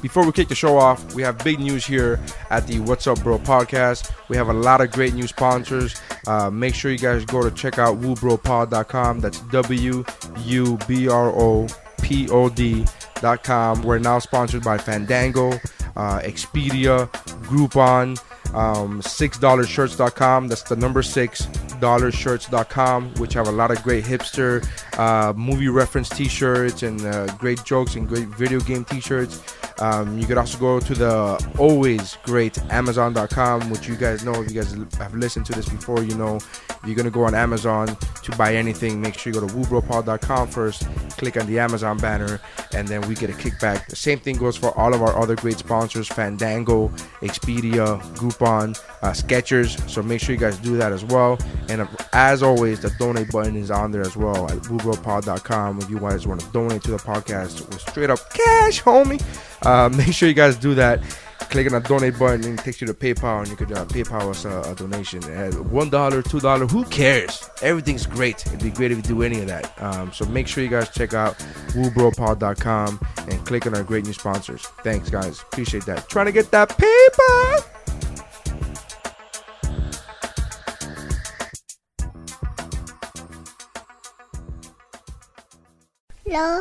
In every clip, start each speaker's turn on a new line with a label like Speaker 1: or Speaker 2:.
Speaker 1: Before we kick the show off, we have big news here at the What's Up Bro podcast. We have a lot of great new sponsors. Uh, make sure you guys go to check out woobropod.com. That's W U B R O P O D.com. We're now sponsored by Fandango, uh, Expedia, Groupon, um, $6shirts.com. That's the number six dollarshirts.com, which have a lot of great hipster uh, movie reference t-shirts and uh, great jokes and great video game t-shirts. Um, you could also go to the always great Amazon.com, which you guys know if you guys have listened to this before, you know if you're gonna go on Amazon to buy anything, make sure you go to woobropod.com first, click on the Amazon banner, and then we get a kickback. The same thing goes for all of our other great sponsors: Fandango, Expedia, Groupon, uh, Skechers. So make sure you guys do that as well. And uh, as always, the donate button is on there as well at woobropod.com if you guys want to donate to the podcast with straight up cash, homie. Uh, make sure you guys do that. Click on the donate button and it takes you to PayPal, and you could uh, PayPal us a, a donation at one dollar, two dollar. Who cares? Everything's great. It'd be great if you do any of that. Um, so make sure you guys check out woobropod.com and click on our great new sponsors. Thanks, guys. Appreciate that. Trying to get that paper.
Speaker 2: Hello.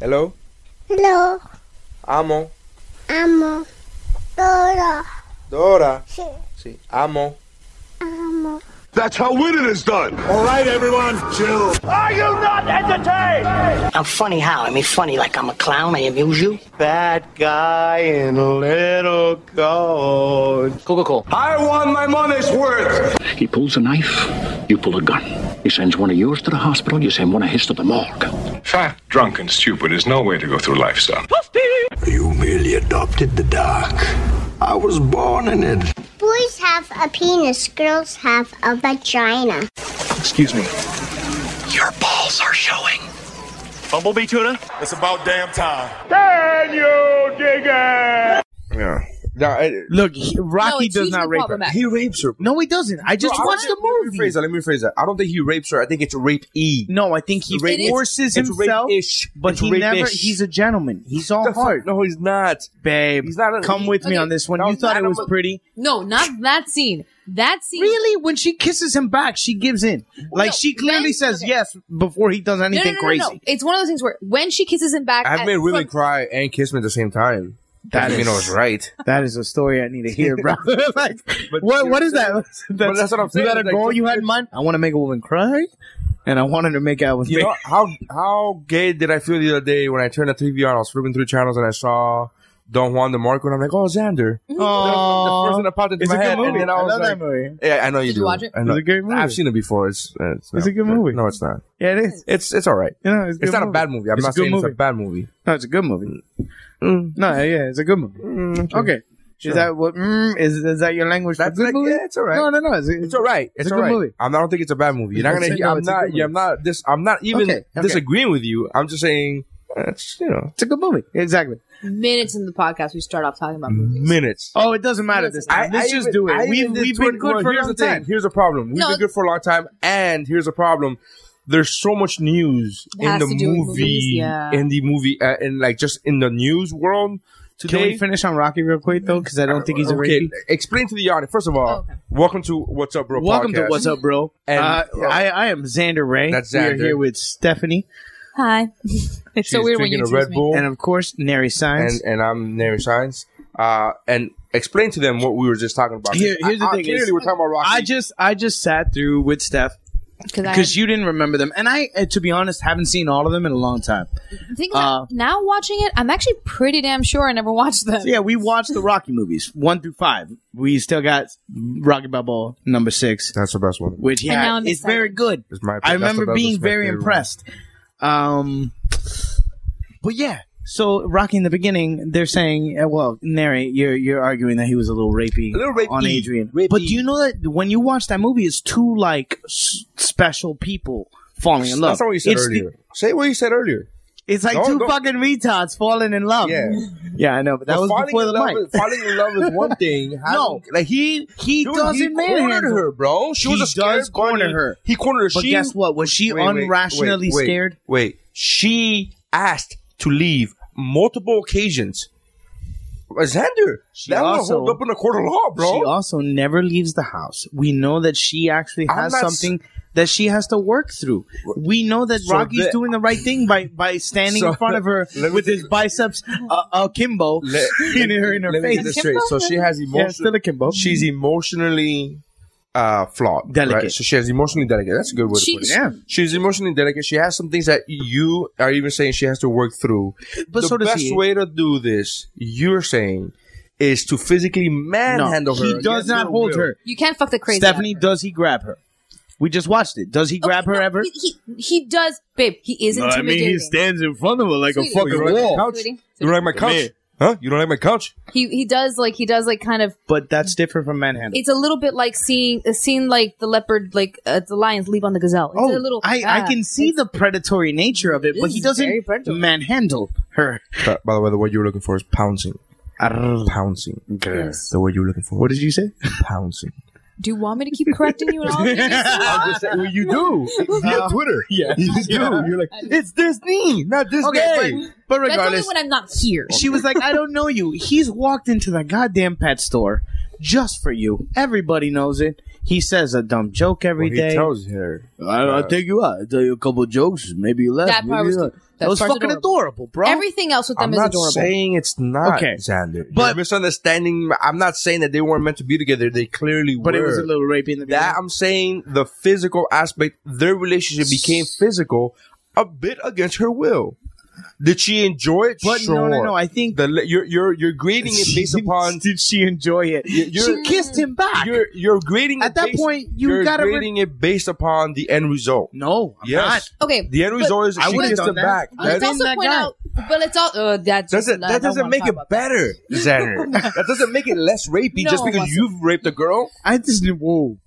Speaker 1: Hello,
Speaker 2: Hello.
Speaker 1: amo,
Speaker 2: Amo. Dora.
Speaker 1: Dora.
Speaker 2: Sí.
Speaker 1: Sí, amo.
Speaker 2: Amo.
Speaker 3: That's how winning is done. All right, everyone, chill.
Speaker 4: Are you not entertained?
Speaker 5: I'm funny how? I mean, funny like I'm a clown. I amuse you.
Speaker 4: That guy in a little coat.
Speaker 3: I want my money's worth.
Speaker 6: He pulls a knife, you pull a gun. He sends one of yours to the hospital, you send one of his to the morgue.
Speaker 3: Fat, drunk, and stupid is no way to go through life, son.
Speaker 7: You merely adopted the dark. I was born in it.
Speaker 2: Boys have a penis, girls have a vagina.
Speaker 3: Excuse me.
Speaker 7: Your balls are showing.
Speaker 4: Bumblebee tuna?
Speaker 3: It's about damn time.
Speaker 1: Yeah. Now, it,
Speaker 8: Look, he,
Speaker 9: No,
Speaker 8: Rocky
Speaker 9: it's
Speaker 8: does
Speaker 9: usually
Speaker 8: not rape her.
Speaker 9: problematic.
Speaker 1: he rapes her.
Speaker 8: No, he doesn't. I just
Speaker 1: Bro, I
Speaker 8: watched the
Speaker 1: don't- Let me
Speaker 8: movie.
Speaker 1: rephrase that. Let me rephrase that. I don't think he rapes her. I think it's rape e.
Speaker 8: No, I think he
Speaker 9: It is-
Speaker 8: forces
Speaker 1: it's
Speaker 8: himself,
Speaker 1: rape-ish.
Speaker 8: but
Speaker 1: It's
Speaker 8: he never.
Speaker 1: rape-ish.
Speaker 8: He's a gentleman. He's all heart,
Speaker 1: No, he's not.
Speaker 8: babe.
Speaker 1: He's not a-
Speaker 8: Come with me
Speaker 9: Okay.
Speaker 8: on this one.
Speaker 1: No,
Speaker 8: you thought it was
Speaker 1: animal-
Speaker 8: pretty.
Speaker 9: No, not that scene. That scene.
Speaker 8: Really, when she kisses him back, she gives in. Like
Speaker 9: No,
Speaker 8: she clearly
Speaker 9: when-
Speaker 8: says
Speaker 9: okay.
Speaker 8: yes before he does
Speaker 9: No, no,
Speaker 8: anything
Speaker 9: no, no,
Speaker 8: crazy.
Speaker 9: no. It's one of those things where when she kisses him back,
Speaker 1: I've
Speaker 9: at-
Speaker 1: made women
Speaker 9: from-
Speaker 1: cry and kiss me at the same time.
Speaker 8: That
Speaker 1: you
Speaker 8: is-
Speaker 1: know it's right.
Speaker 8: That is a story I need to hear, bro. like, what what is that?
Speaker 1: But that's what I'm saying.
Speaker 8: Is that a
Speaker 1: Like,
Speaker 8: goal you had in mind? I want to make a woman cry, and I wanted to make out with
Speaker 1: You
Speaker 8: me.
Speaker 1: know how how gay did I feel the other day when I turned the TV on? I was flipping through channels and I saw Don Juan the Marco, and I'm like, oh Xander.
Speaker 8: Aw.
Speaker 1: The first thing that popped into
Speaker 8: it's
Speaker 1: my
Speaker 8: a good
Speaker 1: head,
Speaker 8: movie.
Speaker 1: and then I was
Speaker 8: love
Speaker 1: like,
Speaker 8: that movie.
Speaker 1: yeah, I know you
Speaker 9: Did
Speaker 1: do.
Speaker 9: you watch it?
Speaker 1: I know-
Speaker 8: It's a great movie.
Speaker 1: I've seen it before. It's uh, it's,
Speaker 8: It's a good movie.
Speaker 1: No, it's not.
Speaker 8: Yeah, it is.
Speaker 1: It's it's all right.
Speaker 8: You know, it's, a
Speaker 1: It's
Speaker 8: good
Speaker 1: not a
Speaker 8: movie.
Speaker 1: bad movie. I'm
Speaker 8: It's a
Speaker 1: not
Speaker 8: good
Speaker 1: saying
Speaker 8: movie.
Speaker 1: it's a bad movie.
Speaker 8: No, it's a good movie. No, yeah, it's a good movie. okay. Is that what mm, is is that your language
Speaker 1: That's
Speaker 8: for good
Speaker 1: like-
Speaker 8: movie?
Speaker 1: yeah, it's all right.
Speaker 8: No, no, no. It's,
Speaker 1: It's all right. It's,
Speaker 8: It's a
Speaker 1: all
Speaker 8: good
Speaker 1: right.
Speaker 8: movie.
Speaker 1: I'm, I don't think it's a bad movie. You're not
Speaker 8: I'm
Speaker 1: gonna.
Speaker 8: saying, no,
Speaker 1: I'm
Speaker 8: it's a
Speaker 1: not.
Speaker 8: good
Speaker 1: Yeah, I'm not. This. I'm not even
Speaker 8: Okay, okay.
Speaker 1: disagreeing with you. I'm just saying. uh, It's you know
Speaker 8: It's a good movie. Exactly.
Speaker 9: minutes in the podcast, we start off talking about movies.
Speaker 1: minutes.
Speaker 8: Oh, it doesn't matter this time. Let's just
Speaker 1: even-
Speaker 8: do
Speaker 1: I
Speaker 8: it. We've,
Speaker 1: even did
Speaker 8: we've been
Speaker 1: 20 well,
Speaker 8: good for a
Speaker 1: here's
Speaker 8: long
Speaker 1: the thing.
Speaker 8: time.
Speaker 1: Here's a problem. We've
Speaker 9: No.
Speaker 1: been good for a long time, and here's a problem. There's so much news
Speaker 9: It
Speaker 1: in
Speaker 9: has
Speaker 1: the
Speaker 9: to do with
Speaker 1: movie,
Speaker 9: movies, yeah.
Speaker 1: in the movie, uh, in like just in the news world
Speaker 8: Can
Speaker 1: today.
Speaker 8: we finish on Rocky real quick though? Because I don't think he's a
Speaker 1: okay,
Speaker 8: rapey.
Speaker 1: explain to the audience. First of all,
Speaker 9: Oh, Okay.
Speaker 1: welcome to What's Up, Bro.
Speaker 8: Welcome to
Speaker 1: podcast.
Speaker 8: What's Up, Bro.
Speaker 1: And-
Speaker 8: uh, I, I am Xander Ray.
Speaker 1: That's
Speaker 8: We
Speaker 1: Xander.
Speaker 8: are here with Stephanie
Speaker 9: Hi. it's so
Speaker 1: She's
Speaker 9: weird when you
Speaker 1: drinking a
Speaker 9: choose
Speaker 1: Red
Speaker 9: me.
Speaker 1: Bull,
Speaker 8: and of course Nary Science.
Speaker 1: and and I'm Nary Science. Uh, and explain to them what we were just talking about.
Speaker 8: Here- here's the
Speaker 1: I- I-
Speaker 8: thing
Speaker 1: Clearly,
Speaker 8: is-
Speaker 1: we're talking about Rocky.
Speaker 8: I just I just sat through with Steph
Speaker 9: Because I
Speaker 8: because you didn't remember them, and I, uh, to be honest, haven't seen all of them in a long time.
Speaker 9: think
Speaker 8: uh,
Speaker 9: that now watching it, I'm actually pretty damn sure I never watched them.
Speaker 8: So yeah, we watched the Rocky movies one through five. We still got Rocky Balboa number six,
Speaker 1: that's the best one.
Speaker 8: which
Speaker 9: And now
Speaker 8: yeah,
Speaker 9: I'm
Speaker 8: it's
Speaker 9: excited.
Speaker 8: very good.
Speaker 1: It's my-
Speaker 8: I
Speaker 1: that's the
Speaker 8: remember
Speaker 1: best-
Speaker 8: being
Speaker 1: that's my
Speaker 8: very
Speaker 1: favorite one.
Speaker 8: impressed. Um, but yeah, so Rocky in the beginning, they're saying, uh, well, Nary, you're you're arguing that he was a little rapey,
Speaker 1: A little rapey.
Speaker 8: on Adrian.
Speaker 1: Rapey.
Speaker 8: But do you know that when you watch that movie, it's two like s- special people falling in love.
Speaker 1: That's not what you said
Speaker 8: It's the-
Speaker 1: earlier. Say what you said earlier.
Speaker 8: it's like
Speaker 1: Don't-
Speaker 8: 2
Speaker 1: don't-
Speaker 8: fucking retards falling in love.
Speaker 1: Yeah.
Speaker 8: yeah, I know, but that
Speaker 1: But
Speaker 8: was before
Speaker 1: in
Speaker 8: the
Speaker 1: love
Speaker 8: mic.
Speaker 1: is- falling in love is one thing. Having- like he
Speaker 8: He
Speaker 1: dude,
Speaker 8: doesn't
Speaker 1: cornered
Speaker 8: manhandle.
Speaker 1: her, bro. She
Speaker 8: He
Speaker 1: was a scared
Speaker 8: does corner
Speaker 1: bunny.
Speaker 8: her.
Speaker 1: He cornered her.
Speaker 8: But
Speaker 1: she,
Speaker 8: guess what? Was she
Speaker 1: Wait, wait,
Speaker 8: unrationally
Speaker 1: wait, wait,
Speaker 8: scared?
Speaker 1: Wait, she asked to leave multiple occasions. Xander,
Speaker 8: She
Speaker 1: that one
Speaker 8: also-
Speaker 1: holds up in a court of law, bro.
Speaker 8: She also never leaves the house. We know that she actually
Speaker 1: I'm
Speaker 8: has
Speaker 1: not s-
Speaker 8: something that she has to work through. We know that
Speaker 1: So
Speaker 8: Rocky's
Speaker 1: the-
Speaker 8: doing the right thing by, by standing
Speaker 1: So,
Speaker 8: in front of her
Speaker 1: let me
Speaker 8: with
Speaker 1: t-
Speaker 8: his biceps uh, uh, akimbo
Speaker 1: Let-
Speaker 8: in her in her
Speaker 1: Let me get this
Speaker 8: face.
Speaker 1: straight. So she has
Speaker 8: Yeah,
Speaker 1: emotion.
Speaker 8: still akimbo.
Speaker 1: she's emotionally uh, flawed, Right?
Speaker 8: Delicate.
Speaker 1: So she has emotionally delicate. That's a good word.
Speaker 9: She-
Speaker 1: to put it.
Speaker 8: yeah.
Speaker 1: she's emotionally delicate. She has some things that you are even saying she has to work through.
Speaker 8: But
Speaker 1: the
Speaker 8: so does
Speaker 1: best
Speaker 8: he.
Speaker 1: way to do this, you're saying, is to physically
Speaker 8: No,
Speaker 1: manhandle her.
Speaker 8: he does
Speaker 1: against
Speaker 8: not hold
Speaker 1: will.
Speaker 8: her.
Speaker 9: You can't fuck the crazy.
Speaker 8: Stephanie,
Speaker 9: out of her.
Speaker 8: does he grab her? We just watched it. Does he grab
Speaker 9: Okay,
Speaker 8: her
Speaker 9: no,
Speaker 8: ever?
Speaker 9: He, he, he does, babe. He is intimidating.
Speaker 8: stands in front of her like
Speaker 9: Sweetie. fucking
Speaker 1: wall. Couch.
Speaker 9: Sweetie,
Speaker 1: You don't like my couch, huh? You don't like my couch?
Speaker 9: He he does like he does like kind of.
Speaker 8: But that's different from manhandling.
Speaker 9: It's a little bit like seeing a scene like the leopard, like uh, the lions leap on the gazelle. It's a
Speaker 8: Oh,
Speaker 9: little.
Speaker 8: I,
Speaker 9: yeah.
Speaker 8: I can see the predatory nature of it, but he
Speaker 9: is very
Speaker 8: doesn't
Speaker 9: predatory.
Speaker 8: manhandle her.
Speaker 1: By Uh, by the way, the word you were looking for is pouncing. Pouncing. The word you were looking for.
Speaker 8: What did you say?
Speaker 1: pouncing?
Speaker 9: Do you want me to keep correcting you and all? of this?
Speaker 1: well, you do. Via Twitter. Yeah. You do. You're like, it's this knee, not this
Speaker 8: Okay,
Speaker 1: day.
Speaker 8: but, but
Speaker 9: That's only
Speaker 8: regardless,
Speaker 9: when I'm not here.
Speaker 8: she was like, "I don't know you." He's walked into the goddamn pet store just for you. Everybody knows it. He says a dumb joke every
Speaker 1: He
Speaker 8: day. Uh,
Speaker 1: tells her.
Speaker 8: I, I'll take you out. I'll tell you a couple jokes. Maybe you left.
Speaker 9: That
Speaker 8: maybe
Speaker 9: part
Speaker 8: you
Speaker 9: was
Speaker 8: left.
Speaker 9: cute. That
Speaker 8: That was
Speaker 9: part's
Speaker 8: fucking
Speaker 9: adorable.
Speaker 8: adorable, bro.
Speaker 9: Everything else with them
Speaker 1: I'm
Speaker 9: is
Speaker 1: not
Speaker 9: adorable.
Speaker 1: saying it's not
Speaker 8: Okay.
Speaker 1: Xander.
Speaker 8: But-
Speaker 1: You're misunderstanding. I'm not saying that they weren't meant to be together. They clearly
Speaker 8: but
Speaker 1: were.
Speaker 8: it was a little rapey in the
Speaker 1: that I'm saying the physical aspect. Their relationship became physical, a bit against her will. Did she enjoy it?
Speaker 8: But
Speaker 1: sure.
Speaker 8: no, no, no. I think
Speaker 1: the, le- you're you're you're grading it based upon
Speaker 8: did she enjoy it? She
Speaker 1: you're-
Speaker 8: kissed him back.
Speaker 1: you're you're grading
Speaker 8: At
Speaker 1: it
Speaker 8: that
Speaker 1: based-
Speaker 8: point, you
Speaker 1: you're
Speaker 8: gotta re-
Speaker 1: grading it based upon the end result.
Speaker 8: no, I'm not.
Speaker 1: Yes,
Speaker 9: Okay,
Speaker 1: the end
Speaker 9: but-
Speaker 1: result is
Speaker 8: I
Speaker 1: she
Speaker 8: would've
Speaker 1: kissed
Speaker 8: done
Speaker 1: him
Speaker 8: that.
Speaker 1: back.
Speaker 8: I
Speaker 1: That
Speaker 9: Let's
Speaker 8: would've done
Speaker 9: also
Speaker 8: that
Speaker 9: point
Speaker 8: guy.
Speaker 9: out, but let's all. Uh, that's
Speaker 1: doesn't
Speaker 9: I don't
Speaker 1: that doesn't
Speaker 9: wanna
Speaker 1: make
Speaker 9: talk
Speaker 1: it
Speaker 9: about that.
Speaker 1: better, Xander. that doesn't make it less rapey
Speaker 9: No,
Speaker 1: just
Speaker 9: it
Speaker 1: because
Speaker 9: wasn't.
Speaker 1: you've raped a girl.
Speaker 8: I just whoa,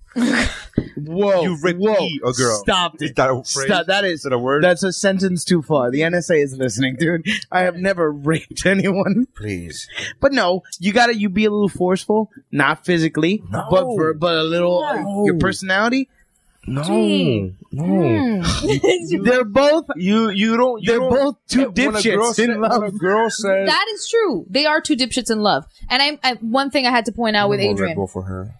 Speaker 8: whoa,
Speaker 1: You raped
Speaker 8: whoa,
Speaker 1: me, a girl.
Speaker 8: Stop
Speaker 1: Is
Speaker 8: it.
Speaker 1: that a phrase?
Speaker 8: Stop. That is,
Speaker 1: Is it a word?
Speaker 8: That's a sentence too far. The NSA is listening, dude. I have never raped anyone.
Speaker 1: Please,
Speaker 8: But no, you gotta you be a little forceful, not physically,
Speaker 1: No.
Speaker 8: but ver- but a little your personality.
Speaker 1: no,
Speaker 9: Gee.
Speaker 1: no.
Speaker 8: They're both
Speaker 1: You you don't. You
Speaker 8: They're
Speaker 1: don't-
Speaker 8: both
Speaker 1: when
Speaker 8: two
Speaker 1: a girl
Speaker 8: dipshits in
Speaker 1: said-
Speaker 8: love.
Speaker 1: When a girl says
Speaker 9: That is true. They are two dipshits in love. And I, I one thing I had to point out with
Speaker 1: One more Red
Speaker 9: Adrian.
Speaker 1: Bull for her.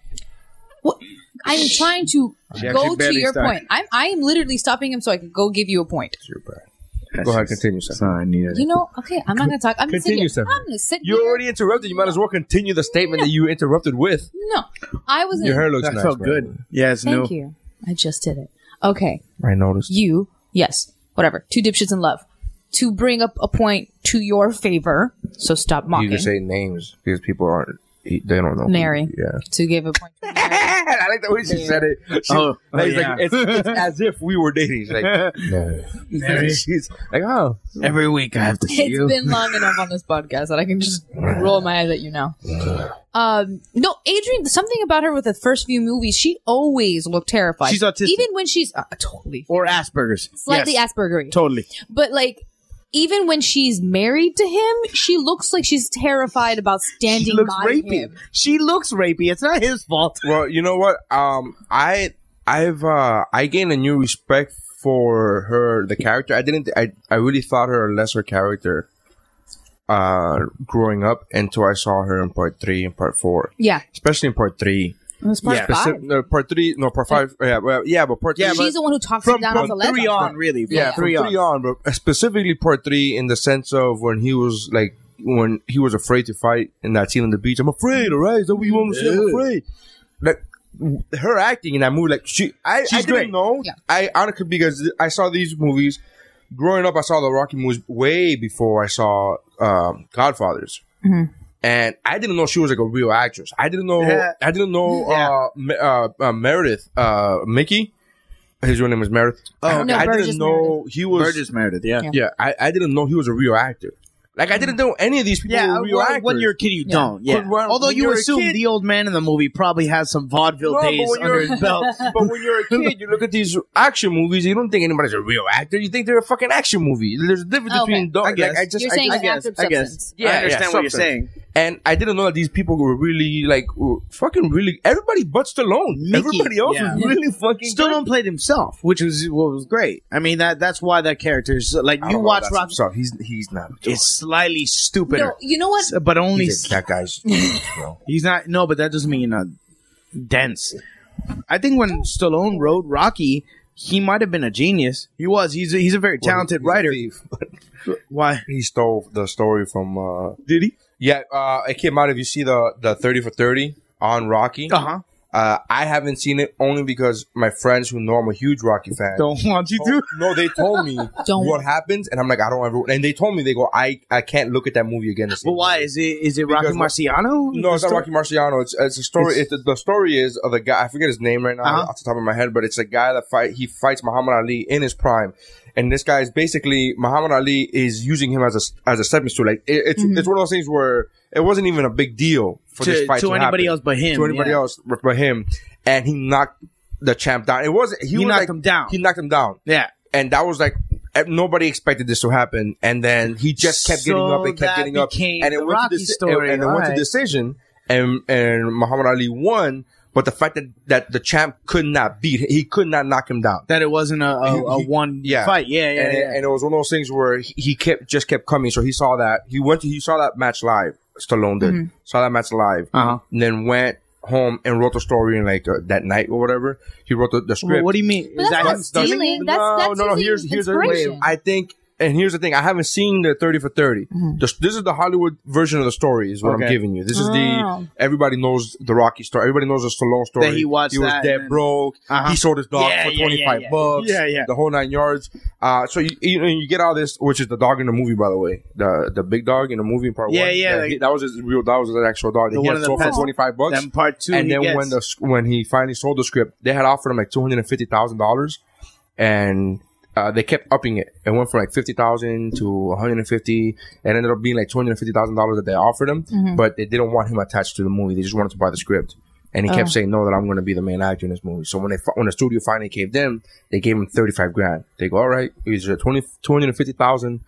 Speaker 9: What- I'm trying to
Speaker 8: actually
Speaker 9: go to
Speaker 8: barely
Speaker 9: your
Speaker 8: started.
Speaker 9: point. I'm I am literally stopping him so I can go give you a point.
Speaker 1: You're bad. Go ahead, continue. Seth.
Speaker 8: I needed
Speaker 9: You know, okay, I'm not gonna talk. I'm gonna sit
Speaker 1: Continue,
Speaker 9: here.
Speaker 1: Stephanie.
Speaker 9: I'm gonna sit
Speaker 1: You
Speaker 9: here.
Speaker 1: already interrupted. You might as well continue the statement that you interrupted with.
Speaker 9: No. I was
Speaker 1: Your hair looks
Speaker 8: that
Speaker 1: nice.
Speaker 8: felt
Speaker 1: by
Speaker 8: good.
Speaker 1: the way.
Speaker 8: Yes, no.
Speaker 9: Thank you. I just did it. Okay.
Speaker 1: I noticed.
Speaker 9: You yes, whatever. Two dipshits in love. To bring up a point to your favor. So stop mocking.
Speaker 1: You can say names because people aren't. They don't know.
Speaker 9: Mary.
Speaker 1: Yeah.
Speaker 9: To give a point to Mary.
Speaker 1: I like the way she said it. She-
Speaker 8: Oh,
Speaker 1: like,
Speaker 8: oh,
Speaker 1: it's
Speaker 8: yeah.
Speaker 1: like, it's, it's as if we were dating. She's like, no. She's like, oh.
Speaker 8: Every week I have to see
Speaker 9: It's
Speaker 8: you.
Speaker 9: been long enough on this podcast that I can just roll my eyes at you now. Um, no, Adrian, something about her with the first few movies, she always looked terrified.
Speaker 8: She's autistic.
Speaker 9: Even when she's uh, totally
Speaker 8: or Asperger's.
Speaker 9: slightly
Speaker 8: yes,
Speaker 9: Aspergery.
Speaker 8: Totally.
Speaker 9: but like even when she's married to him, she looks like she's terrified about standing
Speaker 8: She looks
Speaker 9: by
Speaker 8: rapey.
Speaker 9: him.
Speaker 8: She looks rapey. It's not his fault.
Speaker 1: Well, you know what? Um, I I've uh, I gained a new respect for her, the character. I didn't. I I really thought her a lesser character. Uh, growing up until I saw her in part three and part four,
Speaker 9: Yeah.
Speaker 1: especially in part three.
Speaker 9: That's part
Speaker 1: yeah,
Speaker 9: five.
Speaker 1: Specif- no, part three, no, part five. Yeah, well, yeah, but part
Speaker 8: Yeah,
Speaker 1: three.
Speaker 9: She's the one who talks him
Speaker 8: From,
Speaker 9: down
Speaker 8: from
Speaker 9: as a lesbian.
Speaker 8: three on, really. From
Speaker 1: yeah,
Speaker 8: three
Speaker 1: from
Speaker 8: on.
Speaker 1: three on, but uh, specifically part three in the sense of when he was like when he was afraid to fight in that scene on the beach. I'm afraid, all right? Is that what you want me to say? I'm E afraid. Like her acting in that movie, like she, I, I
Speaker 8: She's
Speaker 1: didn't
Speaker 8: great.
Speaker 1: know.
Speaker 9: Yeah.
Speaker 1: I honestly because I saw these movies growing up. I saw the Rocky movies way before I saw um, Godfathers.
Speaker 9: Mm-hmm.
Speaker 1: And I didn't know she was like a real actress. I didn't know.
Speaker 8: Yeah.
Speaker 1: I didn't know uh, Me- uh, uh, Meredith uh, Mickey. His real name is Meredith. Oh,
Speaker 9: No,
Speaker 1: I
Speaker 9: Burgess
Speaker 1: didn't know he was.
Speaker 8: Burgess Meredith, yeah.
Speaker 9: Yeah.
Speaker 1: Yeah, I, I didn't know he was a real actor. Like I didn't know any of these people
Speaker 8: Yeah,
Speaker 1: were real
Speaker 8: when-
Speaker 1: actors.
Speaker 8: when you're a kid, you don't. Yeah.
Speaker 1: 'Cause when-
Speaker 8: Although
Speaker 1: when
Speaker 8: you
Speaker 1: you're a
Speaker 8: assume
Speaker 1: kid-
Speaker 8: the old man in the movie probably has some vaudeville
Speaker 1: No, but
Speaker 8: days
Speaker 1: when
Speaker 8: under
Speaker 1: you're-
Speaker 8: his belt.
Speaker 1: but when you're a kid, you look at these action movies. You don't think anybody's a real actor. You think they're a fucking action movie. There's a difference
Speaker 9: Okay.
Speaker 1: between. Dog,
Speaker 8: I guess.
Speaker 1: Like, I just,
Speaker 9: You're
Speaker 1: I,
Speaker 9: saying
Speaker 1: I
Speaker 9: it's
Speaker 1: guess.
Speaker 9: active
Speaker 8: I guess.
Speaker 9: substance.
Speaker 1: Yeah,
Speaker 8: I understand
Speaker 1: yeah,
Speaker 8: what you're
Speaker 1: something.
Speaker 8: saying.
Speaker 1: And I didn't know that these people were really like were fucking really everybody but Stallone.
Speaker 8: Mickey,
Speaker 1: everybody else
Speaker 8: yeah.
Speaker 1: was really fucking
Speaker 8: Still
Speaker 1: good.
Speaker 8: don't play himself, which was what was great. I mean that that's why that character's like
Speaker 1: I
Speaker 8: you
Speaker 1: don't know,
Speaker 8: watch
Speaker 1: that's
Speaker 8: Rocky.
Speaker 1: himself. He's he's not. a
Speaker 8: It's slightly stupider,
Speaker 9: No, you know what?
Speaker 8: S- but only
Speaker 1: He's
Speaker 8: he's,
Speaker 1: a- that guy's bro.
Speaker 8: he's not. No, but that doesn't mean you're not dense. I think when Stallone wrote Rocky, he might have been a genius. He was. He's a, he's a very talented
Speaker 1: He's a
Speaker 8: writer.
Speaker 1: thief.
Speaker 8: Why?
Speaker 1: he stole the story from uh
Speaker 8: Did he?
Speaker 1: yeah uh it came out if you see the the 30 for 30 on rocky
Speaker 8: Uh huh.
Speaker 1: uh i haven't seen it only because my friends who know i'm a huge rocky fan
Speaker 8: Don't want you to.
Speaker 1: no they told me
Speaker 9: Don't.
Speaker 1: what happens and i'm like i don't ever and they told me they go i i can't look at that movie again the same
Speaker 8: But why is it? Is it Rocky
Speaker 1: Because-
Speaker 8: Marciano?
Speaker 1: no, it's not Rocky Marciano. It's it's a story. It's,
Speaker 8: It's-
Speaker 1: the story is of the guy. I forget his name right now
Speaker 8: Uh-huh.
Speaker 1: off the top of my head, but it's a guy that fight. He fights Muhammad Ali in his prime, and this guy is basically Muhammad Ali is using him as a as a stepping stool. Like it, it's it's one of those things where it wasn't even a big deal for
Speaker 8: Mm-hmm. To-
Speaker 1: this fight
Speaker 8: to
Speaker 1: to,
Speaker 8: anybody
Speaker 1: happen.
Speaker 8: else but him,
Speaker 1: To anybody
Speaker 8: yeah.
Speaker 1: else but him, and he knocked the champ down. It was he, was
Speaker 8: knocked
Speaker 1: like-
Speaker 8: him down.
Speaker 1: He knocked him down.
Speaker 8: Yeah.
Speaker 1: and that was like. eh, Nobody expected this to happen, and then he just kept getting
Speaker 8: So
Speaker 1: up and
Speaker 8: that
Speaker 1: kept getting up,
Speaker 8: became
Speaker 1: and it
Speaker 8: the
Speaker 1: went
Speaker 8: Rocky
Speaker 1: to deci-
Speaker 8: story,
Speaker 1: and it went
Speaker 8: alright.
Speaker 1: to decision, and and Muhammad Ali won. But the fact that, that the champ could not beat, he could not knock him down.
Speaker 8: That it wasn't a, a, a
Speaker 1: He- he-
Speaker 8: one
Speaker 1: yeah.
Speaker 8: fight. Yeah, yeah,
Speaker 1: and,
Speaker 8: yeah.
Speaker 1: It, and it was one of those things where he, he kept just kept coming. So he saw that he went to he saw that match live. Stallone did saw that match live,
Speaker 8: Uh-huh.
Speaker 1: and then went home and wrote the story in like uh, that night or whatever. He wrote the, the script.
Speaker 8: Well, what do you mean?
Speaker 9: But
Speaker 8: Is
Speaker 9: that's
Speaker 8: that
Speaker 9: not
Speaker 8: him
Speaker 9: stealing.
Speaker 8: stealing?
Speaker 9: That's- that's using inspiration.
Speaker 1: I think, and here's the thing: I haven't seen the Thirty for 30
Speaker 9: Mm-hmm.
Speaker 1: This, this is the Hollywood version of the story, is what I'm
Speaker 8: Okay.
Speaker 1: giving you. This is
Speaker 9: Oh.
Speaker 1: the everybody knows the Rocky story. Everybody knows the Stallone story.
Speaker 8: That he watched
Speaker 1: He was
Speaker 8: that
Speaker 1: dead
Speaker 8: and-
Speaker 1: broke.
Speaker 8: Uh-huh.
Speaker 1: He sold his dog
Speaker 8: Yeah,
Speaker 1: for
Speaker 8: yeah, yeah,
Speaker 1: 25
Speaker 8: yeah.
Speaker 1: bucks.
Speaker 8: Yeah, yeah.
Speaker 1: The whole nine yards. Uh, so you, you know you get all this, which is the dog in the movie, by the way, the the big dog in the movie in part
Speaker 8: Yeah,
Speaker 1: one.
Speaker 8: yeah, like-
Speaker 1: he- that was his real. That was an actual dog.
Speaker 8: The
Speaker 1: that he had
Speaker 8: one in the
Speaker 1: sold for
Speaker 8: past.
Speaker 1: 25 bucks
Speaker 8: Then part two,
Speaker 1: and
Speaker 8: he
Speaker 1: then
Speaker 8: gets.
Speaker 1: when the when he finally sold the script, they had offered him like two hundred and fifty thousand dollars, and uh, they kept upping it. It went from like fifty thousand to one hundred and fifty, and ended up being like two hundred and fifty thousand dollars that they offered him.
Speaker 8: Mm-hmm.
Speaker 1: But they didn't want him attached to the movie; they just wanted to buy the script. And he
Speaker 9: Oh.
Speaker 1: kept saying no that I'm going to be the main actor in this movie. So when they fi- when the studio finally caved in, they gave him thirty five grand. They go, all right, is it 20 250,000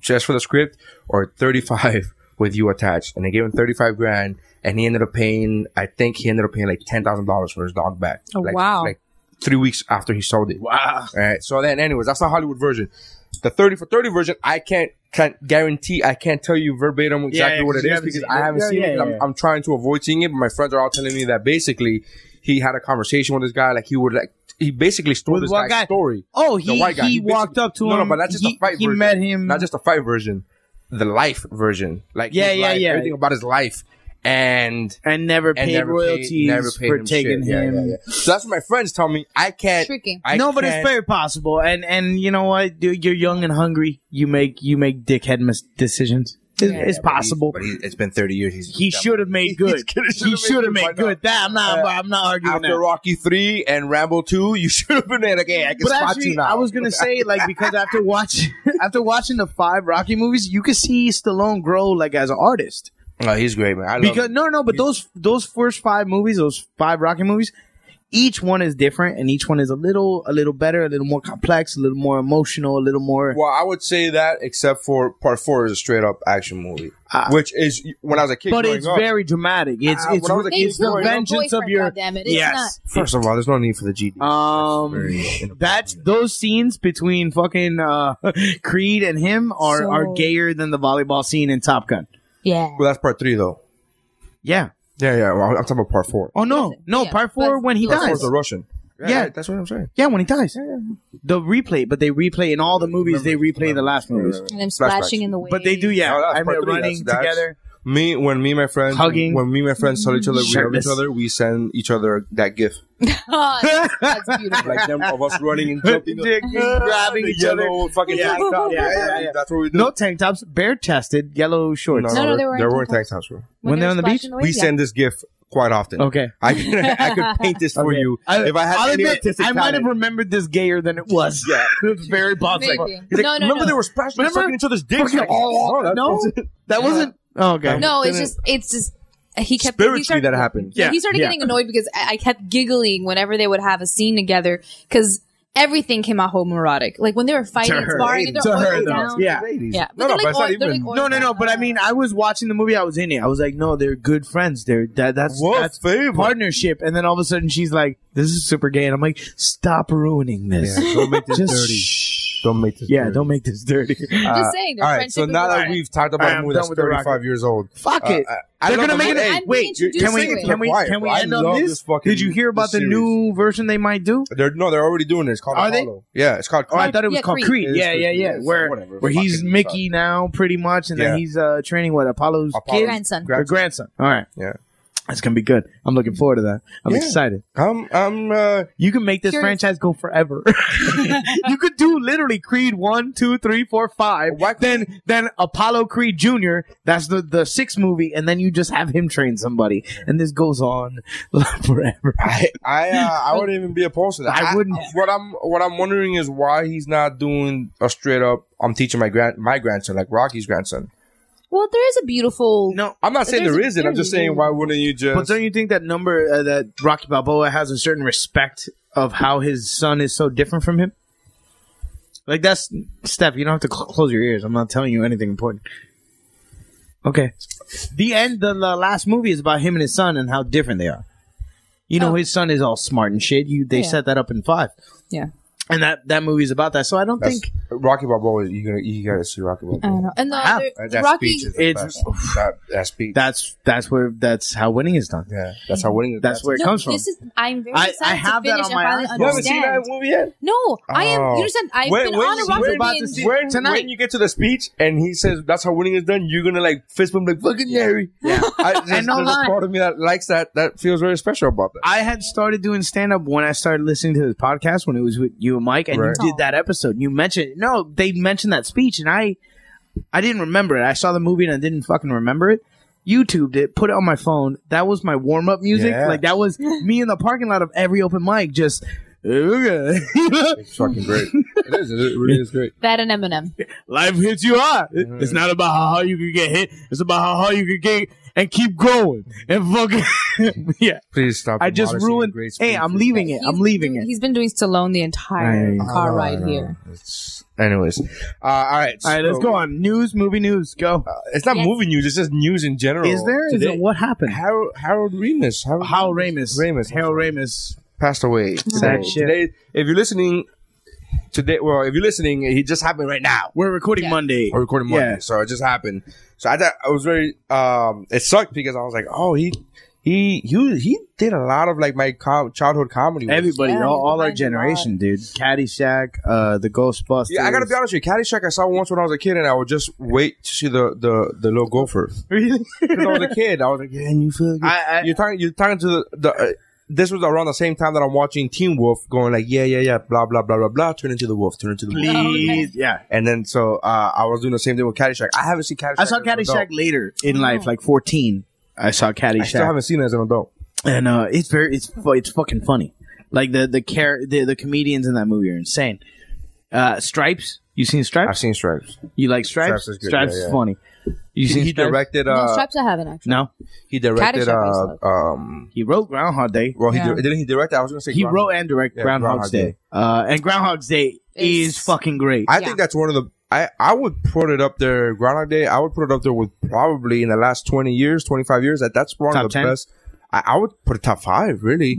Speaker 1: just for the script or 35 with you attached and they gave him 35 grand and he ended up paying i think he ended up paying like $10000 for his dog back
Speaker 9: Oh,
Speaker 1: Like-
Speaker 9: wow.
Speaker 1: like three weeks after he sold it wow all right so then anyways that's the hollywood version the 30 for 30 version i can't can't guarantee i can't tell you verbatim exactly
Speaker 8: yeah,
Speaker 1: what
Speaker 8: 'cause
Speaker 1: it
Speaker 8: you
Speaker 1: is
Speaker 8: haven't
Speaker 1: because
Speaker 8: seen
Speaker 1: i
Speaker 8: it.
Speaker 1: haven't
Speaker 8: Yeah,
Speaker 1: seen
Speaker 8: yeah,
Speaker 1: it and I'm,
Speaker 8: yeah.
Speaker 1: I'm trying to avoid seeing it but my friends are all telling me that basically he had a conversation with this guy like he would like he basically stole
Speaker 8: With
Speaker 1: this
Speaker 8: what
Speaker 1: guy's
Speaker 8: guy?
Speaker 1: story
Speaker 8: Oh, he,
Speaker 1: the white guy.
Speaker 8: he
Speaker 1: basically-
Speaker 8: walked up to him.
Speaker 1: No, no, but not just
Speaker 8: he,
Speaker 1: the fight
Speaker 8: He
Speaker 1: version.
Speaker 8: met him.
Speaker 1: Not just the fight version, the life version. Like
Speaker 8: Yeah,
Speaker 1: his
Speaker 8: yeah,
Speaker 1: life,
Speaker 8: yeah.
Speaker 1: Everything about his life and.
Speaker 8: and never paid
Speaker 1: And never
Speaker 8: royalties
Speaker 1: paid, never paid
Speaker 8: for
Speaker 1: him
Speaker 8: taking
Speaker 1: shit. Yeah,
Speaker 8: him.
Speaker 1: yeah, yeah. So that's what my friends tell me. I can't.
Speaker 9: Tricky.
Speaker 1: I
Speaker 8: no, but it's
Speaker 1: can't-
Speaker 8: very possible. And and you know what? Dude, you're young and hungry. You make you make dickhead mis- decisions. It's, it's
Speaker 1: But he-
Speaker 8: possible.
Speaker 1: But he, it's been 30 years. He's,
Speaker 8: he should have made good. He should have made good. That I'm not. I'm not arguing
Speaker 1: Uh, After
Speaker 8: that.
Speaker 1: Rocky 3 and Rambo 2, you should have been there like, hey, I can
Speaker 8: But
Speaker 1: spot
Speaker 8: actually,
Speaker 1: you now.
Speaker 8: I was gonna say like because after watch after watching the five Rocky movies, you could see Stallone grow like as an artist.
Speaker 1: Oh, he's great, man. I love
Speaker 8: Because
Speaker 1: him.
Speaker 8: no, no, but those those first five movies, those five Rocky movies, each one is different, and each one is a little a little better, a little more complex, a little more emotional, a little more.
Speaker 1: Well, I would say that, except for part four is a straight up action movie, which is when I was a kid.
Speaker 8: Ah. But
Speaker 1: growing
Speaker 8: it's
Speaker 1: up-
Speaker 8: very dramatic. It's
Speaker 1: Ah,
Speaker 8: it's,
Speaker 1: when I was a
Speaker 9: They
Speaker 1: kid
Speaker 8: it's the
Speaker 9: killed your
Speaker 8: vengeance of
Speaker 9: boyfriend,
Speaker 8: your.
Speaker 9: goddammit. It's
Speaker 8: yes.
Speaker 1: First of all, there's no need for the GD.
Speaker 8: Um, that's those scenes between fucking uh, Creed and him are,
Speaker 9: So-
Speaker 8: are gayer than the volleyball scene in Top Gun.
Speaker 9: Yeah.
Speaker 1: Well, that's part three, though.
Speaker 8: Yeah.
Speaker 1: Yeah, yeah. Well, I'm talking about part four.
Speaker 8: Oh no, no.
Speaker 9: Yeah,
Speaker 8: part four
Speaker 9: but-
Speaker 8: when he
Speaker 9: Part
Speaker 1: Part four's
Speaker 8: dies.
Speaker 1: the Russian.
Speaker 8: Yeah.
Speaker 1: right, that's what I'm saying.
Speaker 8: Yeah, when he dies. The replay, but they replay in all the movies. They replay the last movies.
Speaker 9: And I'm splashing in the way.
Speaker 8: But they do, yeah.
Speaker 1: Oh, that's
Speaker 8: I'm
Speaker 1: part three. That's-
Speaker 8: running
Speaker 1: that's-
Speaker 8: together.
Speaker 1: Me, when me and my friends,
Speaker 8: Hugging.
Speaker 1: when me and my friends tell each other we love
Speaker 8: Shirtless.
Speaker 1: each other, we send each other that gift,
Speaker 9: God, that's beautiful.
Speaker 1: like them of us running and jumping,
Speaker 8: Dick, grabbing
Speaker 1: the
Speaker 8: each other.
Speaker 1: yellow Fucking
Speaker 8: Yeah.
Speaker 1: tank top.
Speaker 8: Yeah, yeah, yeah.
Speaker 1: That's what we do.
Speaker 8: No tank tops, bare chested, yellow shorts.
Speaker 9: No, no, they
Speaker 1: they're-
Speaker 9: were in
Speaker 1: they're
Speaker 9: tank
Speaker 1: wearing
Speaker 9: tops.
Speaker 1: tank tops, bro.
Speaker 8: When they're on the
Speaker 9: splashing
Speaker 8: beach,
Speaker 9: in way,
Speaker 1: We
Speaker 9: yeah.
Speaker 1: send this gift quite often.
Speaker 8: Okay.
Speaker 1: I could, I could paint this for
Speaker 8: Okay.
Speaker 1: you if I had
Speaker 8: I'll
Speaker 1: any
Speaker 8: admit,
Speaker 1: artistic
Speaker 8: I might have
Speaker 1: talent.
Speaker 8: remembered this gayer than it was.
Speaker 1: Yeah.
Speaker 8: it's very possible.
Speaker 9: Maybe.
Speaker 1: He's like,
Speaker 9: No, no,
Speaker 1: remember
Speaker 9: no.
Speaker 1: they were splashing,
Speaker 8: Remember?
Speaker 1: sucking each other's dicks.
Speaker 8: Fucking-
Speaker 1: Like, oh, that-
Speaker 8: no, that wasn't. Oh, okay.
Speaker 9: No, it's just, it's just, he kept he
Speaker 1: spiritually
Speaker 9: started-
Speaker 1: that happened.
Speaker 9: Yeah,
Speaker 8: Yeah,
Speaker 9: he started
Speaker 8: yeah.
Speaker 9: getting annoyed because I, I kept giggling whenever they would have a scene together because everything came out homoerotic. Like when they were fighting,
Speaker 8: to
Speaker 9: it's
Speaker 8: her,
Speaker 9: barring, and
Speaker 8: to
Speaker 9: they're
Speaker 8: her
Speaker 9: oily
Speaker 8: though.
Speaker 9: down.
Speaker 8: Yeah.
Speaker 1: Ladies.
Speaker 9: Yeah.
Speaker 10: No, no,
Speaker 9: they're
Speaker 10: but it's not
Speaker 9: oil- they're
Speaker 10: even-
Speaker 9: oil
Speaker 8: No, no, no.
Speaker 9: down.
Speaker 8: But I mean, I was watching the movie. I was in it. I was like, no, they're good friends. They're that. That's
Speaker 10: What
Speaker 8: that's
Speaker 10: favorite?
Speaker 8: partnership. And then all of a sudden, she's like, this is super gay, and I'm like, stop ruining this.
Speaker 1: Yeah, don't make this
Speaker 8: Just
Speaker 1: dirty.
Speaker 8: shh.
Speaker 1: Don't make this.
Speaker 8: Yeah,
Speaker 1: dirty.
Speaker 8: don't make this dirty.
Speaker 9: I'm
Speaker 1: Uh,
Speaker 9: just saying. Their
Speaker 1: all right,
Speaker 9: friendship
Speaker 1: so
Speaker 9: is
Speaker 1: now that
Speaker 9: alive.
Speaker 1: we've talked
Speaker 8: I
Speaker 1: about a
Speaker 8: am
Speaker 1: movie
Speaker 8: done
Speaker 1: that's
Speaker 8: with the
Speaker 1: 35 years old,
Speaker 8: Fuck it.
Speaker 1: uh, I
Speaker 8: They're
Speaker 1: love the
Speaker 8: gonna make
Speaker 1: movie.
Speaker 8: it.
Speaker 1: Hey,
Speaker 9: I'm
Speaker 8: wait,
Speaker 9: being
Speaker 8: can we
Speaker 9: introduced to
Speaker 8: can we
Speaker 1: it.
Speaker 8: can we
Speaker 1: I
Speaker 8: end on
Speaker 1: love
Speaker 8: this?
Speaker 1: this fucking
Speaker 8: Did you hear about the
Speaker 1: series.
Speaker 8: new version they might do?
Speaker 1: they're no, they're already doing it. It's called
Speaker 8: Are they?
Speaker 1: Apollo. Yeah, it's called.
Speaker 8: Oh, I thought it was
Speaker 9: Yeah,
Speaker 8: called
Speaker 9: Creed.
Speaker 8: Creed.
Speaker 1: It is
Speaker 8: Yeah,
Speaker 1: Creed.
Speaker 8: yeah,
Speaker 1: It
Speaker 8: yeah.
Speaker 1: is
Speaker 8: Where
Speaker 1: whatever.
Speaker 8: where he's
Speaker 1: Fucking
Speaker 8: Mickey now, pretty much, and
Speaker 1: Yeah.
Speaker 8: then he's uh, training what Apollo's
Speaker 1: Apollo.
Speaker 8: kid,
Speaker 9: Grandson.
Speaker 8: or grandson. All right,
Speaker 1: Yeah.
Speaker 8: that's gonna be good. I'm looking forward to that. I'm
Speaker 1: Yeah.
Speaker 8: excited.
Speaker 1: I'm. I'm. Uh,
Speaker 8: You can make this
Speaker 9: Curious.
Speaker 8: franchise go forever. you could do literally Creed one, two, three, four, five.
Speaker 1: Why-
Speaker 8: Then then Apollo Creed Junior. That's the the sixth movie, and then you just have him train somebody, and this goes on forever.
Speaker 1: I. I. Uh, I wouldn't even be opposed to that.
Speaker 8: I wouldn't.
Speaker 1: What I'm. What I'm wondering is why he's not doing a straight up. I'm teaching my grand my grandson, like Rocky's grandson.
Speaker 9: Well, there is a beautiful.
Speaker 8: No,
Speaker 1: I'm not saying
Speaker 9: There's
Speaker 1: there
Speaker 9: a
Speaker 1: isn't. I'm just
Speaker 9: theory.
Speaker 1: saying why wouldn't you just?
Speaker 8: But don't you think that number uh, that Rocky Balboa has a certain respect of how his son is so different from him? Like that's Steph. You don't have to cl- close your ears. I'm not telling you anything important. Okay. The end. The, the last movie is about him and his son and how different they are. You know,
Speaker 9: Oh.
Speaker 8: his son is all smart and shit. You they
Speaker 9: Yeah.
Speaker 8: set that up in five,
Speaker 9: Yeah.
Speaker 8: and that that movie is about that. So I don't
Speaker 1: That's-
Speaker 8: think Oh.
Speaker 1: Rocky Balboa. You gonna. You gotta see Rocky
Speaker 9: I
Speaker 1: Balboa.
Speaker 9: don't know. And the,
Speaker 8: Wow.
Speaker 9: other-
Speaker 1: Uh,
Speaker 9: the
Speaker 1: that
Speaker 9: Rocky.
Speaker 1: speech is the
Speaker 8: It's-
Speaker 1: best. That, that speech.
Speaker 8: that's that's where that's how winning is done.
Speaker 1: yeah, that's how winning.
Speaker 8: That's where it
Speaker 9: No,
Speaker 8: comes from.
Speaker 9: this is. I'm very
Speaker 8: I-
Speaker 9: excited
Speaker 8: I have
Speaker 9: to
Speaker 8: that
Speaker 9: finish
Speaker 8: on my
Speaker 9: and
Speaker 8: iPhone.
Speaker 9: finally
Speaker 8: You
Speaker 1: haven't seen
Speaker 9: understand.
Speaker 1: that movie yet?
Speaker 9: No, I am.
Speaker 1: Oh.
Speaker 9: You understand? I've
Speaker 1: When-
Speaker 9: been
Speaker 1: when
Speaker 9: on
Speaker 1: you-
Speaker 9: a rock
Speaker 1: when-
Speaker 9: for
Speaker 8: about
Speaker 9: being
Speaker 8: to see-
Speaker 1: when,
Speaker 8: tonight.
Speaker 1: when you get to the speech and he says that's how winning is done, you're gonna like fist bump like fucking Larry. Yeah, I, there's,
Speaker 8: no
Speaker 1: there's
Speaker 8: lie.
Speaker 1: a part of me that likes that. That feels very special about that.
Speaker 8: I had started doing stand up when I started listening to this podcast when it was with you and Mike, and
Speaker 1: Right.
Speaker 8: you did that episode. You mentioned no, they mentioned that speech, and I, I didn't remember it. I saw the movie and I didn't fucking remember it. YouTubed it, put it on my phone. That was my warm up music.
Speaker 1: Yeah.
Speaker 8: Like that was me in the parking lot of every open mic. Just okay.
Speaker 1: It's fucking great. it is. It really is great.
Speaker 9: that and Eminem.
Speaker 8: life hits you hard. It-
Speaker 1: Mm-hmm.
Speaker 8: It's not about how hard you can get hit. It's about how hard you can get and keep going and fucking yeah.
Speaker 1: Please stop.
Speaker 8: I just
Speaker 1: demolishing
Speaker 8: ruined.
Speaker 1: great
Speaker 8: Hey, I'm
Speaker 1: speeches.
Speaker 8: leaving it.
Speaker 9: He's
Speaker 8: I'm
Speaker 9: been
Speaker 8: leaving
Speaker 9: doing-
Speaker 8: it.
Speaker 9: He's been doing Stallone the entire
Speaker 8: I-
Speaker 9: car
Speaker 1: Oh,
Speaker 9: ride
Speaker 1: no.
Speaker 9: here.
Speaker 1: It's- anyways, uh, all right.
Speaker 8: All right, let's
Speaker 1: so-
Speaker 8: go on. News, movie news, go.
Speaker 1: Uh, it's not
Speaker 9: Yes.
Speaker 1: movie news. It's just news in general.
Speaker 8: is there? Is
Speaker 1: Today-
Speaker 8: it, what happened?
Speaker 1: Harold Harold Remus? Harold,
Speaker 8: Hal Ramis.
Speaker 1: Ramis.
Speaker 8: Hal Ramis.
Speaker 1: passed away.
Speaker 8: Sad
Speaker 1: today.
Speaker 8: shit.
Speaker 1: Today, if you're listening today, well, if you're listening, he just happened right now.
Speaker 8: We're recording
Speaker 9: Yeah.
Speaker 8: Monday.
Speaker 1: We're recording Monday,
Speaker 8: Yeah.
Speaker 1: so it just happened. So I thought I was very. Um, it sucked because I was like, oh, he, he, he, was- he did a lot of like my com- childhood comedy. was-
Speaker 8: Everybody,
Speaker 9: Yeah,
Speaker 8: all, all our
Speaker 9: he's a
Speaker 8: generation, dude. Caddyshack, uh, the Ghostbusters.
Speaker 1: Yeah, I gotta be honest with you. Caddyshack, I saw once when I was a kid, and I would just wait to see the the, the little gopher.
Speaker 8: Really?
Speaker 1: Because I was a kid, I was like, yeah, you feel good.
Speaker 8: I- I-
Speaker 1: you're talking, you're talking to the. the uh, this was around the same time that I'm watching Teen Wolf, going like, yeah, yeah, yeah, blah, blah, blah, blah, blah. Turn into the wolf. Turn into the wolf.
Speaker 8: Please, yeah.
Speaker 1: And then so uh, I was doing the same thing with Caddyshack. I haven't seen Caddyshack.
Speaker 8: I saw
Speaker 1: as an adult.
Speaker 8: Caddyshack later
Speaker 9: Oh.
Speaker 8: in life, like fourteen. I saw
Speaker 1: I still
Speaker 8: Caddyshack,
Speaker 1: haven't seen it as an adult.
Speaker 8: and uh, it's very, it's fu- it's fucking funny. Like the the care the, the comedians in that movie are insane. Uh, Stripes, you seen
Speaker 1: I've
Speaker 8: Stripes?
Speaker 1: seen Stripes.
Speaker 8: you like Stripes?
Speaker 1: Stripes is good, yeah, yeah.
Speaker 8: funny. You
Speaker 1: He,
Speaker 8: seen
Speaker 1: he
Speaker 8: Stripes?
Speaker 1: directed.
Speaker 9: No,
Speaker 1: Uh,
Speaker 9: straps I haven't actually.
Speaker 8: No,
Speaker 1: he directed.
Speaker 9: Caddyshack is
Speaker 1: Uh, um,
Speaker 8: he wrote Groundhog Day.
Speaker 1: well, he
Speaker 9: Yeah.
Speaker 1: di- didn't he direct. it? I was gonna say
Speaker 8: He
Speaker 1: Groundhog.
Speaker 8: wrote and directed
Speaker 1: Yeah, Groundhog
Speaker 8: Groundhog's Day.
Speaker 1: Day.
Speaker 8: Uh, and Groundhog's Day is
Speaker 9: It's-
Speaker 8: fucking great.
Speaker 1: I
Speaker 9: Yeah.
Speaker 1: think that's one of the. I, I would put it up there. Groundhog Day. I would put it up there with probably in the last twenty years, twenty five years. That that's one
Speaker 8: Top
Speaker 1: of the
Speaker 8: 10?
Speaker 1: best. I, I would put it top five. Really.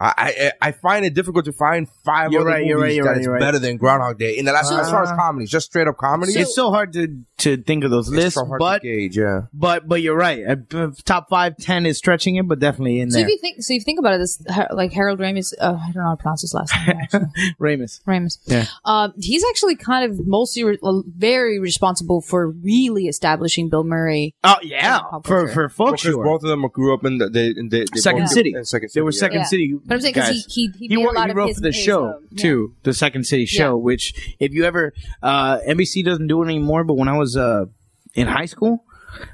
Speaker 1: I, I I find it difficult to find 5
Speaker 8: You're
Speaker 1: other
Speaker 8: right,
Speaker 1: movies
Speaker 8: you're right, you're
Speaker 1: that
Speaker 8: right,
Speaker 1: is
Speaker 8: you're right. Uh.
Speaker 1: better than Groundhog Day in the last as far as comedies, just straight up comedy.
Speaker 8: it's so hard to, to think of those lists,
Speaker 1: so hard to
Speaker 8: but
Speaker 1: gauge, yeah.
Speaker 8: but but you're right. Uh, b- top five, ten is stretching it, but definitely in
Speaker 9: So
Speaker 8: there.
Speaker 9: if you think, so if you think about it, this Har- like Harold Ramis. Uh, I don't know how to pronounce his last name. actually.
Speaker 8: Ramus.
Speaker 9: Ramis.
Speaker 8: Yeah.
Speaker 9: Um, he's actually kind of mostly re- well, very responsible for really establishing Bill Murray.
Speaker 8: Oh yeah, for for folk
Speaker 1: Because
Speaker 8: sure.
Speaker 1: both of them grew up in the they, in the, they
Speaker 8: Second
Speaker 1: both-
Speaker 8: City.
Speaker 1: in Second City.
Speaker 8: They were
Speaker 1: yeah.
Speaker 8: Second
Speaker 9: Yeah.
Speaker 8: City.
Speaker 9: But I'm saying because
Speaker 8: guys.
Speaker 9: he he he,
Speaker 8: He,
Speaker 9: made a
Speaker 8: wa-
Speaker 9: lot
Speaker 8: he
Speaker 9: of
Speaker 8: wrote
Speaker 9: his,
Speaker 8: for the
Speaker 9: his,
Speaker 8: show
Speaker 9: um, yeah.
Speaker 8: too, the Second City show. Which, if you ever, uh, NBC doesn't do it anymore. But when I was uh, in high school,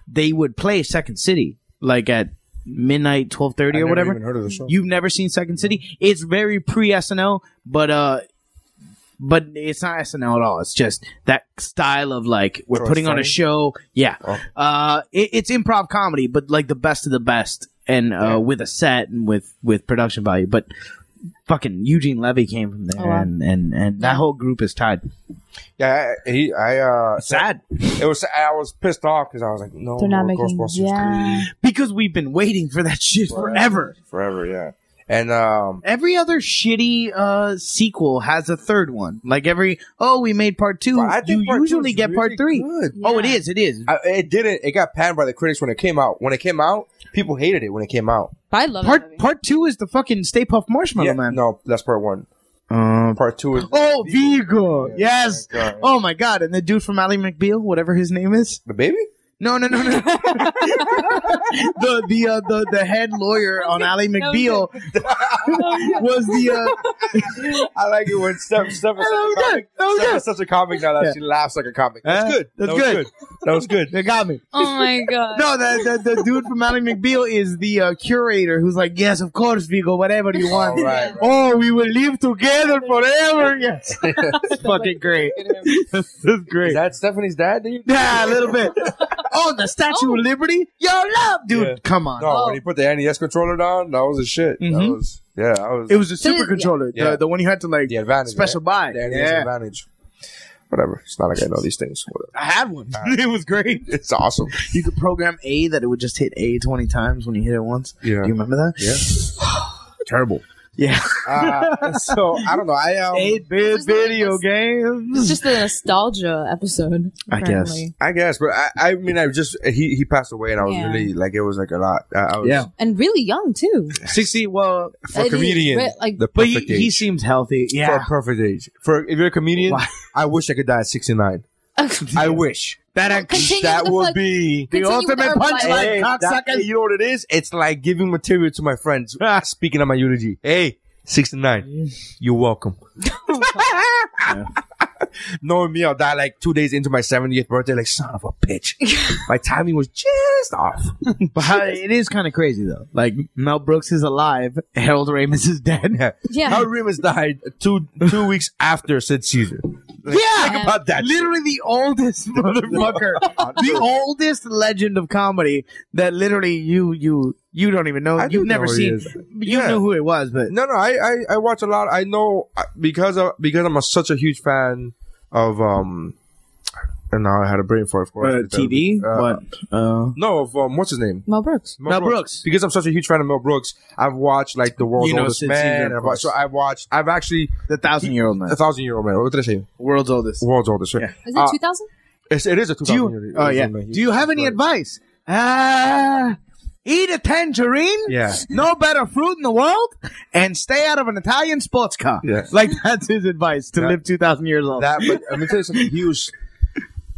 Speaker 8: they would play Second City like at midnight, twelve thirty
Speaker 1: I
Speaker 8: or
Speaker 1: never
Speaker 8: whatever.
Speaker 1: even heard of the show.
Speaker 8: You've never seen Second City? It's very pre SNL, but uh, but it's not SNL at all. It's just that style of like we're
Speaker 1: So it's
Speaker 8: putting on a
Speaker 1: funny?
Speaker 8: show. Yeah,
Speaker 1: Oh.
Speaker 8: uh, it, it's improv comedy, but like the best of the best, and uh, with a set and with with production value. But fucking Eugene Levy came from there,
Speaker 9: Oh, wow.
Speaker 8: and and and that whole group is tied.
Speaker 1: Yeah, I, he, I, uh,
Speaker 8: Sad
Speaker 1: it was, I was pissed off because I was like, no,
Speaker 9: They're not
Speaker 1: more
Speaker 9: making-
Speaker 1: Ghostbusters
Speaker 9: yeah.
Speaker 1: 3
Speaker 8: because we've been waiting for that shit forever.
Speaker 1: forever, yeah. And, um,
Speaker 8: Every other shitty uh, sequel has a third one. Like every oh, we made part two.
Speaker 1: But I think
Speaker 8: you
Speaker 1: part two
Speaker 8: usually
Speaker 1: is
Speaker 8: get
Speaker 1: really
Speaker 8: part three.
Speaker 1: good.
Speaker 8: Oh, it is. It is.
Speaker 1: I, it didn't, it got panned by the critics when it came out. When it came out, people hated it when it came out.
Speaker 9: But I love that
Speaker 8: Part
Speaker 9: movie.
Speaker 8: part two is the fucking Stay Puff Marshmallow
Speaker 1: yeah,
Speaker 8: Man.
Speaker 1: no, that's part one.
Speaker 8: Um,
Speaker 1: Part two is,
Speaker 8: oh, Vigo. Yes.
Speaker 1: my God.
Speaker 8: Oh my god. And the dude from Ally McBeal, whatever his name is.
Speaker 1: the baby?
Speaker 8: No, no, no, no. the the uh, the the head lawyer on Ally McBeal was the uh,
Speaker 1: I like it when Steph, Steph is
Speaker 8: that was
Speaker 1: such a comic.
Speaker 8: good. That was
Speaker 1: Steph
Speaker 8: good.
Speaker 1: is such a comic now that
Speaker 8: Yeah.
Speaker 1: she laughs like a comic. That's
Speaker 8: Uh,
Speaker 1: good.
Speaker 8: that's
Speaker 1: that was
Speaker 8: good.
Speaker 1: That was good.
Speaker 8: they got me.
Speaker 9: Oh my god.
Speaker 8: No, the, the the dude from Ally McBeal is the uh, curator who's like, yes, of course, Vigo, whatever you
Speaker 1: All
Speaker 8: want.
Speaker 1: right. right.
Speaker 8: Oh, we will live together forever. Yes, It's fucking great. That's great.
Speaker 1: Is that Stephanie's dad, dude?
Speaker 8: Yeah, a little bit. Oh, the Statue
Speaker 9: Oh.
Speaker 8: of Liberty? Yo, love, dude.
Speaker 1: Yeah.
Speaker 8: Come on.
Speaker 1: No, when he put the NES controller down, that was a shit. That
Speaker 9: Mm-hmm.
Speaker 8: Mhm.
Speaker 1: was yeah, that was
Speaker 8: It was a super
Speaker 9: yeah.
Speaker 8: controller,
Speaker 1: Yeah.
Speaker 8: the, the one you had to like
Speaker 1: the advantage.
Speaker 8: special buy.
Speaker 1: right? The NES
Speaker 8: Yeah,
Speaker 1: advantage. Whatever. It's not like I know these things. Whatever.
Speaker 8: I had one. it was great.
Speaker 1: It's awesome.
Speaker 8: You could program A that it would just hit A twenty times when you hit it once.
Speaker 1: Yeah.
Speaker 8: Do you remember that?
Speaker 1: Yeah. Terrible.
Speaker 8: Yeah.
Speaker 1: Uh, so I don't know. I um,
Speaker 8: Eight bit
Speaker 9: There's no-
Speaker 8: video
Speaker 9: It's
Speaker 8: games.
Speaker 9: just the nostalgia episode.
Speaker 8: I guess.
Speaker 9: apparently.
Speaker 1: I guess, but I, I mean, I just he he passed away, and I was
Speaker 9: Yeah.
Speaker 1: really like it was like a lot. I, I was
Speaker 8: Yeah.
Speaker 9: And really young too.
Speaker 8: Sixty. Well,
Speaker 1: for a
Speaker 9: It is,
Speaker 1: comedian,
Speaker 9: but, like-
Speaker 1: the
Speaker 8: but he,
Speaker 1: perfect age.
Speaker 8: he seems healthy.
Speaker 1: for
Speaker 8: Yeah.
Speaker 1: a perfect age. For if you're a comedian,
Speaker 8: Why?
Speaker 1: I wish I could die at 69. I wish
Speaker 8: That actually,
Speaker 9: Continue
Speaker 1: that
Speaker 9: with the
Speaker 1: would
Speaker 9: fuck-
Speaker 1: be
Speaker 8: the
Speaker 9: Continue with
Speaker 8: ultimate
Speaker 9: our
Speaker 8: punchline.
Speaker 9: life.
Speaker 1: Hey, that-
Speaker 8: cocksuckers.
Speaker 1: you know what it is? It's like giving material to my friends. Speaking of my eulogy, hey, 69, you're welcome. Knowing me, I'll die like two days into my 70th birthday, like son of a bitch. my timing was just off.
Speaker 8: But how- it is kind of crazy though. Like Mel Brooks is alive, Harold Ramis is dead. Yeah,
Speaker 9: Yeah.
Speaker 1: Howard Remus died two two weeks after Sid Caesar. Think about that.
Speaker 8: literally the oldest motherfucker, the oldest legend of comedy that literally you you you don't even know.
Speaker 1: I do
Speaker 8: You've never
Speaker 1: know who he
Speaker 8: seen.
Speaker 1: is.
Speaker 8: You
Speaker 1: Yeah.
Speaker 8: knew who it was, but
Speaker 1: No, no, I, I, I watch a lot. I know uh, because of, because I'm a, such a huge fan of um, and now I had a brain for of course.
Speaker 8: uh, TV.
Speaker 1: Uh,
Speaker 8: what? Uh,
Speaker 1: No, of um, what's his name?
Speaker 9: Mel Brooks.
Speaker 8: Mel Brooks.
Speaker 1: Because I'm such a huge fan of Mel Brooks, I've watched like the world's
Speaker 8: You know
Speaker 1: oldest
Speaker 8: Sid
Speaker 1: man.
Speaker 8: Caesar, of
Speaker 1: and I've
Speaker 8: course.
Speaker 1: watched, so I've watched. I've actually
Speaker 8: the thousand year old man,
Speaker 1: a thousand year old man. What did I say?
Speaker 8: world's oldest.
Speaker 1: World's oldest. Yeah.
Speaker 8: Yeah.
Speaker 9: Is
Speaker 1: Uh,
Speaker 9: it two thousand?
Speaker 1: It's, it is a two
Speaker 8: Do
Speaker 1: thousand year
Speaker 8: you?
Speaker 1: old.
Speaker 8: Oh yeah.
Speaker 1: man.
Speaker 8: Do you have any
Speaker 1: Right.
Speaker 8: advice? Ah. Eat a tangerine.
Speaker 1: Yeah.
Speaker 8: No better fruit in the world, and stay out of an Italian sports car.
Speaker 1: Yeah.
Speaker 8: Like that's his advice to
Speaker 1: That-
Speaker 8: live two thousand years old.
Speaker 1: that but let me tell you something he was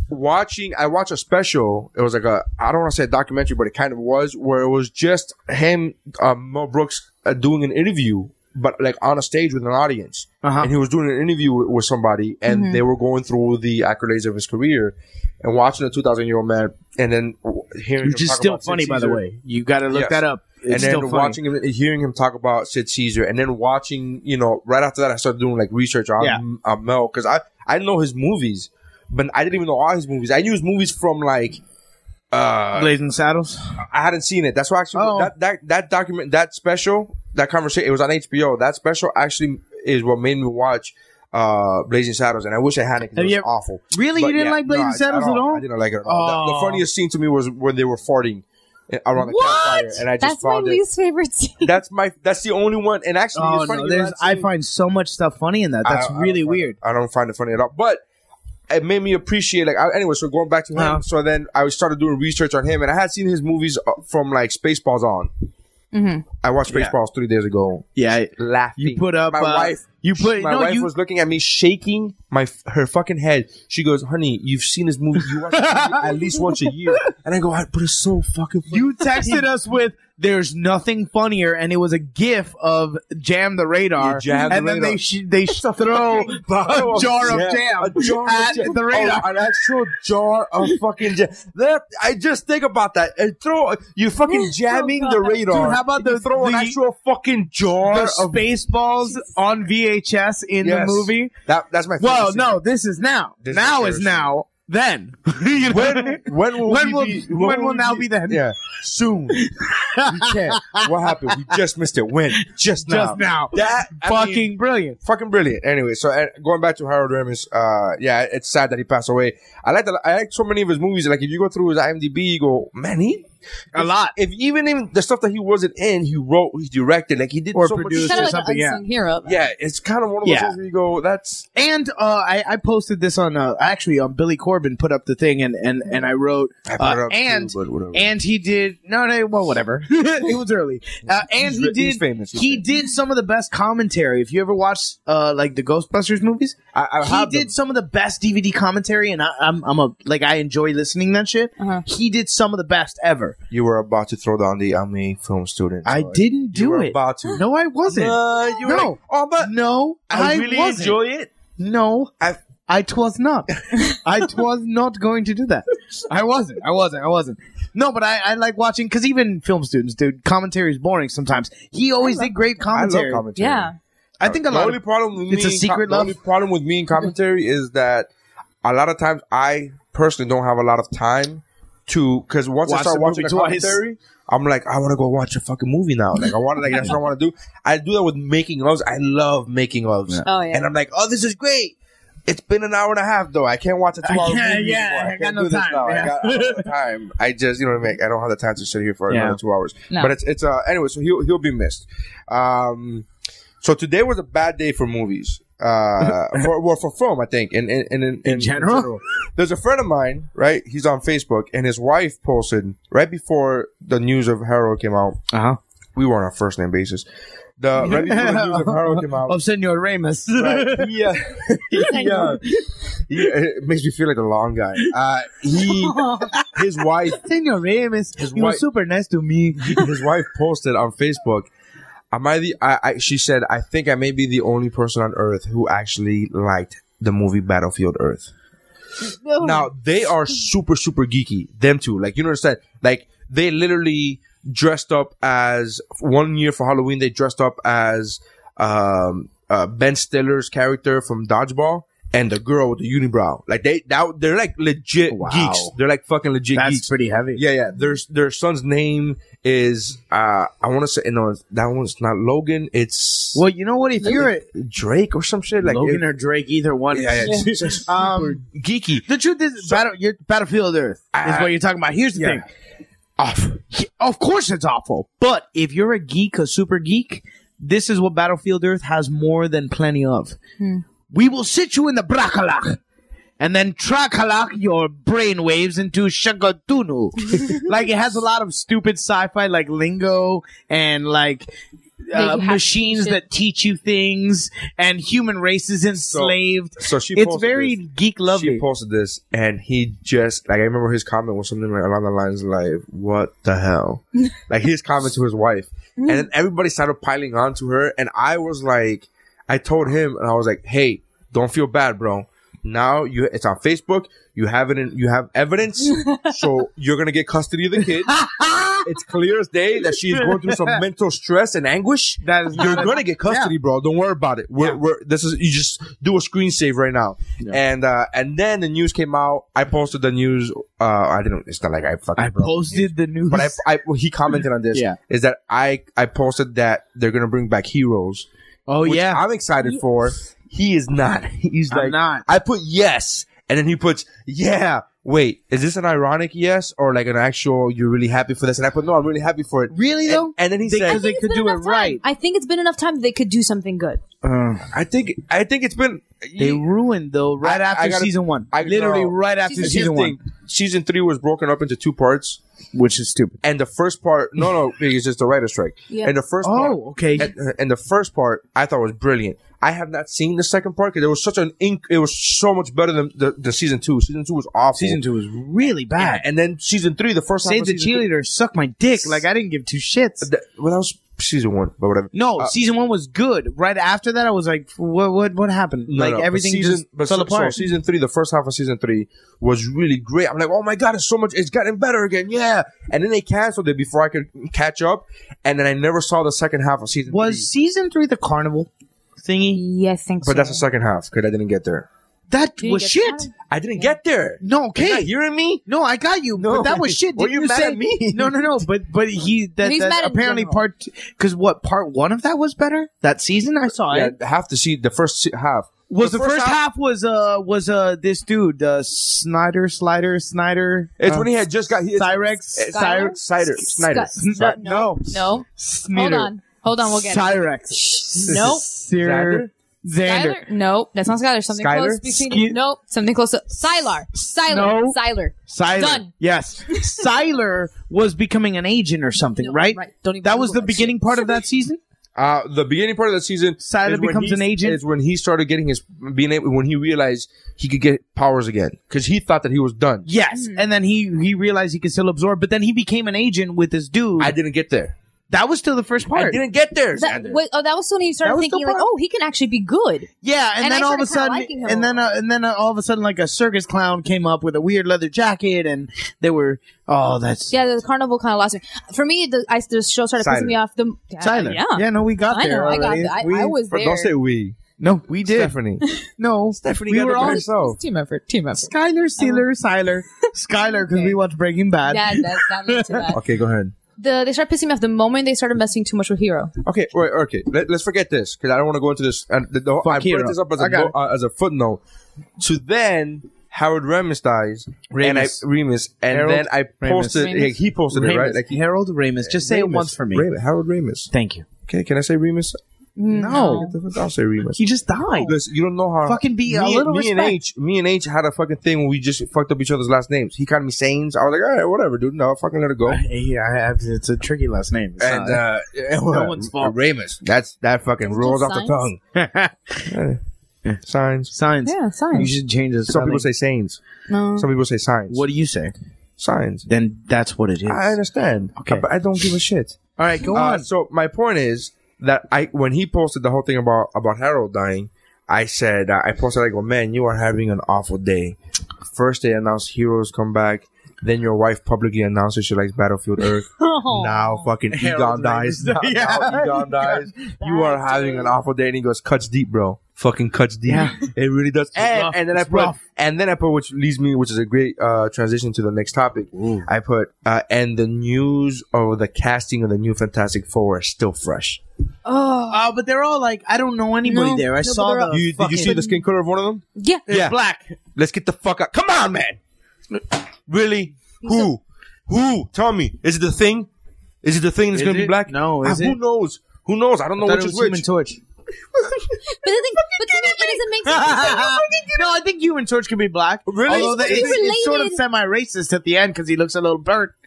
Speaker 1: watching i watched a special it was like a i don't want to say a documentary but it kind of was where it was just him um, mel brooks uh, doing an interview but like on a stage with an audience
Speaker 8: Uh-huh. Mm-hmm.
Speaker 1: and he was doing an interview with, with somebody and they were going through the accolades of his career and watching a 2000 year old man and then w- hearing him
Speaker 8: Which is
Speaker 1: talk
Speaker 8: still
Speaker 1: about Sid
Speaker 8: funny, by the
Speaker 1: Caesar
Speaker 8: way. You got to look
Speaker 1: Yes.
Speaker 8: that up. It's
Speaker 1: and then
Speaker 8: still funny.
Speaker 1: watching him, hearing him talk about Sid Caesar, and then watching, you know, right after that, I started doing like research on,
Speaker 8: Yeah.
Speaker 1: on Mel because I I know his movies, but I didn't even know all his movies. I knew his movies from like uh
Speaker 8: Blazing Saddles.
Speaker 1: I hadn't seen it. That's why actually
Speaker 8: Oh.
Speaker 1: that that that document that special that conversation it was on HBO. That special actually is what made me watch uh Blazing Saddles, and I wish I hadn't.
Speaker 8: Have
Speaker 1: because It
Speaker 8: you
Speaker 1: was
Speaker 8: ever-
Speaker 1: awful.
Speaker 8: Really?
Speaker 1: But
Speaker 8: you didn't
Speaker 1: yeah,
Speaker 8: like Blazing
Speaker 1: no, I-
Speaker 8: Saddles at all?
Speaker 1: I didn't like it at all. The, the
Speaker 8: Oh.
Speaker 1: funniest scene to me was when they were farting. eh, Around the
Speaker 8: What?
Speaker 1: campfire, and I just
Speaker 9: That's my
Speaker 1: found it.
Speaker 9: least favorite scene.
Speaker 1: That's my. That's the only one. And actually,
Speaker 8: Oh,
Speaker 1: it's funny.
Speaker 8: no,
Speaker 1: you're
Speaker 8: there's,
Speaker 1: not
Speaker 8: I
Speaker 1: seeing-
Speaker 8: find so much stuff funny in that.
Speaker 1: I-
Speaker 8: That's
Speaker 1: I don't
Speaker 8: really
Speaker 1: find it-
Speaker 8: weird.
Speaker 1: I don't find it funny at all. But it made me appreciate. Like I, anyway, so going back to him.
Speaker 8: Uh-huh.
Speaker 1: So then I started doing research on him, and I had seen his movies uh, from like Spaceballs on. I watched Spaceballs three days ago.
Speaker 8: Yeah. I-
Speaker 1: Laughing.
Speaker 8: You put up.
Speaker 1: my
Speaker 8: uh,
Speaker 1: wife.
Speaker 8: You put.
Speaker 1: My
Speaker 8: no,
Speaker 1: wife
Speaker 8: you,
Speaker 1: was looking at me, shaking my f- her fucking head. She goes, "Honey, you've seen this movie. You watch it at least once a year." And I go, "I- "But it's so fucking." Funny.
Speaker 8: you texted us with. There's nothing funnier, and it was a GIF of Jam the Radar,
Speaker 1: Yeah, Jam the
Speaker 8: and then
Speaker 1: Radar.
Speaker 8: they sh- they sh- throw
Speaker 1: bottle
Speaker 8: a jar of jam
Speaker 1: a jar of
Speaker 8: at
Speaker 1: jam.
Speaker 8: the radar.
Speaker 1: Oh, an actual jar of fucking jam. That I just think about that. And throw you fucking jamming the radar.
Speaker 8: Dude, how about
Speaker 1: You
Speaker 8: the-
Speaker 1: throw an
Speaker 8: the-
Speaker 1: actual fucking jar
Speaker 8: The
Speaker 1: of
Speaker 8: Spaceballs on VHS in
Speaker 1: Yes.
Speaker 8: the movie.
Speaker 1: That that's my.
Speaker 8: Well,
Speaker 1: favorite
Speaker 8: no, this is now.
Speaker 1: This is
Speaker 8: now is
Speaker 1: embarrassing.
Speaker 8: now. then. You know?
Speaker 1: When when will
Speaker 8: When
Speaker 1: we
Speaker 8: will-
Speaker 1: be,
Speaker 8: when will
Speaker 1: we
Speaker 8: now
Speaker 1: be
Speaker 8: be then?
Speaker 1: Yeah, soon. we can't. What happened? We just missed it. When? Just now.
Speaker 8: Just now.
Speaker 1: That I
Speaker 8: Fucking
Speaker 1: mean,
Speaker 8: brilliant.
Speaker 1: fucking brilliant. Anyway, so uh, going back to Harold Ramis, uh, yeah, it's sad that he passed away. I like that. I like so many of his movies. Like if you go through his IMDb, you go, man, he
Speaker 8: A lot.
Speaker 1: If even in the stuff that he wasn't in, he wrote, he directed, like he did
Speaker 8: Or
Speaker 1: so much
Speaker 8: produced.
Speaker 1: shit.
Speaker 9: kind of like
Speaker 8: something,
Speaker 9: an
Speaker 8: yeah.
Speaker 9: unsung hero.
Speaker 1: Yeah, it's kind of one of those
Speaker 8: Yeah.
Speaker 1: things where you go, that's
Speaker 8: And uh, I, I posted this on uh, actually on Billy Corbin put up the thing and and and I wrote
Speaker 1: I put
Speaker 8: uh,
Speaker 1: it up too,
Speaker 8: and
Speaker 1: but whatever.
Speaker 8: and he did no no well whatever it was early uh, and he
Speaker 1: re-
Speaker 8: did
Speaker 1: he's famous, he's
Speaker 8: he did some of the best commentary if you ever watched uh, like the Ghostbusters movies
Speaker 1: I, I
Speaker 8: he
Speaker 1: have
Speaker 8: did some of the best DVD commentary and I, I'm I'm a like I enjoy listening to that shit
Speaker 9: Uh-huh.
Speaker 8: he did some of the best ever
Speaker 1: the- you were about to throw down the I'm a film student.
Speaker 8: I
Speaker 1: So
Speaker 8: didn't
Speaker 1: you
Speaker 8: do
Speaker 1: were
Speaker 8: it
Speaker 1: About to.
Speaker 8: no I wasn't
Speaker 1: Uh, you were
Speaker 8: No.
Speaker 1: like, oh, but
Speaker 8: no I,
Speaker 1: I, really
Speaker 8: wasn't.
Speaker 1: enjoy it.
Speaker 8: No, I,
Speaker 1: I-
Speaker 8: twas not. I twas not going to do that. I wasn't. I wasn't. I wasn't. No, but I, I like watching because even film students, dude, commentary is boring sometimes. He always did great
Speaker 1: I
Speaker 8: commentary. I,
Speaker 1: love commentary.
Speaker 9: Yeah.
Speaker 8: think
Speaker 1: the
Speaker 8: a lot.
Speaker 1: only
Speaker 8: of,
Speaker 1: problem with
Speaker 8: it's
Speaker 1: me
Speaker 8: a
Speaker 1: in
Speaker 8: secret
Speaker 1: the
Speaker 8: love.
Speaker 1: only problem with me in commentary is that a lot of times I personally don't have a lot of time to because once I
Speaker 8: Watch
Speaker 1: start
Speaker 8: the
Speaker 1: watching
Speaker 8: movie
Speaker 1: the
Speaker 8: twice.
Speaker 1: commentary, I'm like I want to go watch a fucking movie now. Like I want to like that's what I want to do. I do that with making loves. I love making loves.
Speaker 9: Oh, yeah.
Speaker 1: And I'm like, oh, this is great. It's been an hour and a half though. I can't watch a
Speaker 8: I
Speaker 1: two-hour
Speaker 8: can't-
Speaker 1: movie.
Speaker 8: yeah,
Speaker 1: anymore.
Speaker 8: I got
Speaker 1: can't
Speaker 8: no
Speaker 1: do this
Speaker 8: time,
Speaker 1: now.
Speaker 8: yeah.
Speaker 1: I got I don't have time. I just you know what I mean. I don't have the time to sit here for
Speaker 8: Yeah.
Speaker 1: another two hours.
Speaker 9: No.
Speaker 1: But it's it's uh anyway. So he'll he'll be missed. Um, so today was a bad day for movies. Uh, for, well, for film, I think, and in, in, in, in,
Speaker 8: general?
Speaker 1: There's a friend of mine, right? He's on Facebook, and his wife posted right before the news of Harold came out.
Speaker 8: uh-huh.
Speaker 1: We were on a first name basis. The right before the news of Harold came out.
Speaker 8: of Senor Ramos.
Speaker 1: Right. Yeah, yeah, it makes me feel like a long guy. Uh, he, his wife,
Speaker 8: Senor Ramos,
Speaker 1: His
Speaker 8: you were
Speaker 1: wife-
Speaker 8: super nice to me.
Speaker 1: his wife posted on Facebook. Am I the? I, I, she said, I think I may be the only person on Earth who actually liked the movie Battlefield Earth. Now they are super super geeky. Them two, like you don't understand. Like they literally dressed up as one year for Halloween. They dressed up as um, uh, Ben Stiller's character from Dodgeball. And the girl with the unibrow, like they, that, they're like legit
Speaker 8: Wow.
Speaker 1: geeks. They're like fucking legit geeks.
Speaker 8: pretty heavy.
Speaker 1: Yeah, yeah. Their their son's name is uh I want to say no that one's not Logan. It's
Speaker 8: Well, you know what? If you're a,
Speaker 1: Drake or some shit like it-
Speaker 8: Logan or Drake, either one.
Speaker 1: yeah, yeah.
Speaker 8: is- um,
Speaker 1: geeky
Speaker 8: the truth is, battle, your Battlefield Earth is what you're talking about. Here's the
Speaker 1: Uh, yeah.
Speaker 8: thing. Of course, it's awful. But if you're a geek, a super geek, this is what Battlefield Earth has more than plenty of.
Speaker 9: Hmm.
Speaker 8: We will sit you in the brakalak and then trakalak your brainwaves into shagatunu. like it has a lot of stupid sci-fi, like lingo and like. Uh,
Speaker 9: you have to
Speaker 8: machines
Speaker 9: shit.
Speaker 8: that teach you things and human races enslaved.
Speaker 1: So she
Speaker 8: it's
Speaker 1: posted
Speaker 8: very
Speaker 1: this.
Speaker 8: geek lovely.
Speaker 1: She posted this and he just like I remember his comment was something like along the lines like what the hell like his comment to his wife and then everybody started piling on to her and I was like I told him and I was like hey don't feel bad bro now you it's on Facebook you have it in, you have evidence so you're gonna get custody of the kid it's clear as day that she is going through some mental stress and anguish
Speaker 8: that is
Speaker 1: you're
Speaker 8: not a-
Speaker 1: gonna get custody, bro. Don't worry about it. We're,
Speaker 8: Yeah.
Speaker 1: we're this is you just do a screensaver right now. And uh, and then the news came out. I posted the news. Uh, I didn't. It's not like I fucking.
Speaker 8: I
Speaker 1: broke the
Speaker 8: posted the news.
Speaker 1: but I, I well, he commented on this.
Speaker 8: Yeah.
Speaker 1: is that I I posted that they're gonna bring back heroes.
Speaker 8: oh
Speaker 1: which
Speaker 8: yeah,
Speaker 1: I'm excited for. He is not. He's
Speaker 8: I'm
Speaker 1: like
Speaker 8: not.
Speaker 1: I put yes, and then he puts yeah. Wait, is this an ironic yes or like an actual? You're really happy for this? And I put no, I'm really happy for it.
Speaker 8: Really
Speaker 1: And-
Speaker 8: though?
Speaker 1: and then he
Speaker 8: They-
Speaker 1: said,
Speaker 8: because they
Speaker 9: It's
Speaker 8: could
Speaker 9: been
Speaker 8: do it
Speaker 9: enough time.
Speaker 8: right.
Speaker 9: I think it's been enough time that they could do something good.
Speaker 1: uh, I think I think it's been
Speaker 8: They ruined though right
Speaker 1: I-
Speaker 8: after
Speaker 1: I gotta-
Speaker 8: season one.
Speaker 1: I-
Speaker 8: literally
Speaker 1: no.
Speaker 8: right after
Speaker 1: Here's
Speaker 8: season,
Speaker 1: the
Speaker 8: one,
Speaker 1: thing. Season three was broken up into two parts,
Speaker 8: which is stupid.
Speaker 1: and the first part, no, no, it's just the writer's strike.
Speaker 9: Yeah.
Speaker 1: And the first part,
Speaker 8: Oh, okay.
Speaker 1: and, and the first part I thought was brilliant. I have not seen the second part because it was such an inc- it was so much better than the, the season two. Season two was awful.
Speaker 8: season two was really
Speaker 1: yeah.
Speaker 8: bad.
Speaker 1: and then season three, the first half
Speaker 8: Save
Speaker 1: of
Speaker 8: the
Speaker 1: season
Speaker 8: cheerleader, suck my dick. Like I didn't give two shits.
Speaker 1: Th- well, that was season one, but whatever.
Speaker 8: No,
Speaker 1: Uh,
Speaker 8: season one was good. Right after that, I was like, what, what, what happened?
Speaker 1: No,
Speaker 8: like
Speaker 1: no, but
Speaker 8: everything
Speaker 1: season, but
Speaker 8: just fell
Speaker 1: so-
Speaker 8: apart.
Speaker 1: So season three, the first half of season three was really great. I'm like, oh my god, it's so much, it's gotten better again, yeah. And then they canceled it before I could catch up, and then I never saw the second half of season.
Speaker 8: was
Speaker 1: three.
Speaker 8: season three the carnival thingy?
Speaker 9: Yes, thanks.
Speaker 1: but that's the second half because I didn't get there.
Speaker 8: That
Speaker 9: you
Speaker 8: was
Speaker 9: get
Speaker 8: shit.
Speaker 9: that?
Speaker 10: I didn't get there.
Speaker 8: No, okay.
Speaker 10: You hearing me?
Speaker 8: No, I got you.
Speaker 10: No.
Speaker 8: But that was shit.
Speaker 10: Were
Speaker 8: Didn't
Speaker 10: you mad
Speaker 8: say,
Speaker 10: at me?
Speaker 8: No, no, no. But but he that,
Speaker 9: He's
Speaker 8: that
Speaker 9: mad in
Speaker 8: apparently
Speaker 9: general.
Speaker 8: part because what part one of that was better that season I saw
Speaker 1: Yeah,
Speaker 8: it
Speaker 1: half the seat, the first se- half.
Speaker 8: was the, first, half, was uh was uh this dude uh Snyder Slider Snyder
Speaker 1: It's
Speaker 8: uh,
Speaker 1: when he had just got. He, it's-
Speaker 8: Cyrex
Speaker 1: it's-
Speaker 9: Skyler?
Speaker 1: Snyder. Snyder.
Speaker 9: Sky-
Speaker 8: Snyder.
Speaker 9: no, no. Hold on. Hold on. We'll get it.
Speaker 8: Cyrex
Speaker 9: Nope.
Speaker 8: Cyr- Xander
Speaker 9: Skyler? Nope, that's not Skyler. Something
Speaker 8: Skyler?
Speaker 9: close between.
Speaker 8: Skeet-
Speaker 9: nope, something close to Sylar. Sylar.
Speaker 8: No.
Speaker 9: Sylar.
Speaker 8: Siler.
Speaker 9: Done.
Speaker 8: Yes. Siler was becoming an agent or something,
Speaker 9: No,
Speaker 8: right?
Speaker 9: right. Don't even
Speaker 8: that was the
Speaker 9: Google that
Speaker 8: beginning part of that season?
Speaker 1: Uh, the beginning part of the season,
Speaker 8: Snyder
Speaker 1: is when
Speaker 8: becomes
Speaker 1: he-
Speaker 8: an agent?
Speaker 1: Is when he started getting his being able when he realized he could get powers again because he thought that he was done.
Speaker 8: Yes.
Speaker 9: Mm-hmm.
Speaker 8: And then he he realized he could still absorb, but then he became an agent with this dude.
Speaker 1: I didn't get there.
Speaker 8: that was still the first part.
Speaker 1: I didn't get there.
Speaker 9: That,
Speaker 1: Xander.
Speaker 9: wait, oh, that was when he started
Speaker 8: That was
Speaker 9: thinking
Speaker 8: the
Speaker 9: like,
Speaker 8: part-
Speaker 9: oh, he can actually be good.
Speaker 8: yeah, and,
Speaker 9: And
Speaker 8: then
Speaker 9: I
Speaker 8: all of
Speaker 9: started kinda
Speaker 8: a sudden
Speaker 9: liking him a
Speaker 8: and then uh, and then uh, all of a sudden like a circus clown came up with a weird leather jacket and they were oh that's
Speaker 9: Yeah, the carnival kind of lost me. For me, the, I, the show started
Speaker 1: Siler.
Speaker 9: pissing me off. The yeah,
Speaker 8: Siler.
Speaker 9: Yeah.
Speaker 8: Yeah, no we got
Speaker 9: I
Speaker 8: there.
Speaker 9: know. I got.
Speaker 8: already.
Speaker 9: The, I,
Speaker 8: We-
Speaker 9: I was
Speaker 1: But
Speaker 9: there.
Speaker 1: don't say we.
Speaker 8: No, we did.
Speaker 1: Stephanie.
Speaker 8: No.
Speaker 1: Stephanie
Speaker 8: we
Speaker 1: got
Speaker 8: were
Speaker 1: the
Speaker 8: all
Speaker 1: best show.
Speaker 9: Team effort. Team effort.
Speaker 8: Skyler, Sealer,
Speaker 9: Uh-huh.
Speaker 8: Siler, Skyler, because we watched Breaking Bad.
Speaker 9: That, that, that leads to that.
Speaker 1: Okay, go ahead.
Speaker 9: The, they started pissing me off the moment they started messing too much with Hero.
Speaker 1: Okay, wait, okay. Let, let's forget this because I don't want to go into this. And the, the, I
Speaker 8: Hero.
Speaker 1: brought this up as a,
Speaker 8: I got
Speaker 1: bo-
Speaker 8: it.
Speaker 1: uh, as a footnote. To then Howard Remus dies, and I
Speaker 8: Remus.
Speaker 1: Remus, and
Speaker 8: Harold
Speaker 1: then I
Speaker 8: Remus.
Speaker 1: posted.
Speaker 9: Remus.
Speaker 1: He posted it right.
Speaker 8: Ramus.
Speaker 1: Like he,
Speaker 8: Harold Ramis. Just say it
Speaker 1: Remus.
Speaker 8: once for me.
Speaker 1: Remus, Harold Remus.
Speaker 8: Thank you.
Speaker 1: Okay, can I say Remus?
Speaker 8: No.
Speaker 1: I'll say Remus.
Speaker 8: He just died.
Speaker 1: Listen, you don't know how
Speaker 8: Fucking be a
Speaker 1: me,
Speaker 8: little
Speaker 1: me and
Speaker 8: respect.
Speaker 1: H, me and H had a fucking thing when we just fucked up each other's last names. He called me Sains. I was like, all right, whatever, dude. No, fucking let it go.
Speaker 8: Yeah, I have, it's a tricky last name. It's
Speaker 1: And
Speaker 8: not-
Speaker 1: uh,
Speaker 8: No one's fault.
Speaker 1: Ramus. That's that fucking rolls off the
Speaker 9: Signs?
Speaker 1: tongue. Eh, Signs.
Speaker 8: signs.
Speaker 9: Yeah, signs.
Speaker 8: uh, You should change the
Speaker 1: Some
Speaker 8: spelling.
Speaker 1: people say Sains.
Speaker 9: No.
Speaker 1: Some people say signs.
Speaker 8: What do you say?
Speaker 1: signs?
Speaker 8: Then that's what it is.
Speaker 1: I understand.
Speaker 8: Okay.
Speaker 1: but I don't give a shit.
Speaker 8: All right, go
Speaker 1: Uh,
Speaker 8: on.
Speaker 1: so my point is that I when he posted the whole thing about about Harold dying, I said uh, I posted I go, man, you are having an awful day. First they announced heroes come back. Then your wife publicly announces she likes Battlefield Earth. Now fucking Egon dies. Now, now Egon dies. You are having an awful day. And he goes, cuts deep, bro. Fucking cuts deep. It really does. And,
Speaker 8: rough.
Speaker 1: and then I
Speaker 8: It's
Speaker 1: put,
Speaker 8: rough.
Speaker 1: and then I put, which leads me, which is a great uh, transition to the next topic. I put, uh, and the news of the casting of the new Fantastic Four is still fresh.
Speaker 9: Oh.
Speaker 8: Uh, but they're all like, I don't know anybody
Speaker 9: No,
Speaker 8: there. I
Speaker 9: no, but
Speaker 8: saw
Speaker 9: they're
Speaker 8: the.
Speaker 9: all-
Speaker 1: You, did you see the skin color of one of them?
Speaker 9: Yeah.
Speaker 1: Yeah.
Speaker 8: black?
Speaker 1: Let's get the fuck out. Come on, man. Really? Who? Who? Tell me. Is it the thing? Is it the thing that's
Speaker 8: Is
Speaker 1: going to be
Speaker 8: it?
Speaker 1: black?
Speaker 8: No,
Speaker 1: Ah,
Speaker 8: is
Speaker 1: Who
Speaker 8: it?
Speaker 1: knows? Who knows? I don't know
Speaker 8: Thought
Speaker 1: which
Speaker 8: it
Speaker 1: is
Speaker 8: was
Speaker 1: which.
Speaker 8: Human Torch.
Speaker 9: But the thing, but the thing, it doesn't make sense.
Speaker 8: no, I think Human Torch could be black.
Speaker 1: Really?
Speaker 8: Although that-
Speaker 9: He's
Speaker 8: it's, it's sort of
Speaker 9: related.
Speaker 8: semi-racist at the end because he looks a little burnt.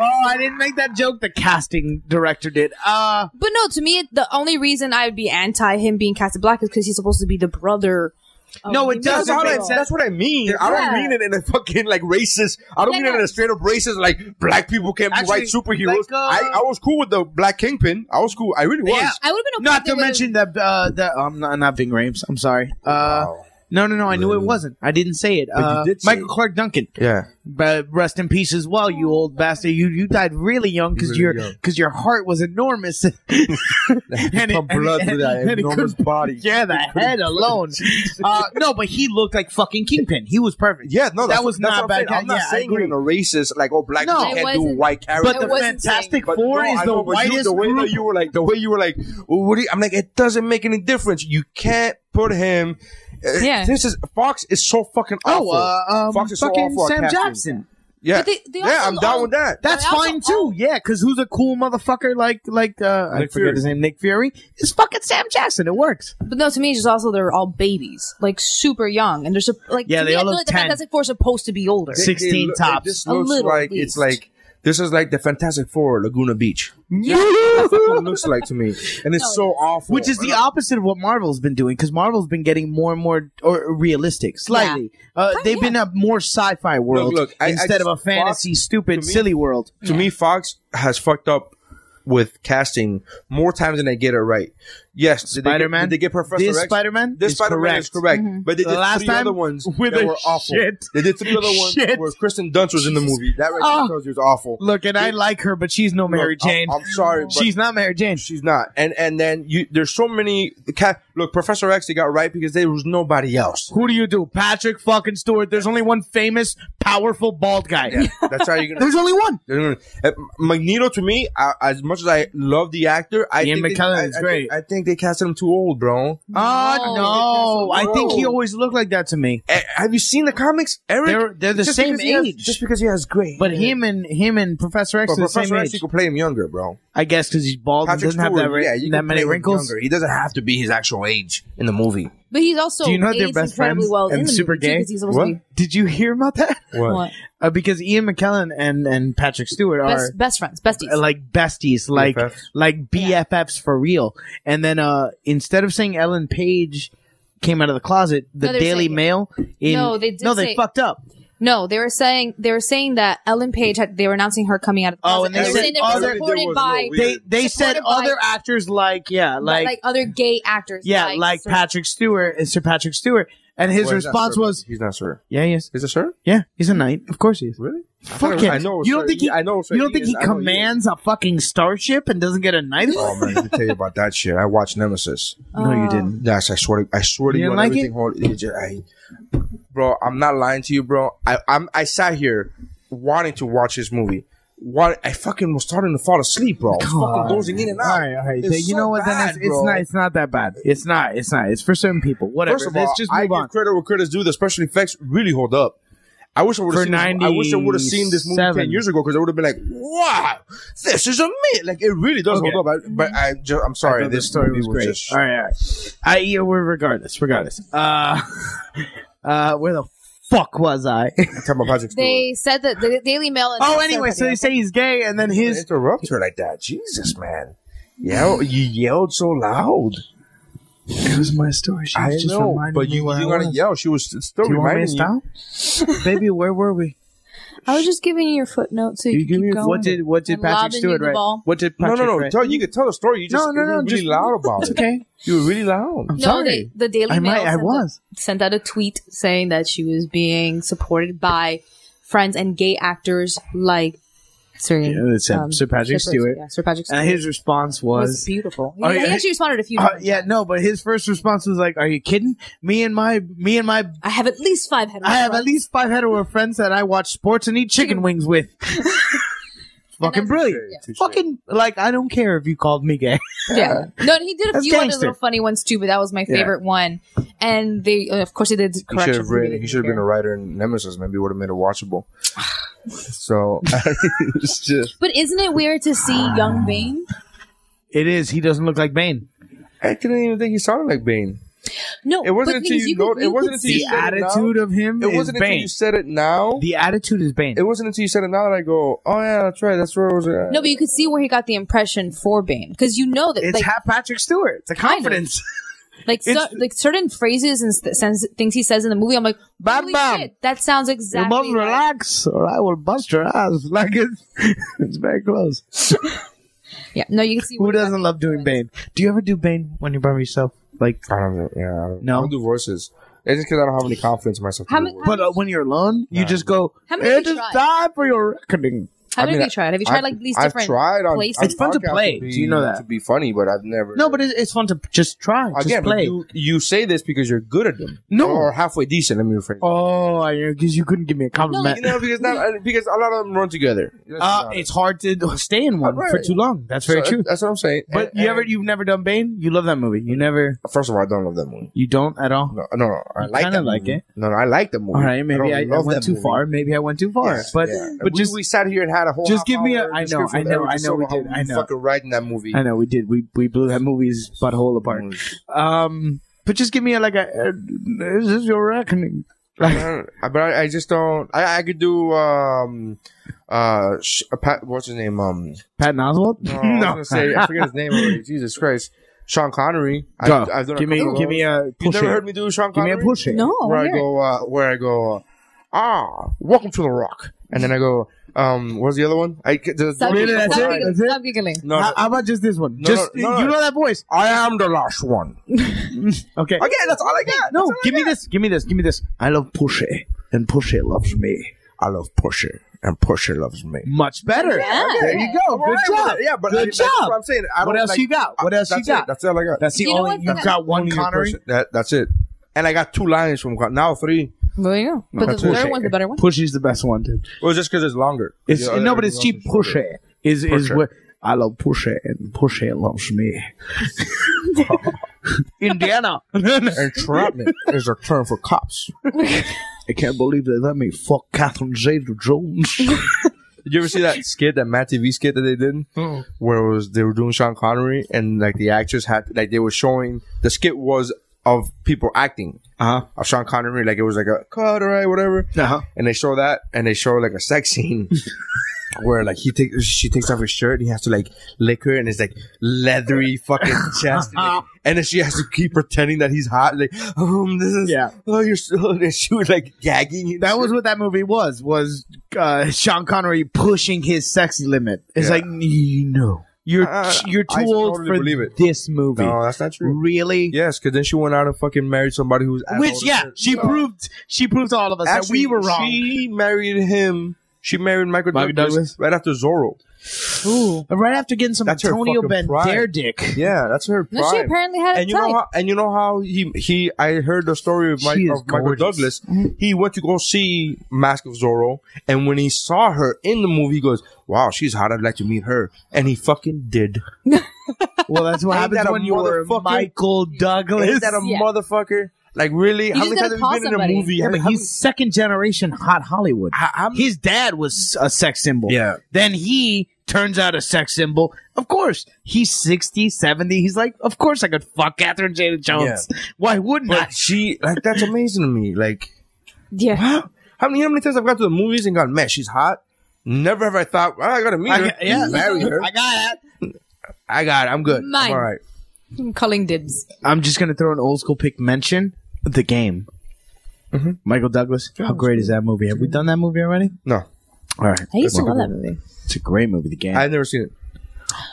Speaker 8: oh, I didn't make that joke. The casting director did. Uh
Speaker 9: But no, to me, the only reason I would be anti him being casted black is because he's supposed to be the brother. of
Speaker 8: No, it
Speaker 9: the
Speaker 8: doesn't
Speaker 1: That's, how I,
Speaker 9: original.
Speaker 8: make sense.
Speaker 1: that's what I mean. I don't
Speaker 9: Yeah.
Speaker 1: mean it in a fucking like racist. I don't
Speaker 9: Yeah,
Speaker 1: mean it in
Speaker 9: no.
Speaker 1: a straight up racist. Like black people can't be white
Speaker 8: Actually,
Speaker 1: superheroes.
Speaker 8: like, uh,
Speaker 1: I, I was cool with the black kingpin. I was cool. I really was.
Speaker 8: Yeah.
Speaker 9: I would have been okay
Speaker 8: not
Speaker 9: if they
Speaker 8: to
Speaker 9: would've-
Speaker 8: mention that. Uh, that I'm not not being Rames. I'm sorry. Uh, No, no, no. I knew it wasn't. I didn't say it.
Speaker 1: you
Speaker 8: Uh,
Speaker 1: did say
Speaker 8: Michael
Speaker 1: it.
Speaker 8: Clark Duncan.
Speaker 1: Yeah.
Speaker 8: But rest in peace as well, you old bastard. You you died really young because
Speaker 1: Really
Speaker 8: your
Speaker 1: young.
Speaker 8: because your heart was enormous. and it,
Speaker 1: Pump blood through that
Speaker 8: and it
Speaker 1: enormous
Speaker 8: couldn't-
Speaker 1: body.
Speaker 8: Yeah, the head alone. uh, no, but he looked like fucking Kingpin. He was perfect.
Speaker 1: Yeah, no, that's,
Speaker 8: that was
Speaker 1: that's
Speaker 8: not
Speaker 1: what I'm
Speaker 8: bad.
Speaker 1: saying. I'm not
Speaker 8: Yeah, I
Speaker 1: saying it
Speaker 8: agree.
Speaker 1: in a racist, like, oh, black
Speaker 8: No.
Speaker 1: people
Speaker 9: It
Speaker 1: can't do
Speaker 9: wasn't.
Speaker 1: white characters.
Speaker 8: But the
Speaker 9: I wasn't
Speaker 8: Fantastic
Speaker 9: saying-
Speaker 1: But
Speaker 8: Four
Speaker 1: no,
Speaker 8: is
Speaker 1: I
Speaker 8: the
Speaker 1: know, but you,
Speaker 8: whitest
Speaker 1: the way
Speaker 8: group.
Speaker 1: that you were like the way you were like "Well, what do you, I'm like it doesn't make any difference you can't put him uh,
Speaker 9: Yeah.
Speaker 1: this is Fox is so fucking
Speaker 8: oh,
Speaker 1: awful
Speaker 8: uh, um,
Speaker 1: Fox is so
Speaker 8: fucking
Speaker 1: awful at
Speaker 8: Sam
Speaker 1: casting.
Speaker 8: Jackson.
Speaker 1: yeah
Speaker 9: But they- they
Speaker 1: yeah
Speaker 9: also
Speaker 1: I'm down
Speaker 9: all-
Speaker 1: with that
Speaker 8: That's
Speaker 9: But also
Speaker 8: fine too.
Speaker 9: all-
Speaker 8: yeah, because who's a cool motherfucker like like uh, I
Speaker 1: Nick
Speaker 8: forget
Speaker 1: Fury.
Speaker 8: his name, Nick Fury. It's fucking Sam Jackson. It works.
Speaker 9: But no, to me, it's just also they're all babies, like super young, and they're sup- like
Speaker 8: Yeah,
Speaker 9: to
Speaker 8: they
Speaker 9: me, I
Speaker 8: all
Speaker 9: feel
Speaker 8: look
Speaker 9: like the
Speaker 8: 10.
Speaker 9: Fantastic Four are supposed to be older.
Speaker 8: Six- 16
Speaker 1: look-
Speaker 8: tops.
Speaker 1: this
Speaker 9: A
Speaker 1: looks
Speaker 9: little
Speaker 1: like
Speaker 9: least.
Speaker 1: it's like this is like the Fantastic Four Laguna Beach
Speaker 9: Yeah. Oh,
Speaker 1: that's what it looks like to me and it's
Speaker 9: No,
Speaker 1: so awful
Speaker 8: Which is the opposite of what Marvel's been doing because Marvel's been getting more and more or realistic, slightly. Uh, they've been a more sci-fi world
Speaker 1: look, I- I
Speaker 8: instead of a
Speaker 1: just-
Speaker 8: fantasy,
Speaker 1: Fox,
Speaker 8: stupid,
Speaker 1: to me-
Speaker 8: silly world.
Speaker 1: to me, Fox has fucked up with casting more times than they get it right. Yes, did they get-
Speaker 8: Spider-Man?
Speaker 1: Did they get Professor
Speaker 8: This
Speaker 1: X?
Speaker 8: Spider-Man
Speaker 1: This
Speaker 8: is
Speaker 1: Spider-Man is correct,
Speaker 8: correct.
Speaker 9: Mm-hmm.
Speaker 1: but they
Speaker 8: The
Speaker 1: did
Speaker 8: last
Speaker 1: three
Speaker 8: time
Speaker 1: other ones
Speaker 8: with
Speaker 1: that
Speaker 8: a
Speaker 1: were awful.
Speaker 8: shit.
Speaker 1: They did three other ones
Speaker 8: Shit.
Speaker 1: where Kristen Dunst was in the movie. That right there
Speaker 8: Ah.
Speaker 1: tells you it's awful.
Speaker 8: Look, and I like her, but she's no Mary
Speaker 1: Look, I-
Speaker 8: Jane.
Speaker 1: I'm sorry, but
Speaker 8: she's not Mary Jane.
Speaker 1: She's not. And and then you there's so many the cat look, Professor X they got right because there was nobody else.
Speaker 8: Who do you do? Patrick fucking Stewart. There's only one famous, powerful bald guy.
Speaker 1: That's how you're gonna
Speaker 8: There's only one.
Speaker 1: They're gonna- uh, Magneto to me, I, as much as I love the actor, I
Speaker 8: Ian
Speaker 1: think they-
Speaker 8: McKellen
Speaker 1: I-
Speaker 8: is
Speaker 1: I think-
Speaker 8: great.
Speaker 1: I think they casted him too old, bro.
Speaker 8: Oh, no. I think he
Speaker 1: No.
Speaker 8: always looked like that to me.
Speaker 1: Eh, have you seen the comics, Eric?
Speaker 8: They're- they're the
Speaker 1: Just
Speaker 8: same
Speaker 1: because he has-
Speaker 8: age.
Speaker 1: just because he has gray.
Speaker 8: But him and him and Professor X
Speaker 1: but
Speaker 8: are the
Speaker 1: Professor
Speaker 8: same
Speaker 1: X,
Speaker 8: age.
Speaker 1: you could play him younger, bro.
Speaker 8: I guess because he's bald and
Speaker 1: Patrick
Speaker 8: doesn't have
Speaker 1: Stewart,
Speaker 8: that, ri-
Speaker 1: yeah, you
Speaker 8: that
Speaker 1: can play
Speaker 8: many
Speaker 1: him
Speaker 8: wrinkles.
Speaker 1: younger. He doesn't have to be his actual age in the movie.
Speaker 9: But he's also
Speaker 8: Do you know
Speaker 9: aged
Speaker 8: they're best
Speaker 9: incredibly
Speaker 8: friends
Speaker 9: well in
Speaker 8: and
Speaker 9: the
Speaker 8: super
Speaker 9: movie, too,
Speaker 8: gay?
Speaker 9: 'cause he's supposed
Speaker 1: What?
Speaker 9: to be
Speaker 8: Did you hear about that?
Speaker 9: what?
Speaker 8: Uh, because Ian McKellen and and Patrick Stewart are
Speaker 9: Best, best friends, besties.
Speaker 8: uh, like besties, like
Speaker 1: BFFs.
Speaker 8: like BFFs for real. And then uh instead of saying Ellen Page came out of the closet, the
Speaker 9: No, they were
Speaker 8: Daily
Speaker 9: saying-
Speaker 8: Mail. In,
Speaker 9: No, they did
Speaker 8: no, they
Speaker 9: say-
Speaker 8: fucked up.
Speaker 9: no, they were saying they were saying that Ellen Page had they were announcing her coming out of the
Speaker 8: Oh,
Speaker 9: closet.
Speaker 8: and they
Speaker 9: were
Speaker 8: said
Speaker 9: saying
Speaker 8: all
Speaker 9: that
Speaker 8: they
Speaker 9: was
Speaker 8: did
Speaker 9: supported
Speaker 1: was
Speaker 9: by
Speaker 1: little weird.
Speaker 8: They they said
Speaker 9: Supported by-
Speaker 8: other actors like yeah,
Speaker 9: like,
Speaker 8: like,
Speaker 9: other gay actors.
Speaker 8: yeah, like,
Speaker 9: Sir-
Speaker 8: Patrick Stewart and Sir Patrick Stewart. And his
Speaker 1: Well, he's not
Speaker 8: response
Speaker 1: sir.
Speaker 8: was,
Speaker 1: he's not sure.
Speaker 8: "Yeah, yes,
Speaker 1: Is it sure?
Speaker 8: yeah, he's a knight. Of course he is.
Speaker 1: Really? I thought
Speaker 8: Fuck
Speaker 1: it-
Speaker 8: it.
Speaker 1: I know.
Speaker 8: you don't
Speaker 1: sir,
Speaker 8: think he?
Speaker 1: I know. sir,
Speaker 8: you don't
Speaker 1: he
Speaker 8: think
Speaker 1: is.
Speaker 8: he
Speaker 1: I know is.
Speaker 8: commands a fucking starship and doesn't get a knight?
Speaker 1: Oh man, let me tell you about that shit. I watched Nemesis.
Speaker 8: No, you didn't.
Speaker 1: Yes, I swear to I swear to
Speaker 8: You
Speaker 1: you,
Speaker 8: didn't
Speaker 1: on
Speaker 8: like
Speaker 1: everything.
Speaker 8: it?
Speaker 1: Hold, it just- I- bro, I'm not lying to you, bro. I I'm, I sat here wanting to watch this movie. What I fucking was starting to fall asleep, bro. I was fucking dozing in and out.
Speaker 8: All right, all right.
Speaker 1: It's
Speaker 8: you
Speaker 1: so
Speaker 8: know what?
Speaker 1: bad,
Speaker 8: then it's, it's
Speaker 1: bro.
Speaker 8: not. It's not that bad. It's not. It's not. It's for certain people. Whatever.
Speaker 1: First of
Speaker 8: Let's
Speaker 1: all,
Speaker 8: just
Speaker 1: I
Speaker 8: move
Speaker 1: give
Speaker 8: on.
Speaker 1: credit where credit's due. The special effects really hold up. I wish I would
Speaker 8: For
Speaker 1: have seen. This, I wish I would have seen this movie ten
Speaker 8: 97.
Speaker 1: years ago because I would have been like, "Wow, this is amazing!" Like it really does
Speaker 8: Okay.
Speaker 1: hold up. I, but I just, I'm
Speaker 8: I
Speaker 1: sorry,
Speaker 8: thought
Speaker 1: this
Speaker 8: the story
Speaker 1: movie
Speaker 8: was great.
Speaker 1: Just,
Speaker 8: all right, all right. I yeah, we're regardless. Regardless. Uh, uh, where the fuck was I?
Speaker 1: Tell my Patrick Stewart.
Speaker 9: They said that the Daily Mail. and-
Speaker 8: oh, anyway. So they say he's gay, and then
Speaker 1: Don't
Speaker 8: his
Speaker 1: interrupt her like that. Jesus, man. Yell, you yelled so loud.
Speaker 8: it was my story. She
Speaker 1: I know, but you, you gotta yell. She was st- still
Speaker 8: Do you want me
Speaker 1: reminding
Speaker 8: to
Speaker 1: you.
Speaker 8: stop? Baby, where were we?
Speaker 9: I was just giving you your footnote so you,
Speaker 8: You
Speaker 9: could
Speaker 8: give me
Speaker 9: keep going.
Speaker 8: what did what did
Speaker 9: And
Speaker 8: Patrick
Speaker 9: lobbing you
Speaker 8: Stewart
Speaker 9: the
Speaker 8: write?
Speaker 9: ball.
Speaker 8: What did
Speaker 1: No,
Speaker 8: Patrick
Speaker 1: no, no.
Speaker 8: Write?
Speaker 1: Tell, you can tell the story. You just
Speaker 8: no,
Speaker 1: you
Speaker 8: no,
Speaker 1: were
Speaker 8: no.
Speaker 1: really
Speaker 8: just
Speaker 1: loud about
Speaker 8: It's
Speaker 1: it.
Speaker 8: okay.
Speaker 1: You were really loud.
Speaker 8: I'm
Speaker 9: No,
Speaker 8: sorry.
Speaker 9: they, the Daily
Speaker 8: I
Speaker 9: Mail.
Speaker 8: might- I
Speaker 9: sent a-
Speaker 8: was.
Speaker 9: sent out a tweet saying that she was being supported by friends and gay actors like Sir, um,
Speaker 8: Yeah, it's him, Sir Patrick Stewart.
Speaker 9: Yeah, Sir Patrick Stewart.
Speaker 8: And his response
Speaker 9: was,
Speaker 8: was,
Speaker 9: beautiful. He,
Speaker 8: Oh,
Speaker 9: he
Speaker 8: yeah.
Speaker 9: actually responded a few
Speaker 8: uh,
Speaker 9: times.
Speaker 8: "Yeah, no." But his first response was like, "Are you kidding? Me and my me and my
Speaker 9: I have at least five head.
Speaker 8: I have at least five hetero friends that I watch sports and eat chicken wings with." Fucking brilliant. Fucking like I don't care if you called me gay.
Speaker 9: Yeah. No, and he did a
Speaker 8: That's
Speaker 9: few other
Speaker 8: gangster.
Speaker 9: little funny ones too, but that was my
Speaker 8: Yeah.
Speaker 9: favorite one. And they, uh, of course, they did
Speaker 1: He should
Speaker 9: corrections.
Speaker 1: have written,
Speaker 9: They
Speaker 1: He
Speaker 9: didn't
Speaker 1: should have been
Speaker 9: care.
Speaker 1: a writer in Nemesis. Maybe would have made it watchable. so it's just.
Speaker 9: But isn't it weird to see young Bane?
Speaker 8: It is. He doesn't look like Bane.
Speaker 1: I didn't even think he sounded like Bane.
Speaker 9: No,
Speaker 1: It wasn't
Speaker 9: but
Speaker 1: until
Speaker 9: things
Speaker 1: you
Speaker 9: you could-
Speaker 1: note- it
Speaker 9: you
Speaker 1: wasn't
Speaker 9: could
Speaker 1: until you
Speaker 8: The
Speaker 9: see-
Speaker 1: said it now.
Speaker 8: attitude of him
Speaker 1: It
Speaker 8: is
Speaker 1: wasn't until
Speaker 8: Bane.
Speaker 1: you said it now.
Speaker 8: The attitude is Bane.
Speaker 1: It wasn't until you said it now that I go, oh yeah, that's right, that's where it was. At.
Speaker 9: No, but you could see where he got the impression for Bane because you know that
Speaker 8: It's
Speaker 9: like,
Speaker 8: half Patrick Stewart. It's a
Speaker 9: Kind of.
Speaker 8: confidence.
Speaker 9: like so,
Speaker 8: it's-
Speaker 9: like certain phrases and st- sense, things he says in the movie. I'm like,
Speaker 8: Bam,
Speaker 9: holy
Speaker 8: bam.
Speaker 9: shit, that sounds
Speaker 8: You must
Speaker 9: exactly. like-
Speaker 8: relax, or I will bust your ass. Like it's, it's very close.
Speaker 9: Yeah, no, you can see
Speaker 8: Who
Speaker 9: where he got
Speaker 8: doesn't
Speaker 9: the
Speaker 8: love doing
Speaker 9: influence.
Speaker 8: Bane? Do you ever do Bane when you're by yourself? Like,
Speaker 1: I don't know. Yeah, I don't,
Speaker 8: No?
Speaker 1: I don't do voices. It's just because I don't have any confidence in myself. to
Speaker 9: How
Speaker 1: do
Speaker 9: ma-
Speaker 1: voices.
Speaker 8: but uh, when you're alone, you just go.
Speaker 9: How many
Speaker 8: It
Speaker 9: have you
Speaker 8: is
Speaker 9: tried?"
Speaker 8: time for your reckoning.
Speaker 9: How
Speaker 1: I
Speaker 9: many
Speaker 1: mean,
Speaker 9: have you tried? Have you tried like these
Speaker 1: I've
Speaker 9: different
Speaker 1: tried on,
Speaker 9: places?
Speaker 1: on
Speaker 8: It's fun to
Speaker 1: podcasts
Speaker 8: play.
Speaker 1: be-
Speaker 8: Do you know that?
Speaker 1: to be funny? But I've never.
Speaker 8: No, but it's, it's fun to just try,
Speaker 1: again,
Speaker 8: just
Speaker 1: but
Speaker 8: play.
Speaker 1: you, you say this because you're good at them.
Speaker 8: No.
Speaker 1: or halfway decent. Let me rephrase.
Speaker 8: Oh, because you couldn't give me a compliment.
Speaker 1: You know, because not, uh, because a lot of them run together. That's
Speaker 8: uh,
Speaker 1: not it.
Speaker 8: it's hard to stay in one
Speaker 1: Right.
Speaker 8: for too long. That's very
Speaker 1: So,
Speaker 8: true.
Speaker 1: That's what I'm saying.
Speaker 8: But
Speaker 1: And-
Speaker 8: you ever,
Speaker 1: and-
Speaker 8: you've never done Bane. You love that movie. You never,
Speaker 1: First of all, I don't love that movie.
Speaker 8: you don't at all.
Speaker 1: No, no, no I
Speaker 8: You
Speaker 1: like
Speaker 8: kinda
Speaker 1: that
Speaker 8: like
Speaker 1: movie.
Speaker 8: it.
Speaker 1: No, no, I like the movie.
Speaker 8: All right, maybe I, I
Speaker 1: love
Speaker 8: went
Speaker 1: that
Speaker 8: too
Speaker 1: movie.
Speaker 8: far. Maybe I went too far.
Speaker 1: Yes,
Speaker 8: but
Speaker 1: yeah.
Speaker 8: but
Speaker 1: we,
Speaker 8: just
Speaker 1: we sat here and had a whole.
Speaker 8: just
Speaker 1: half
Speaker 8: give me a-
Speaker 1: hour
Speaker 8: I know,
Speaker 1: description
Speaker 8: I
Speaker 1: of
Speaker 8: know,
Speaker 1: every
Speaker 8: I know
Speaker 1: single
Speaker 8: we did,
Speaker 1: how
Speaker 8: I know.
Speaker 1: Fucking right in that movie.
Speaker 8: I know we did. We we blew that movie's butthole apart. Um, but just give me a, like a. Uh, is this your reckoning? Like,
Speaker 1: Uh, but I, I just don't. I, I could do um uh sh- uh, Pat, what's his name um
Speaker 8: Patton Ah, Oswald?
Speaker 1: no, I was gonna say I forget his name already. Jesus Christ, Sean Connery. I,
Speaker 8: Go.
Speaker 1: I've done a
Speaker 8: give me,
Speaker 1: couple of
Speaker 8: give me
Speaker 1: those.
Speaker 8: a.
Speaker 1: You
Speaker 8: Push
Speaker 1: never
Speaker 8: it.
Speaker 1: heard me do Sean
Speaker 8: Give me
Speaker 1: Connery?
Speaker 8: a push. it.
Speaker 9: No,
Speaker 1: Where I
Speaker 9: weird.
Speaker 1: go, uh, where I go, uh, ah, welcome to the Rock, and then I go, Um, what's the other one? I ca- the-
Speaker 9: Stop,
Speaker 8: Really,
Speaker 9: giggling.
Speaker 8: that's
Speaker 9: Stop
Speaker 8: it?
Speaker 9: giggling.
Speaker 8: That's it?
Speaker 9: Stop giggling.
Speaker 1: no,
Speaker 8: how,
Speaker 1: no,
Speaker 8: how about just this one? just
Speaker 1: no, no.
Speaker 8: you know that voice.
Speaker 1: I am the last one.
Speaker 8: Okay.
Speaker 1: Okay, that's all I got.
Speaker 8: No, give me this. Give me this. Give me this. I love Pusha, and Pusha loves me.
Speaker 1: I love Pusher, and Pusher loves me.
Speaker 8: Much better. There you
Speaker 1: I'm all
Speaker 8: go. Oh, Good
Speaker 1: right with
Speaker 8: job.
Speaker 1: it. Yeah, but I-
Speaker 8: good
Speaker 1: that's
Speaker 8: job.
Speaker 1: what I'm saying. I
Speaker 8: What
Speaker 1: don't
Speaker 8: else
Speaker 1: like-
Speaker 8: you got? What
Speaker 1: I-
Speaker 8: else you
Speaker 1: that's
Speaker 8: got?
Speaker 1: It. That's all I got.
Speaker 8: That's the
Speaker 9: You know
Speaker 8: only
Speaker 9: what?
Speaker 8: you've got one
Speaker 1: Only a
Speaker 8: Connery.
Speaker 1: person. That, that's it. And I got two lines from Con- now three.
Speaker 9: Well, yeah. But the
Speaker 1: That's bullshit.
Speaker 9: third one's the better one.
Speaker 8: Pushy's the best one, dude.
Speaker 1: Well, just because it's longer.
Speaker 8: It's
Speaker 1: Yeah,
Speaker 8: no, but it's cheap.
Speaker 1: everything else is shorter.
Speaker 8: Pusha is is
Speaker 1: Pusha.
Speaker 8: what I love. Pusha and Pusha loves me. Indiana.
Speaker 1: Entrapment is a term for cops.
Speaker 8: I can't believe they let me fuck Catherine Zeta Jones.
Speaker 1: Did you ever see that skit, that Matt TV skit that they did,
Speaker 8: Oh.
Speaker 1: where it was they were doing Sean Connery and like the actors had like they were showing the skit was of people acting
Speaker 8: Uh huh.
Speaker 1: of Sean Connery, like it was like a cut or right, whatever,
Speaker 8: Uh huh.
Speaker 1: and they show that and they show like a sex scene. Where like he takes she takes off his shirt and he has to like lick her and it's like leathery fucking chest and, like, and then she has to keep pretending that he's hot like um this is
Speaker 8: Yeah.
Speaker 1: oh you're so and she was like gagging and
Speaker 8: That
Speaker 1: shit.
Speaker 8: was what that movie was. Was uh, Sean Connery pushing his sexy limit? It's
Speaker 1: Yeah.
Speaker 8: like you know, you're
Speaker 1: Uh,
Speaker 8: you're too
Speaker 1: I
Speaker 8: old
Speaker 1: totally
Speaker 8: for
Speaker 1: believe it.
Speaker 8: this movie.
Speaker 1: no that's not true
Speaker 8: really?
Speaker 1: Yes, because then she went out and fucking married somebody who was as old
Speaker 8: Which
Speaker 1: as
Speaker 8: yeah,
Speaker 1: her.
Speaker 8: she proved she proved to all of us that
Speaker 1: Actually,
Speaker 8: we were wrong.
Speaker 1: She married him. She married Michael,
Speaker 8: Michael
Speaker 1: Douglas,
Speaker 8: Douglas?
Speaker 1: right after Zorro.
Speaker 8: right after getting some
Speaker 1: That's her
Speaker 8: Antonio
Speaker 1: fucking
Speaker 8: Banderas
Speaker 1: pride.
Speaker 8: dick.
Speaker 1: Yeah, that's her prime.
Speaker 9: No, she apparently had a
Speaker 1: and you
Speaker 9: type.
Speaker 1: know how and you know how he he I heard the story of, Mike,
Speaker 8: She is
Speaker 1: of Michael
Speaker 8: gorgeous.
Speaker 1: Douglas. He went to go see Mask of Zorro, and when he saw her in the movie, he goes, "Wow, she's hot. I'd like to meet her." And he fucking did.
Speaker 8: Well, that's what
Speaker 1: Ain't that
Speaker 8: happens
Speaker 1: a
Speaker 8: when you're
Speaker 1: motherfucker?
Speaker 8: Michael Douglas.
Speaker 1: Is that a
Speaker 9: Yeah.
Speaker 1: motherfucker? Like really? how
Speaker 9: just
Speaker 1: many
Speaker 9: gotta
Speaker 1: times have you
Speaker 9: call
Speaker 1: been
Speaker 9: somebody.
Speaker 1: in a movie?
Speaker 8: Yeah,
Speaker 1: How
Speaker 8: but
Speaker 1: many-
Speaker 8: he's second generation hot Hollywood.
Speaker 1: I- I'm-
Speaker 8: His dad was a sex symbol.
Speaker 1: Yeah.
Speaker 8: Then he turns out a sex symbol. Of course. He's 60, 70. He's like, of course I could fuck Catherine Jada Jones. Why wouldn't I?
Speaker 1: but she like that's amazing to me. Like
Speaker 9: Yeah.
Speaker 1: how many how many times I've gone to the movies and gone, man, she's hot. Never have I thought, well, I gotta meet her,
Speaker 8: I, yeah,
Speaker 1: marry her.
Speaker 8: I got it.
Speaker 1: I got it. I'm good.
Speaker 9: Mine.
Speaker 1: I'm all right.
Speaker 9: I'm calling dibs.
Speaker 8: I'm just going to throw an old school pick mention the game.
Speaker 1: Mm-hmm.
Speaker 8: Michael Douglas. How great is that movie? Have we done that movie already?
Speaker 1: No,
Speaker 8: All right.
Speaker 9: I used to love that movie.
Speaker 8: It's a great movie, The Game.
Speaker 1: I've never seen it.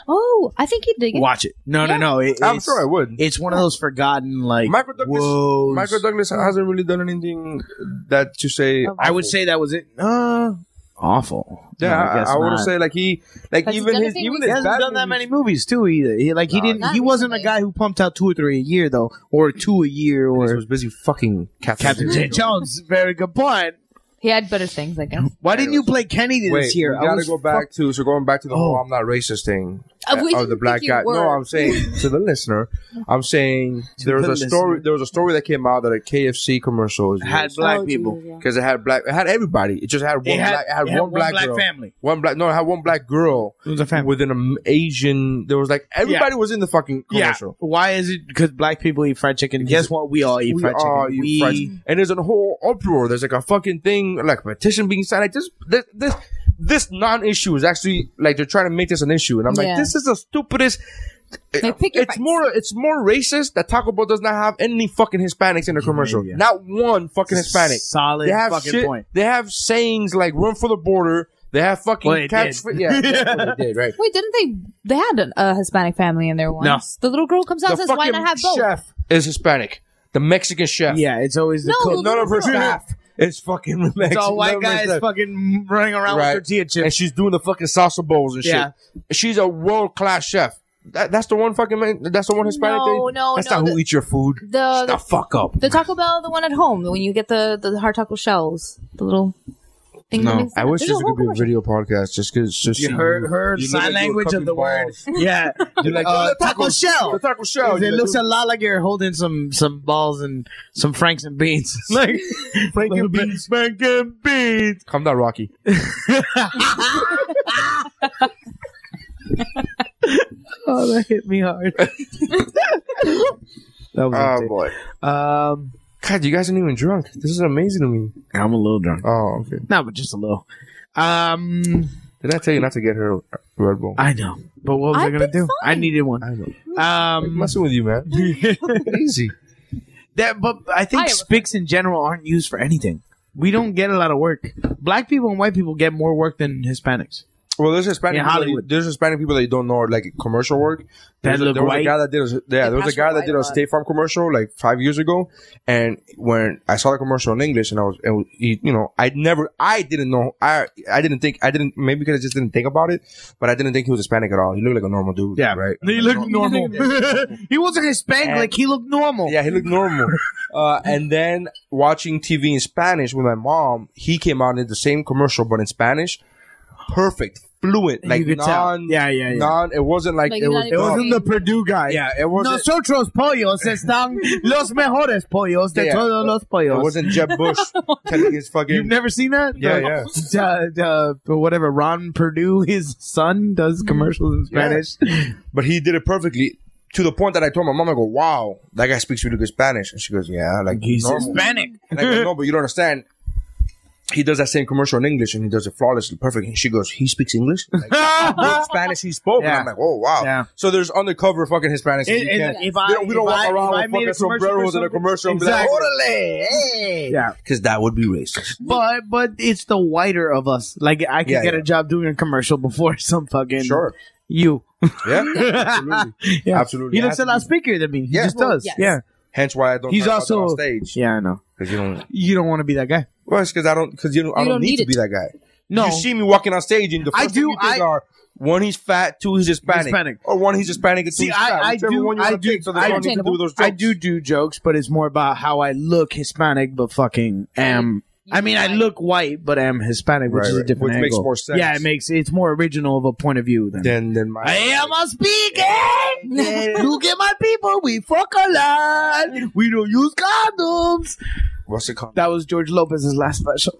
Speaker 9: Oh, I think you dig it.
Speaker 8: Watch it. No, no, no. It,
Speaker 1: I'm
Speaker 8: it's-
Speaker 1: sure I would.
Speaker 8: It's one of those forgotten, like,
Speaker 1: Michael Douglas.
Speaker 8: woes.
Speaker 1: Michael Douglas hasn't really done anything that to
Speaker 9: Oh,
Speaker 1: say.
Speaker 8: I would say that was it. Uh, awful.
Speaker 1: Yeah,
Speaker 8: No,
Speaker 1: I,
Speaker 8: guess
Speaker 1: I would
Speaker 8: not.
Speaker 1: say like he, like
Speaker 9: Has he
Speaker 1: even
Speaker 9: done
Speaker 1: his,
Speaker 9: anything
Speaker 1: even
Speaker 9: recently?
Speaker 8: He
Speaker 1: his
Speaker 8: hasn't
Speaker 1: bad
Speaker 8: done that
Speaker 1: movies-
Speaker 8: many movies too either. He, like he didn't.
Speaker 9: not
Speaker 8: He wasn't a
Speaker 9: recently.
Speaker 8: guy who pumped out two or three a year though, or two a year,
Speaker 1: He
Speaker 8: or
Speaker 1: was busy fucking Captain.
Speaker 8: Captain J. Jones. Very good point.
Speaker 9: He had better things, I guess.
Speaker 8: Why didn't you play Kennedy
Speaker 1: Wait,
Speaker 8: this year?
Speaker 1: we
Speaker 8: I
Speaker 1: gotta
Speaker 8: was
Speaker 1: go back
Speaker 8: Oh, fuck-
Speaker 1: to so going back to the whole
Speaker 8: Oh.
Speaker 1: "I'm not racist" thing
Speaker 9: Uh, we
Speaker 1: of Oh, the
Speaker 9: didn't
Speaker 1: black
Speaker 9: think you
Speaker 1: guy. No,
Speaker 9: were.
Speaker 1: I'm saying to the listener, I'm saying there
Speaker 8: the
Speaker 1: was a story.
Speaker 8: listener.
Speaker 1: There was a story that came out that a KFC commercial is
Speaker 8: had
Speaker 1: used.
Speaker 8: black
Speaker 9: Oh,
Speaker 8: people.
Speaker 1: because it had black. It had everybody. It just had one.
Speaker 8: It had-
Speaker 1: black, it had
Speaker 8: it
Speaker 1: one,
Speaker 8: had one
Speaker 1: black,
Speaker 8: black
Speaker 1: girl.
Speaker 8: family.
Speaker 1: One black. No, it had one black girl.
Speaker 8: It was a family.
Speaker 1: within an Asian. There was like everybody was in the fucking
Speaker 8: Yeah.
Speaker 1: commercial.
Speaker 8: Why is it? Because black people eat fried chicken. Guess what? We all eat
Speaker 1: We
Speaker 8: fried
Speaker 1: are
Speaker 8: chicken.
Speaker 1: you friends. and there's a whole uproar. There's like a fucking thing, like a petition being signed. Like this, this, this, this non-issue is actually like they're trying to make this an issue, and I'm like,
Speaker 9: Yeah.
Speaker 1: this is the stupidest.
Speaker 9: Like, pick your
Speaker 1: It's
Speaker 9: fights.
Speaker 1: more, it's more racist that Taco Bell does not have any fucking Hispanics in the commercial.
Speaker 8: yeah.
Speaker 1: Not one fucking Hispanic.
Speaker 8: Solid
Speaker 1: They have
Speaker 8: fucking
Speaker 1: shit-
Speaker 8: point.
Speaker 1: They have sayings like "run for the border." They have fucking
Speaker 8: Well, they
Speaker 1: catch.
Speaker 8: did.
Speaker 1: Yeah, that's what they did right.
Speaker 9: Wait, didn't they? They had an- a Hispanic family in there once. The little girl comes out
Speaker 1: The
Speaker 9: and says, "Why
Speaker 1: fucking
Speaker 9: not have both?"
Speaker 1: chef is Hispanic. The Mexican chef.
Speaker 8: Yeah, it's always the
Speaker 9: No,
Speaker 8: cook.
Speaker 9: the
Speaker 1: None of her
Speaker 9: Girl.
Speaker 1: staff is fucking Mexican.
Speaker 8: It's all
Speaker 1: None
Speaker 8: white
Speaker 1: of her
Speaker 8: guys
Speaker 1: staff.
Speaker 8: fucking running around
Speaker 1: Right.
Speaker 8: with tortilla
Speaker 1: And
Speaker 8: chips.
Speaker 1: she's doing the fucking salsa bowls and
Speaker 8: Yeah.
Speaker 1: shit. She's a world class chef. That, that's the one fucking man. That's the one Hispanic.
Speaker 9: No,
Speaker 1: thing?
Speaker 9: no,
Speaker 1: That's
Speaker 9: no,
Speaker 1: not who
Speaker 9: the-
Speaker 1: eats your food.
Speaker 9: The,
Speaker 1: Shut the fuck up.
Speaker 9: the Taco Bell, the one at home, when you get the the hard taco shells, the little thing. that is-
Speaker 1: I wish
Speaker 9: There's
Speaker 1: this
Speaker 9: a whole
Speaker 1: could be a
Speaker 9: commercial.
Speaker 1: video podcast just because
Speaker 8: You heard her sign language of the word. Yeah,
Speaker 1: like,
Speaker 8: Uh,
Speaker 1: "Oh, the
Speaker 8: taco shell.
Speaker 1: The taco shell.
Speaker 8: It looks a lot like you're holding some some balls and some franks and beans. like frank
Speaker 1: and beans.
Speaker 8: frank and beans.
Speaker 1: Come down, Rocky.
Speaker 8: Oh, that hit me hard. that was
Speaker 1: Oh
Speaker 8: oh,
Speaker 1: boy.
Speaker 8: um.
Speaker 1: God, you guys aren't even drunk. This is amazing to me.
Speaker 8: I'm a little drunk.
Speaker 1: Oh, okay.
Speaker 8: No, but just a little. Um,
Speaker 1: Did I tell you not to get her Red Bull?
Speaker 8: I know. But what was I,
Speaker 9: I've
Speaker 8: gonna
Speaker 9: been
Speaker 8: do? I
Speaker 9: fine.
Speaker 8: needed one.
Speaker 1: I know.
Speaker 8: Um,
Speaker 1: messing with you, man. Easy.
Speaker 8: that. But I think
Speaker 9: I-
Speaker 8: spics in general aren't used for anything. we don't get a lot of work. Black people and white people get more work than Hispanics.
Speaker 1: Well, there's Hispanic
Speaker 8: In
Speaker 1: people that-
Speaker 8: Hollywood.
Speaker 1: there's Hispanic people that you don't know are like commercial work. There's a,
Speaker 8: look
Speaker 1: there was a
Speaker 8: white.
Speaker 1: guy that did a, yeah, there was a
Speaker 9: pass
Speaker 1: guy
Speaker 9: for
Speaker 1: that did a
Speaker 9: white
Speaker 1: State Farm commercial like five years ago, and when I saw the commercial in English, and I was, and he, you know, I never, I didn't know, I, I didn't think, I didn't maybe because I just didn't think about it, but I didn't think he was Hispanic at all. He looked like a normal dude. right.
Speaker 8: He looked normal. he wasn't Hispanic. like he looked normal.
Speaker 1: Yeah, he looked normal. uh, and then watching TV in Spanish with my mom, he came out and did the same commercial but in Spanish. Perfect, fluent, like
Speaker 8: could
Speaker 1: non,
Speaker 8: tell. Yeah, yeah, yeah.
Speaker 1: non. It wasn't like,
Speaker 9: Like,
Speaker 1: it
Speaker 9: not
Speaker 1: was.
Speaker 9: even- It wasn't the
Speaker 8: Purdue guy.
Speaker 1: Yeah, it wasn't.
Speaker 8: Nosotros pollos están los mejores pollos de
Speaker 1: Yeah.
Speaker 8: todos los pollos.
Speaker 1: It wasn't Jeb Bush telling his
Speaker 8: You've
Speaker 1: fucking.
Speaker 8: never seen that?
Speaker 1: Yeah,
Speaker 8: yeah. Uh, uh, whatever. Ron Purdue, his son, does commercials in Spanish.
Speaker 1: But he did it perfectly to the point that I told my mom, I go, wow, that guy speaks really good Spanish. And she goes, yeah, like he's normal.
Speaker 8: Hispanic.
Speaker 1: And I go, no, but you don't understand. He does that same commercial in English and he does it flawlessly, perfect. And she goes, he speaks English? Like, what Spanish he spoke. And
Speaker 8: Yeah.
Speaker 1: I'm like, oh, wow.
Speaker 8: Yeah.
Speaker 1: So there's undercover fucking Hispanics. that
Speaker 8: It-
Speaker 1: you
Speaker 8: it-
Speaker 1: can't-
Speaker 8: if
Speaker 1: they
Speaker 8: I-
Speaker 1: don't- we don't
Speaker 8: if
Speaker 1: walk
Speaker 8: I-
Speaker 1: around
Speaker 8: if I
Speaker 1: with
Speaker 8: made
Speaker 1: fucking
Speaker 8: a commercial for
Speaker 1: sombreros in a
Speaker 8: something-
Speaker 1: commercial and
Speaker 8: Exactly.
Speaker 1: be like, órale, hey.
Speaker 8: Yeah.
Speaker 1: Because that would be racist.
Speaker 8: But but it's the whiter of us. Like I could
Speaker 1: Yeah,
Speaker 8: get
Speaker 1: yeah.
Speaker 8: a job doing a commercial before some fucking
Speaker 1: Sure.
Speaker 8: you.
Speaker 1: Yeah. Absolutely.
Speaker 8: Yeah.
Speaker 1: Absolutely.
Speaker 8: He
Speaker 1: It
Speaker 8: looks
Speaker 1: has
Speaker 8: a
Speaker 1: to be-
Speaker 8: lot speaker than me. He
Speaker 1: Yeah.
Speaker 8: just
Speaker 1: Well,
Speaker 8: does.
Speaker 9: yes.
Speaker 8: Yeah.
Speaker 1: Hence why I don't.
Speaker 8: He's
Speaker 1: talk about that
Speaker 8: also-
Speaker 1: on stage.
Speaker 8: Yeah, I know.
Speaker 1: Because you don't.
Speaker 8: You don't want to be that guy.
Speaker 1: Well, it's because I don't. Because you don't. I don't,
Speaker 9: don't
Speaker 1: need,
Speaker 9: need
Speaker 1: to
Speaker 9: it.
Speaker 1: be that guy.
Speaker 8: No.
Speaker 1: You see me walking on stage, and the first
Speaker 8: I
Speaker 1: thing
Speaker 8: do-
Speaker 1: you think
Speaker 8: I-
Speaker 1: are one he's fat, two he's Hispanic,
Speaker 8: Hispanic.
Speaker 1: or one he's Hispanic and two
Speaker 8: See,
Speaker 1: he's
Speaker 8: I-
Speaker 1: fat.
Speaker 8: I
Speaker 1: whichever
Speaker 8: do-
Speaker 1: one you
Speaker 8: I
Speaker 1: wanna
Speaker 8: do-
Speaker 1: pick, so there's
Speaker 8: I
Speaker 1: no need to do
Speaker 9: do-
Speaker 1: those jokes.
Speaker 8: I do do jokes, but it's more about how I look Hispanic, but fucking am. I mean, I look white, but am Hispanic, which
Speaker 1: Right,
Speaker 8: is a
Speaker 1: right.
Speaker 8: different
Speaker 1: Which makes
Speaker 8: angle.
Speaker 1: more sense.
Speaker 8: Yeah, it makes it's more original of a point of view than.
Speaker 1: Then, then my.
Speaker 8: I am a speaking. Look at my people. We fuck a lot. We don't use condoms.
Speaker 1: What's it called?
Speaker 8: That was George Lopez's last special.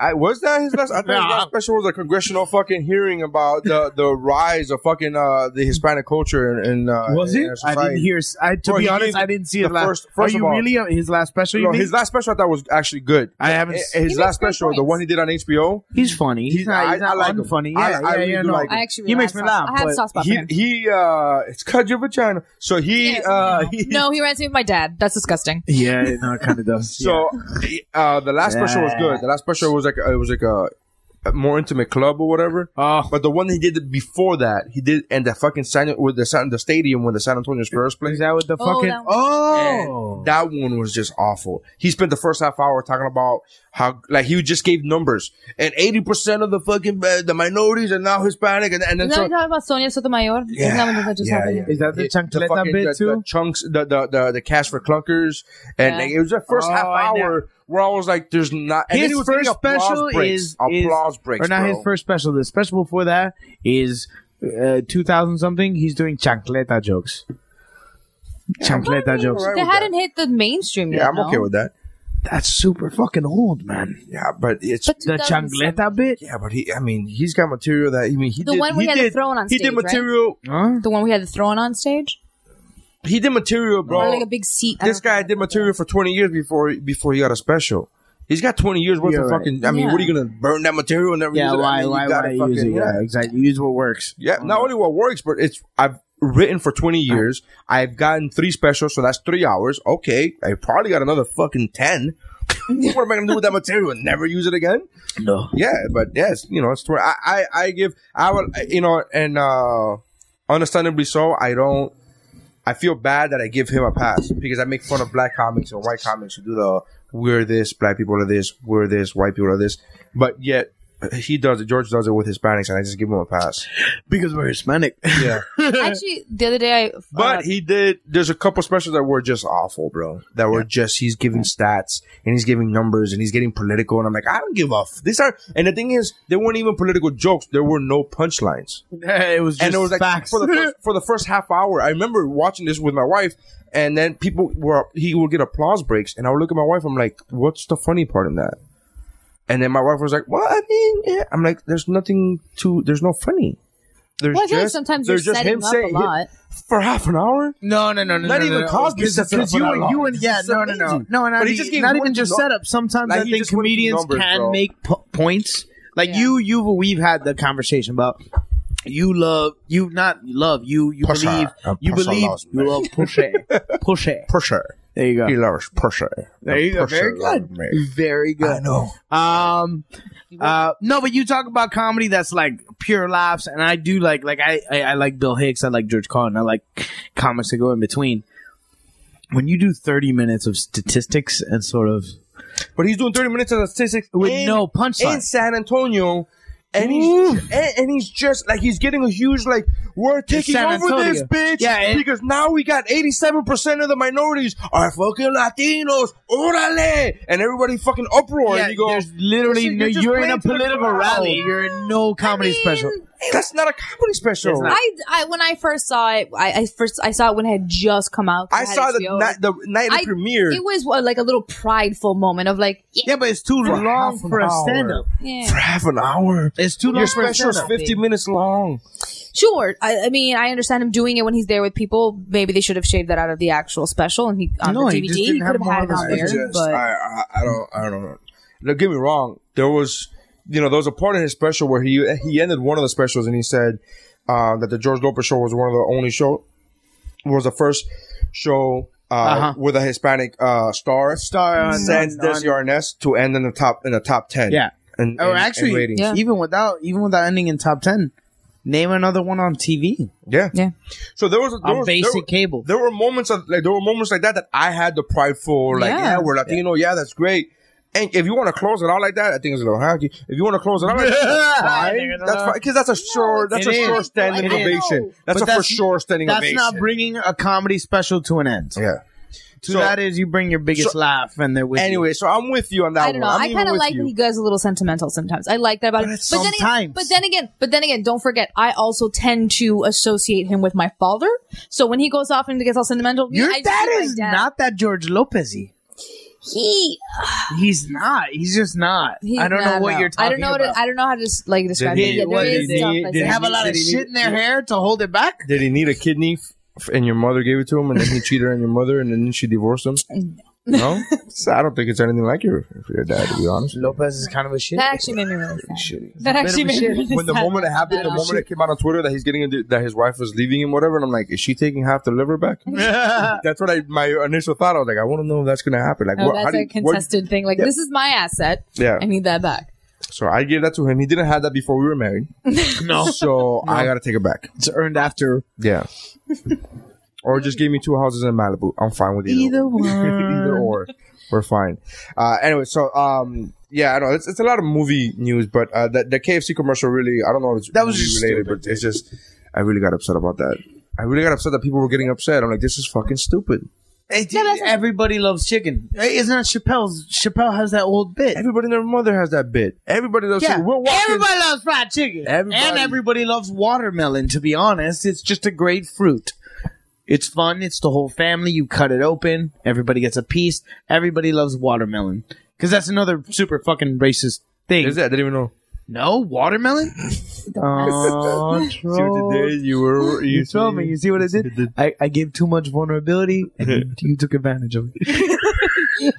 Speaker 1: I was that his last. I thought his
Speaker 8: Nah.
Speaker 1: last special was a congressional fucking hearing about the the rise of fucking uh the Hispanic culture and, and uh,
Speaker 8: was
Speaker 1: in
Speaker 8: it?
Speaker 1: our
Speaker 8: I
Speaker 1: society.
Speaker 8: didn't hear. s- I to
Speaker 1: Bro, he
Speaker 8: be
Speaker 1: gave
Speaker 8: honest, I didn't see
Speaker 1: the
Speaker 8: it last.
Speaker 1: first- first
Speaker 8: Are
Speaker 1: of
Speaker 8: you
Speaker 1: all-
Speaker 8: really his last special? you
Speaker 1: No,
Speaker 8: mean?
Speaker 1: his last special I thought was actually good.
Speaker 8: I haven't.
Speaker 1: His
Speaker 8: s-
Speaker 9: makes
Speaker 1: last
Speaker 9: great
Speaker 1: special, the
Speaker 9: points.
Speaker 1: one he did on HBO,
Speaker 8: He's funny. He's,
Speaker 1: He's-
Speaker 8: not.
Speaker 1: I-
Speaker 8: He's not
Speaker 1: I like him.
Speaker 8: unfunny.
Speaker 1: I-
Speaker 8: Yeah,
Speaker 1: I
Speaker 8: yeah,
Speaker 1: really
Speaker 8: yeah,
Speaker 1: do
Speaker 8: no.
Speaker 1: like him.
Speaker 9: I actually
Speaker 8: He makes
Speaker 9: realized
Speaker 8: me laugh,
Speaker 9: I had a
Speaker 8: but
Speaker 9: soft spot for
Speaker 1: he
Speaker 9: him.
Speaker 1: he uh it's cut your vagina. So he
Speaker 9: Yes.
Speaker 1: uh he,
Speaker 9: no, he reminds me of my dad. That's disgusting.
Speaker 8: Yeah, it- no, it kind of does.
Speaker 1: so uh the last special was
Speaker 8: Yeah.
Speaker 1: good. The last special was like it was like a, a more intimate club or whatever.
Speaker 8: Oh.
Speaker 1: But the one he did before that, he did and the fucking San with the San, the stadium when the San Antonio Spurs
Speaker 8: is
Speaker 1: played.
Speaker 8: that what the
Speaker 9: Oh,
Speaker 8: fucking?
Speaker 9: that one.
Speaker 8: Oh,
Speaker 1: That one was just awful. He spent the first half hour talking about how, like, he just gave numbers, and eighty percent of the fucking uh, the minorities are now Hispanic, and, and then
Speaker 9: Isn't that
Speaker 1: so,
Speaker 9: what you're talking about Sonia Sotomayor?
Speaker 1: Yeah,
Speaker 9: Isn't that what that just
Speaker 1: yeah,
Speaker 9: happened?
Speaker 1: yeah.
Speaker 8: is that the
Speaker 1: the
Speaker 8: chancleta
Speaker 1: fucking
Speaker 8: bit
Speaker 1: the,
Speaker 8: too?
Speaker 1: the chunks, the the the, the cash for clunkers, and
Speaker 9: Yeah.
Speaker 1: it was the first
Speaker 8: Oh,
Speaker 1: half
Speaker 8: I know.
Speaker 1: hour where I was like, "There's not." and then he
Speaker 8: his
Speaker 1: was
Speaker 8: first
Speaker 1: taking applause
Speaker 8: special
Speaker 1: breaks,
Speaker 8: is is-
Speaker 1: applause breaks,
Speaker 8: or not
Speaker 1: bro.
Speaker 8: his first special. The special before that is uh, two thousand something. He's doing chancleta jokes. Chancleta jokes.
Speaker 9: They hadn't hit the mainstream yet.
Speaker 1: Yeah, I'm okay with that.
Speaker 8: That's super fucking old, man.
Speaker 1: Yeah, but it's
Speaker 8: The chancleta bit.
Speaker 1: yeah, but he. I mean, he's got material that I mean, he
Speaker 9: The
Speaker 1: did,
Speaker 9: one we
Speaker 1: he
Speaker 9: had
Speaker 1: did,
Speaker 9: thrown on
Speaker 1: He did
Speaker 9: stage, right?
Speaker 1: material.
Speaker 8: Huh?
Speaker 9: The one we had the throne on stage?
Speaker 1: He did material, bro.
Speaker 9: Or like a big seat. I
Speaker 1: this
Speaker 9: don't-
Speaker 1: guy did material for 20 years before before he got a special. He's got 20 years worth
Speaker 8: You're
Speaker 1: of
Speaker 8: right.
Speaker 1: fucking. I mean,
Speaker 9: Yeah.
Speaker 1: what are you gonna burn that material and never
Speaker 8: Yeah,
Speaker 1: use it? I
Speaker 8: why,
Speaker 1: mean, you
Speaker 8: why,
Speaker 1: gotta
Speaker 8: why
Speaker 1: fucking-
Speaker 8: use it? Yeah, exactly. Use what works.
Speaker 1: Yeah, not only what works, but it's I've written for 20 years. I've gotten three specials, so that's three hours. Okay, I probably got another fucking 10. what am I gonna do with that material? Never use it again?
Speaker 8: No.
Speaker 1: Yeah, but yes, you know, it's where I, I I give I would you know, and uh understandably so, I don't. I feel bad that I give him a pass because I make fun of black comics and white comics who do the we're this, black people are this, we're this, white people are this, but yet. He does it. George does it with Hispanics, and I just give him a pass.
Speaker 8: Because we're Hispanic.
Speaker 1: Yeah,
Speaker 9: Actually, the other day I.
Speaker 1: But
Speaker 9: uh,
Speaker 1: he did. There's a couple specials that were just awful, bro. That were just he's giving stats and he's giving numbers and he's getting political, and I'm like, I don't give a. F- these are and the thing is, they weren't even political jokes. There were no punchlines,
Speaker 8: it was just
Speaker 1: and it was like
Speaker 8: facts.
Speaker 1: for the first, for the first half hour. I remember watching this with my wife, and then people were he would get applause breaks, and I would look at my wife. I'm like, what's the funny part in that? And then my wife was like, well, I mean, yeah. I'm like, there's nothing to. There's no funny. There's
Speaker 9: well, I feel like
Speaker 1: just-
Speaker 9: sometimes you're
Speaker 1: there's just
Speaker 9: setting
Speaker 1: him
Speaker 9: up
Speaker 1: saying
Speaker 9: a lot.
Speaker 1: for half an hour.
Speaker 8: No, no, no, no.
Speaker 1: Not
Speaker 8: no,
Speaker 1: even
Speaker 8: no, no.
Speaker 1: Cosby
Speaker 8: Because-
Speaker 1: sets it up
Speaker 8: because
Speaker 1: for
Speaker 8: you
Speaker 1: that
Speaker 8: and
Speaker 1: long.
Speaker 8: you and yeah,
Speaker 1: It's
Speaker 8: no, no, no,
Speaker 1: amazing.
Speaker 8: no, and
Speaker 1: But
Speaker 8: I
Speaker 1: he
Speaker 8: mean,
Speaker 1: just gave
Speaker 8: not
Speaker 1: one
Speaker 8: even just
Speaker 1: no-
Speaker 8: setup. Sometimes
Speaker 1: Like,
Speaker 8: I
Speaker 1: he
Speaker 8: think
Speaker 1: just went through
Speaker 8: comedians
Speaker 1: numbers,
Speaker 8: can
Speaker 1: bro.
Speaker 8: make p- points. Like
Speaker 9: Yeah.
Speaker 8: you, you, we've had the conversation about you love you not love you you
Speaker 1: Pusher.
Speaker 8: believe
Speaker 1: Uh,
Speaker 8: you
Speaker 1: Pusher
Speaker 8: believe
Speaker 1: loves me.
Speaker 8: you love pusher pusher
Speaker 1: For sure.
Speaker 8: There you go.
Speaker 1: He loves pussy.
Speaker 8: There you go.
Speaker 1: Pussy
Speaker 8: Very good. Mm.
Speaker 1: love me.
Speaker 8: Very good.
Speaker 1: I know.
Speaker 8: Um, uh, no, but you talk about comedy that's like pure laughs, and I do like like I I, I like Bill Hicks, I like George Carlin, I like comics that go in between. When you do thirty minutes of statistics and sort of
Speaker 1: But he's doing 30 minutes of statistics
Speaker 8: With no punchline.
Speaker 1: punchline in San Antonio. And he's and, and he's just like he's getting a huge like we're taking
Speaker 8: San
Speaker 1: over
Speaker 8: Antonio.
Speaker 1: this bitch
Speaker 8: Yeah, and-
Speaker 1: because now we got eighty seven percent of the minorities are fucking Latinos, orale, and everybody fucking uproar.
Speaker 8: yeah,
Speaker 1: and you go,
Speaker 8: there's literally
Speaker 1: "Listen,
Speaker 8: no,
Speaker 1: just
Speaker 8: you're in a
Speaker 1: playing to the
Speaker 8: political
Speaker 1: crowd."
Speaker 8: rally, you're in no comedy
Speaker 9: I mean,
Speaker 8: special.
Speaker 1: That's not a comedy special.
Speaker 8: It's not.
Speaker 9: I, I when I first saw it, I, I first I saw it when it had just come out. 'cause
Speaker 1: I
Speaker 9: it had
Speaker 1: saw the
Speaker 9: HBO.
Speaker 1: night the night
Speaker 9: I-
Speaker 1: it premiered.
Speaker 9: It was uh, like a little prideful moment of like,
Speaker 8: Yeah, but it's too long
Speaker 1: half an
Speaker 8: for a
Speaker 1: hour.
Speaker 8: stand up.
Speaker 1: for
Speaker 9: yeah,
Speaker 1: half an hour.
Speaker 8: It's too long
Speaker 1: Your
Speaker 8: for a
Speaker 1: special is
Speaker 8: stand-up.
Speaker 1: fifty minutes long.
Speaker 9: sure. I, I mean, I understand him doing it when he's there with people. Maybe they should have shaved that out of the actual special and he on
Speaker 8: No,
Speaker 9: the
Speaker 8: he
Speaker 9: DVD.
Speaker 8: just
Speaker 9: He,
Speaker 8: didn't have
Speaker 9: could have
Speaker 8: more
Speaker 9: had
Speaker 8: of
Speaker 9: it
Speaker 8: a
Speaker 9: on there,
Speaker 1: It's just,
Speaker 9: but
Speaker 1: I, I, I don't, I don't know. Don't get me wrong. There was, you know, there was a part of his special where he he ended one of the specials and he said uh, that the George Lopez show was one of the only show was the first show uh,
Speaker 8: Uh-huh.
Speaker 1: with a Hispanic uh, star
Speaker 8: Star on-
Speaker 1: since
Speaker 8: on- on-
Speaker 1: Desjarnais to end in the top in the top ten.
Speaker 8: Yeah.
Speaker 1: and
Speaker 8: Or actually,
Speaker 1: ratings.
Speaker 9: Yeah.
Speaker 8: even without even without ending in top ten, name another one on TV
Speaker 1: yeah,
Speaker 9: Yeah.
Speaker 1: So there was, a, there
Speaker 8: on
Speaker 1: was
Speaker 8: basic
Speaker 1: there, were-
Speaker 8: cable.
Speaker 1: there were moments of like there were moments like that that I had the prideful like yeah,
Speaker 9: Yeah.
Speaker 1: we're Latino yeah that's great. And if you want to close it out like that, I think it's a little hacky. If you want to close it out, like that, that's fine. That's fine because that's a sure that's a
Speaker 8: it's
Speaker 1: sure
Speaker 8: not.
Speaker 1: standing
Speaker 8: I know.
Speaker 1: ovation. That's
Speaker 8: But
Speaker 1: a for sure standing
Speaker 8: That's
Speaker 1: ovation.
Speaker 8: not bringing a comedy special to an end.
Speaker 1: yeah.
Speaker 8: To
Speaker 1: So-
Speaker 8: that is you bring your biggest
Speaker 1: so-
Speaker 8: laugh and they're with you.
Speaker 1: Anyway, so I'm with you on that
Speaker 9: I don't know.
Speaker 1: one. I'm
Speaker 9: I
Speaker 1: even
Speaker 9: kind of
Speaker 1: with
Speaker 9: like
Speaker 1: you.
Speaker 9: when he goes a little sentimental sometimes. I like that about him. But then, again,
Speaker 8: sometimes.
Speaker 9: but then again, but then again, don't forget, I also tend to associate him with my father. So when he goes off and gets all sentimental,
Speaker 8: your
Speaker 9: I just
Speaker 8: dad
Speaker 9: see my
Speaker 8: is
Speaker 9: dad.
Speaker 8: not that George Lopez-y.
Speaker 9: He,
Speaker 8: He's not. Ah. He's just not.
Speaker 9: he-
Speaker 8: I don't
Speaker 9: nah,
Speaker 8: know what
Speaker 9: no.
Speaker 8: you're talking
Speaker 9: I don't know.
Speaker 8: about.
Speaker 9: What, I don't know how to s- like describe
Speaker 1: he-
Speaker 9: it. Yeah,
Speaker 1: what
Speaker 9: there is
Speaker 1: did he-
Speaker 9: stuff like
Speaker 1: did
Speaker 8: they
Speaker 1: he
Speaker 9: that.
Speaker 8: have a lot of
Speaker 1: Did he-
Speaker 8: shit in their hair to hold it back.
Speaker 1: Did he need a kidney? f- And your mother gave it to him, and then he cheated on your mother, and then she divorced him. No, So I don't think it's anything like your your dad, to be honest.
Speaker 8: Lopez is kind of a shit.
Speaker 9: That actually made me really sad.
Speaker 1: Shitty.
Speaker 9: That actually made me really sad. Oh,
Speaker 1: when the moment it happened, the moment it came out on Twitter that he's getting into, that his wife was leaving him, whatever, and I'm like, is she taking half the liver back? that's what I my initial thought. I was like, I want to know if that's gonna happen. Like,
Speaker 9: Oh,
Speaker 1: what, how
Speaker 9: that's
Speaker 1: do
Speaker 9: a
Speaker 1: you- what-
Speaker 9: contested thing. Like
Speaker 1: Yeah.
Speaker 9: this is my asset.
Speaker 1: Yeah.
Speaker 9: I need that back.
Speaker 1: So I gave that to him. He didn't have that before we were married.
Speaker 8: no,
Speaker 1: So I gotta take it back.
Speaker 8: it's earned after
Speaker 1: Yeah. or just give me two houses in Malibu. I'm fine with either.
Speaker 8: either one.
Speaker 1: either or. We're fine. Uh, anyway, so um, yeah, I know it's, it's a lot of movie news, but uh, the, the KFC commercial really, I don't know if it's
Speaker 8: That was
Speaker 1: movie
Speaker 8: just
Speaker 1: related,
Speaker 8: stupid,
Speaker 1: but it's just, I really got upset about that. I really got upset that people were getting upset. I'm like, this is fucking stupid.
Speaker 8: Hey, dude, everybody loves chicken. Hey, Isn't that Chappelle's? Chappelle has that old bit.
Speaker 1: Everybody and their mother has that bit. Everybody loves
Speaker 8: Yeah,
Speaker 1: it. We're walking.
Speaker 8: everybody loves fried chicken,
Speaker 1: Everybody.
Speaker 8: and everybody loves watermelon. To be honest, it's just a great fruit. It's fun. It's the whole family. You cut it open. Everybody gets a piece. Everybody loves watermelon because that's another super fucking racist thing.
Speaker 1: Is that? I didn't even know.
Speaker 8: No watermelon. oh, troll.
Speaker 1: you were.
Speaker 8: You told me. You see what I did? I, I gave too much vulnerability, and you, you took advantage of it.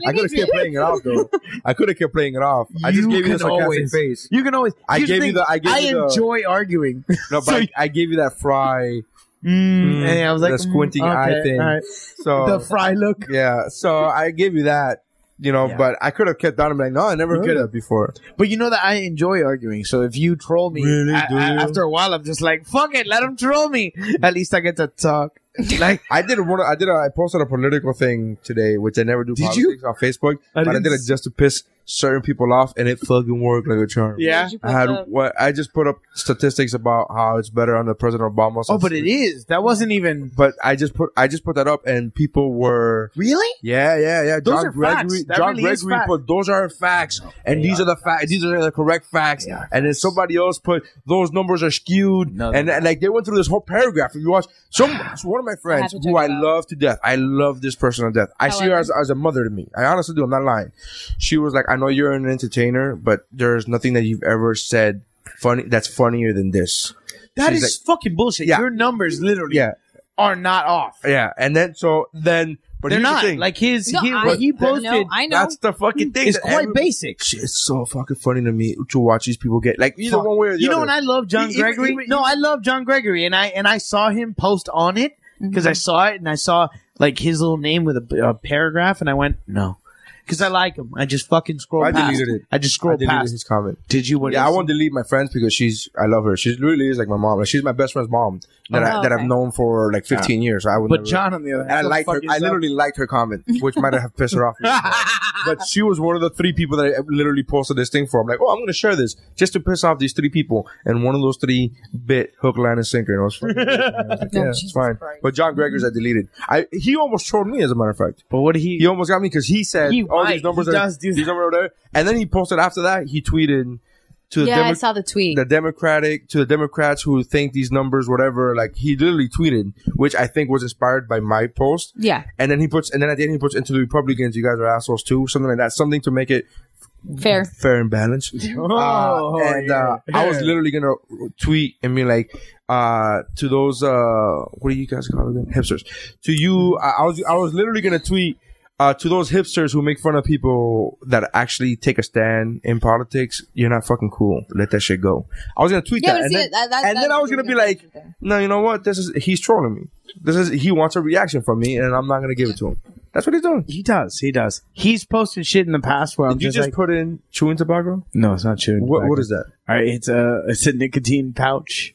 Speaker 1: I could have kept playing it off though. I could have kept playing it off. I just gave you the
Speaker 8: can
Speaker 1: sarcastic
Speaker 8: always-
Speaker 1: face.
Speaker 8: You can always.
Speaker 1: I
Speaker 8: here's
Speaker 1: gave you
Speaker 8: thing,
Speaker 1: the- I gave
Speaker 8: I
Speaker 1: you the-
Speaker 8: enjoy arguing.
Speaker 1: No, but I, I gave you that fry.
Speaker 8: Mm, and I was like
Speaker 1: the squinting
Speaker 8: mm,
Speaker 1: eye
Speaker 8: okay,
Speaker 1: thing. Oh.
Speaker 8: all right.
Speaker 1: So
Speaker 8: the fry look.
Speaker 1: yeah, so I give you that, you know. But I could have kept on. I'm like, no, I never heard
Speaker 8: could
Speaker 1: of that before.
Speaker 8: But you know that I enjoy arguing. So if you troll me,
Speaker 1: Really,
Speaker 8: I-
Speaker 1: do
Speaker 8: I-
Speaker 1: you?
Speaker 8: after a while, I'm just like, fuck it, let him troll me. At least I get to talk. Like,
Speaker 1: I did one. I did. A, I posted a political thing today, which I never do.
Speaker 8: Did you?
Speaker 1: politics on Facebook?
Speaker 8: I
Speaker 1: but I
Speaker 8: didn't
Speaker 1: did it
Speaker 8: s-
Speaker 1: just to piss certain people off, and it fucking worked like a charm.
Speaker 8: yeah.
Speaker 1: I had what I just put up statistics about how it's better under President Obama.
Speaker 8: Oh, but it is. That wasn't even
Speaker 1: But I just put I just put that up, and people were
Speaker 8: really.
Speaker 1: Yeah, yeah, yeah.
Speaker 8: Those
Speaker 1: John
Speaker 8: are facts.
Speaker 1: Gregory,
Speaker 8: That
Speaker 1: John
Speaker 8: really is
Speaker 1: Gregory
Speaker 8: fact.
Speaker 1: put those are facts, and these are the facts. These are the correct facts. And then somebody else put those numbers are skewed,
Speaker 8: No, they're
Speaker 1: and, and like they went through this whole paragraph. If you watch, some so one of my friends
Speaker 9: to check
Speaker 1: who I
Speaker 9: it out.
Speaker 1: love to death, I love this person to death. I see her
Speaker 9: However-
Speaker 1: as, as a mother to me. I honestly do. I'm not lying. She was like, I know you're an entertainer, but there's nothing that you've ever said funny that's funnier than this.
Speaker 8: That is
Speaker 1: She's
Speaker 8: fucking bullshit.
Speaker 1: Yeah.
Speaker 8: Your numbers literally
Speaker 1: Yeah,
Speaker 8: are not off.
Speaker 1: yeah. And then so then, but
Speaker 8: They're
Speaker 1: here's the
Speaker 8: not
Speaker 1: thing.
Speaker 8: like his.
Speaker 9: No,
Speaker 8: he,
Speaker 9: I-
Speaker 8: what he
Speaker 9: I know,
Speaker 8: posted
Speaker 9: I know.
Speaker 1: that's the fucking thing.
Speaker 8: is
Speaker 1: that
Speaker 8: quite
Speaker 1: every-
Speaker 8: basic.
Speaker 1: Shit, it's so fucking funny to me to watch these people get like either
Speaker 8: Fuck.
Speaker 1: one way or the
Speaker 8: you know,
Speaker 1: other.
Speaker 8: and I love John
Speaker 1: Even-
Speaker 8: Gregory.
Speaker 1: even-
Speaker 8: no, I love John Gregory, and I and I saw him post on it, because I saw it and I saw like his little name with a, a paragraph, and I went no, because I like him. I just fucking scroll.
Speaker 1: I
Speaker 8: past.
Speaker 1: deleted it.
Speaker 8: I just scroll
Speaker 1: I deleted
Speaker 8: past.
Speaker 1: his comment.
Speaker 8: Did you? What
Speaker 1: yeah,
Speaker 8: is-
Speaker 1: I won't delete my friends because she's I love her. She really is like my mom. Like she's my best friend's mom that I,
Speaker 9: Oh,
Speaker 1: that I've
Speaker 9: okay.
Speaker 1: known for like 15 years. So I would.
Speaker 8: But
Speaker 1: never-
Speaker 8: John, on the other
Speaker 1: and
Speaker 8: hand,
Speaker 1: I
Speaker 8: so
Speaker 1: liked her.
Speaker 8: fuck
Speaker 1: I
Speaker 8: yourself.
Speaker 1: literally liked her comment, which might have pissed her off. but she was one of the three people that I literally posted this thing for. I'm like, oh, I'm going to share this just to piss off these three people. And one of those three bit hook, line, and sinker. And it was fucking great, man. I was like,
Speaker 9: No,
Speaker 1: yeah, it's
Speaker 9: Jesus
Speaker 1: fine.
Speaker 9: Christ.
Speaker 1: But John Gregor's I deleted. I he almost trolled me as a matter of fact.
Speaker 8: But what did he?
Speaker 1: He almost got me because he said
Speaker 8: He
Speaker 1: all
Speaker 8: might.
Speaker 1: these numbers
Speaker 8: He
Speaker 1: are
Speaker 8: does do
Speaker 1: these
Speaker 8: that.
Speaker 1: numbers are there. And then he posted after that. He tweeted to the
Speaker 9: yeah, I
Speaker 1: Demo-
Speaker 9: saw the tweet.
Speaker 1: the Democratic to the Democrats who think these numbers whatever. Like he literally tweeted, which I think was inspired by my post.
Speaker 9: yeah,
Speaker 1: And then he puts, and then at the end he puts, into the Republicans, you guys are assholes too, something like that, something to make it
Speaker 9: fair.
Speaker 1: fair and balanced.
Speaker 8: Oh,
Speaker 1: Uh, and uh,
Speaker 8: yeah.
Speaker 1: I was literally gonna tweet and be like, uh, to those, uh, what do you guys call them? Hipsters. To you, I, I was, I was literally gonna tweet. Uh, to those hipsters who make fun of people that actually take a stand in politics, you're not fucking cool. Let that shit go. I was gonna tweet
Speaker 9: Yeah,
Speaker 1: that,
Speaker 9: but
Speaker 1: and
Speaker 9: see,
Speaker 1: then,
Speaker 9: that- that-
Speaker 1: and then
Speaker 9: that
Speaker 1: I was
Speaker 9: was a
Speaker 1: gonna be
Speaker 9: good
Speaker 1: like,
Speaker 9: answer there.
Speaker 1: "No, you know what? This is he's trolling me. This is he wants a reaction from me, and I'm not gonna give it to him. That's what he's doing."
Speaker 8: he does. He does. He's posted shit in the past where I'm
Speaker 1: Did you
Speaker 8: just,
Speaker 1: just
Speaker 8: like,
Speaker 1: put in chewing tobacco?
Speaker 8: no, it's not chewing.
Speaker 1: What,
Speaker 8: tobacco.
Speaker 1: what is that?
Speaker 8: All right, it's a it's a nicotine pouch.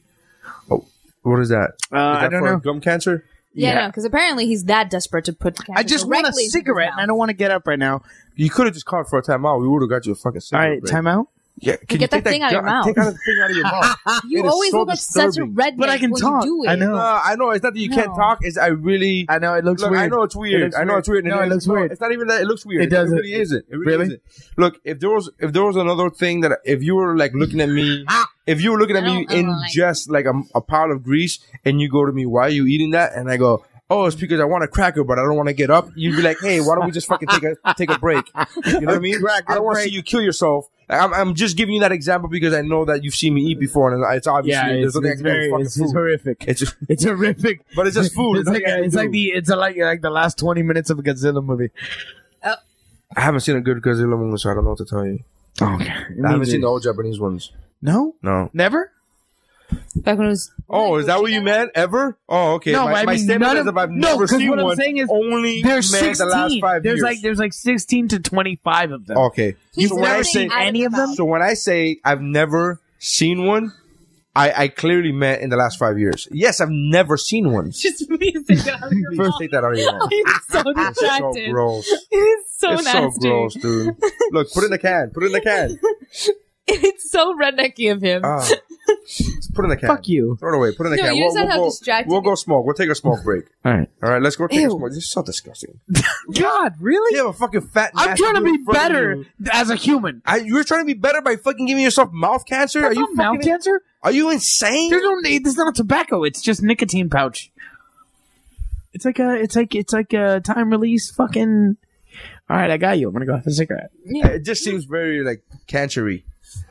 Speaker 1: What is that?
Speaker 8: Uh,
Speaker 1: Is that
Speaker 8: I don't
Speaker 1: for
Speaker 8: know.
Speaker 1: Gum cancer?
Speaker 9: Yeah,
Speaker 8: Yeah.
Speaker 9: no, because apparently he's that desperate to put.
Speaker 8: I just want a cigarette, and I don't want to get up right now.
Speaker 1: You could have just called for a timeout. We would have got you a fucking.
Speaker 8: All
Speaker 1: cigarette
Speaker 8: right,
Speaker 1: break.
Speaker 8: time out.
Speaker 1: Yeah, can
Speaker 9: Get that thing out of your
Speaker 1: gun-
Speaker 9: mouth.
Speaker 1: Take out the thing out of your mouth.
Speaker 9: You
Speaker 1: It is
Speaker 9: always
Speaker 1: so
Speaker 9: look like such a
Speaker 1: disturbing. Uh,
Speaker 9: redneck.
Speaker 8: But I can
Speaker 9: when
Speaker 8: talk.
Speaker 9: You do it.
Speaker 8: I know.
Speaker 1: No, I know it's not that you can't
Speaker 9: No.
Speaker 1: talk. It's I really.
Speaker 8: I know it looks
Speaker 1: Look,
Speaker 8: weird.
Speaker 1: I know it's
Speaker 8: It
Speaker 1: weird.
Speaker 8: looks
Speaker 1: I know it's weird. and
Speaker 8: No, it looks
Speaker 1: no,
Speaker 8: weird.
Speaker 1: It's not even that. It looks weird.
Speaker 8: It doesn't.
Speaker 1: really isn't. It really,
Speaker 8: Really?
Speaker 1: isn't. Look, if there was, if there was another thing that, if you were like looking at me,
Speaker 8: Ah!
Speaker 1: if you were looking at
Speaker 9: I
Speaker 1: me
Speaker 9: don't- I
Speaker 1: in
Speaker 9: don't like
Speaker 1: just like a, a pile of grease, and you go to me, why are you eating that? And I go. Oh, it's because I want a cracker, but I don't want to get up. You'd be like, "Hey, why don't we just fucking take a take a break?" You know what I mean? I don't want to see you kill yourself. Like, I'm, I'm just giving you that example because I know that you've seen me eat before, and it's obviously
Speaker 8: Yeah,
Speaker 1: there's
Speaker 8: it's,
Speaker 1: nothing I
Speaker 8: it's
Speaker 1: can do with
Speaker 8: very
Speaker 1: fucking
Speaker 8: it's,
Speaker 1: food.
Speaker 8: it's horrific.
Speaker 1: It's just,
Speaker 8: It's horrific.
Speaker 1: but it's just food.
Speaker 8: It's
Speaker 1: There's
Speaker 8: like
Speaker 1: nothing I can
Speaker 8: it's like
Speaker 1: do.
Speaker 8: the it's like like the last twenty minutes of a Godzilla movie.
Speaker 1: I haven't seen a good Godzilla movie, so I don't know what to tell you.
Speaker 8: Oh, okay.
Speaker 1: I haven't seen the old Japanese ones.
Speaker 8: No,
Speaker 1: No.
Speaker 8: never.
Speaker 9: Back when it was.
Speaker 1: Oh, is that what you meant? Ever? Oh, okay.
Speaker 8: No,
Speaker 1: my,
Speaker 8: but I
Speaker 1: my
Speaker 8: mean,
Speaker 1: statement
Speaker 8: none
Speaker 1: is
Speaker 8: of-
Speaker 1: if I've
Speaker 8: no,
Speaker 1: never
Speaker 8: 'cause
Speaker 1: seen
Speaker 8: what I'm
Speaker 1: one.
Speaker 8: saying is
Speaker 1: only
Speaker 8: There's
Speaker 1: meant
Speaker 8: sixteen.
Speaker 1: the last five
Speaker 8: there's
Speaker 1: years.
Speaker 8: like there's like sixteen to twenty five of them.
Speaker 1: okay.
Speaker 9: You've
Speaker 1: So when I
Speaker 9: never
Speaker 1: say-
Speaker 9: seen any of them?
Speaker 1: So when I say I've never seen one, I, I clearly meant in the last five years. Yes, I've never seen one.
Speaker 9: Just please take it out of your
Speaker 1: First,
Speaker 9: mouth.
Speaker 1: take that out of your mouth.
Speaker 9: I'm so
Speaker 1: It's so
Speaker 9: distracted.
Speaker 1: gross.
Speaker 9: it is so
Speaker 1: it's
Speaker 9: nasty.
Speaker 1: so gross, dude. Look, put it in the can. Put it in the can.
Speaker 9: It's so rednecky of him.
Speaker 1: Ah. Just put it in the can.
Speaker 8: Fuck you.
Speaker 1: Throw it away. Put it in the
Speaker 9: No,
Speaker 1: can.
Speaker 9: you
Speaker 1: we'll,
Speaker 9: just said
Speaker 1: we'll
Speaker 9: how
Speaker 1: go,
Speaker 9: distracting
Speaker 1: we'll
Speaker 9: it-
Speaker 1: go smoke. We'll take a smoke break.
Speaker 8: All right.
Speaker 1: All right, let's go take a
Speaker 9: Ew.
Speaker 1: smoke. This is so disgusting.
Speaker 8: God, really?
Speaker 1: You have a fucking fat.
Speaker 8: I'm
Speaker 1: nasty
Speaker 8: trying to
Speaker 1: dude
Speaker 8: be
Speaker 1: in front of
Speaker 8: better
Speaker 1: you.
Speaker 8: as a human.
Speaker 1: I, you're trying to be better by fucking giving yourself mouth cancer. Are you
Speaker 8: Not mouth
Speaker 1: fucking-
Speaker 8: cancer?
Speaker 1: Are you insane?
Speaker 8: There's no. It's not tobacco. It's just nicotine pouch. It's like a. It's like it's like a time release. Fucking. All right, I got you. I'm gonna go have a cigarette.
Speaker 1: It just seems very like cancery.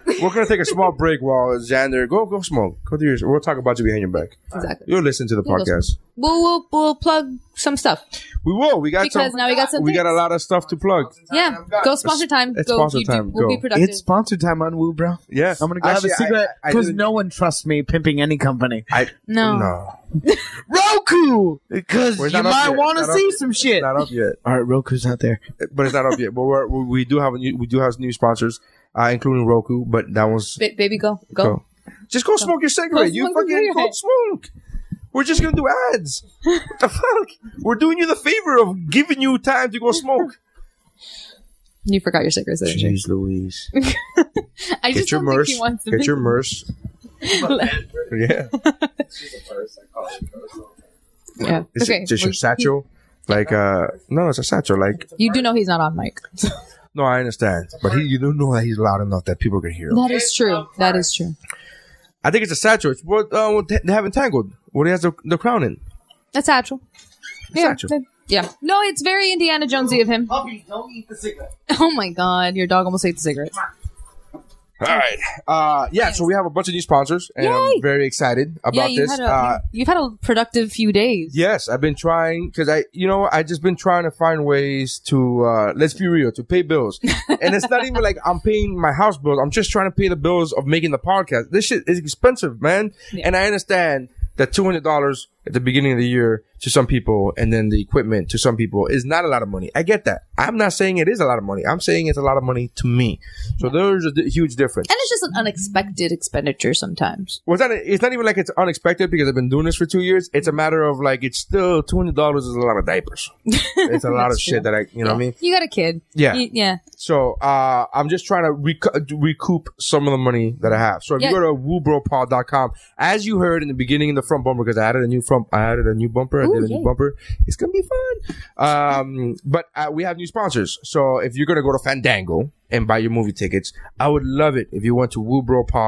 Speaker 1: We're gonna take a small break while Xander go go smoke. Go do yours. We'll talk about you behind your back.
Speaker 9: Exactly.
Speaker 1: You'll listen to the
Speaker 9: We'll go
Speaker 1: podcast.
Speaker 9: We'll, we'll we'll plug some stuff
Speaker 1: We will. We got
Speaker 9: because
Speaker 1: some.
Speaker 9: now we got some.
Speaker 1: we got a
Speaker 9: things.
Speaker 1: lot of stuff to plug.
Speaker 9: Yeah, go sponsor time.
Speaker 1: It's
Speaker 9: go,
Speaker 1: sponsor
Speaker 9: you do-
Speaker 1: time.
Speaker 9: We'll be
Speaker 1: Go.
Speaker 9: productive.
Speaker 8: sponsor time on Woo, bro.
Speaker 1: Yeah,
Speaker 8: I'm gonna go
Speaker 1: Actually, I-
Speaker 8: have a cigarette
Speaker 1: I- I
Speaker 8: because
Speaker 1: didn't-
Speaker 8: no one trusts me pimping any company.
Speaker 1: I
Speaker 9: No.
Speaker 1: no.
Speaker 8: Roku, because
Speaker 1: Well, it's
Speaker 8: you
Speaker 1: not up
Speaker 8: might
Speaker 1: yet.
Speaker 8: want to
Speaker 1: It's not
Speaker 8: see
Speaker 1: up
Speaker 8: some shit.
Speaker 1: Not up yet.
Speaker 8: All right, Roku's not there.
Speaker 1: but it's not up yet. But we're, we we do have a new, we do have new sponsors, uh, including Roku. But that was
Speaker 9: Ba- baby, go go.
Speaker 1: go. Just go smoke your cigarette. you
Speaker 9: smoke
Speaker 1: fucking
Speaker 9: your
Speaker 1: go
Speaker 9: cigarette.
Speaker 1: smoke. We're just gonna do ads. what the fuck? We're doing you the favor of giving you time to go smoke.
Speaker 9: You forgot your cigarettes. didn't you?
Speaker 1: Louise.
Speaker 9: I
Speaker 1: Get
Speaker 9: just
Speaker 1: your
Speaker 9: don't think
Speaker 1: merce.
Speaker 9: he wants to.
Speaker 1: Get your merce. Yeah.
Speaker 9: yeah.
Speaker 1: It's
Speaker 9: okay.
Speaker 1: just your
Speaker 9: well,
Speaker 1: satchel. Like uh no, it's a satchel. Like
Speaker 9: You do know he's not on mic.
Speaker 1: no, I understand, but he, you don't know that he's loud enough that people can hear him.
Speaker 9: That is true. That is true.
Speaker 1: I think it's a satchel. It's what uh, what they have entangled. What he has the, the crown in.
Speaker 9: That's satchel. Yeah.
Speaker 1: Satchel.
Speaker 9: that- Yeah. No, it's very Indiana Jonesy of him. Puppy, don't eat the cigarette. Oh my god, your dog almost ate the cigarette.
Speaker 1: All right. Uh, yeah, so we have a bunch of new sponsors, and I'm
Speaker 9: Yay!
Speaker 1: very excited
Speaker 9: yeah,
Speaker 1: about
Speaker 9: you
Speaker 1: this.
Speaker 9: had a
Speaker 1: uh,
Speaker 9: you, have had a productive few days.
Speaker 1: yes, I've been trying because I, you know, I just been trying to find ways to uh, let's be real to pay bills, and it's not even like I'm paying my house bills. I'm just trying to pay the bills of making the podcast. This shit is expensive, man, and I understand that two hundred dollars at the beginning of the year to some people and then the equipment to some people is not a lot of money. I get that. I'm not saying it is a lot of money. I'm saying it's a lot of money to me. So there's a d- huge difference.
Speaker 9: And it's just an unexpected expenditure sometimes.
Speaker 1: Well, it's not, it's not even like it's unexpected because I've been doing this for two years. It's a matter of like, it's still $200 is a lot of diapers. It's a lot of shit that I, you know what I mean?
Speaker 9: You got a kid.
Speaker 1: Yeah.
Speaker 9: You- yeah.
Speaker 1: So uh, I'm just trying to recoup, recoup some of the money that I have. So if
Speaker 9: Yeah.
Speaker 1: you go to woobropod.com, as you heard in the beginning in the front bumper, because I added a new front, I added a new bumper, I
Speaker 9: Ooh,
Speaker 1: did a
Speaker 9: yay.
Speaker 1: new bumper. It's gonna be fun. Um, but uh, we have new sponsors. So if you're gonna go to Fandango and buy your movie tickets, I would love it if you went to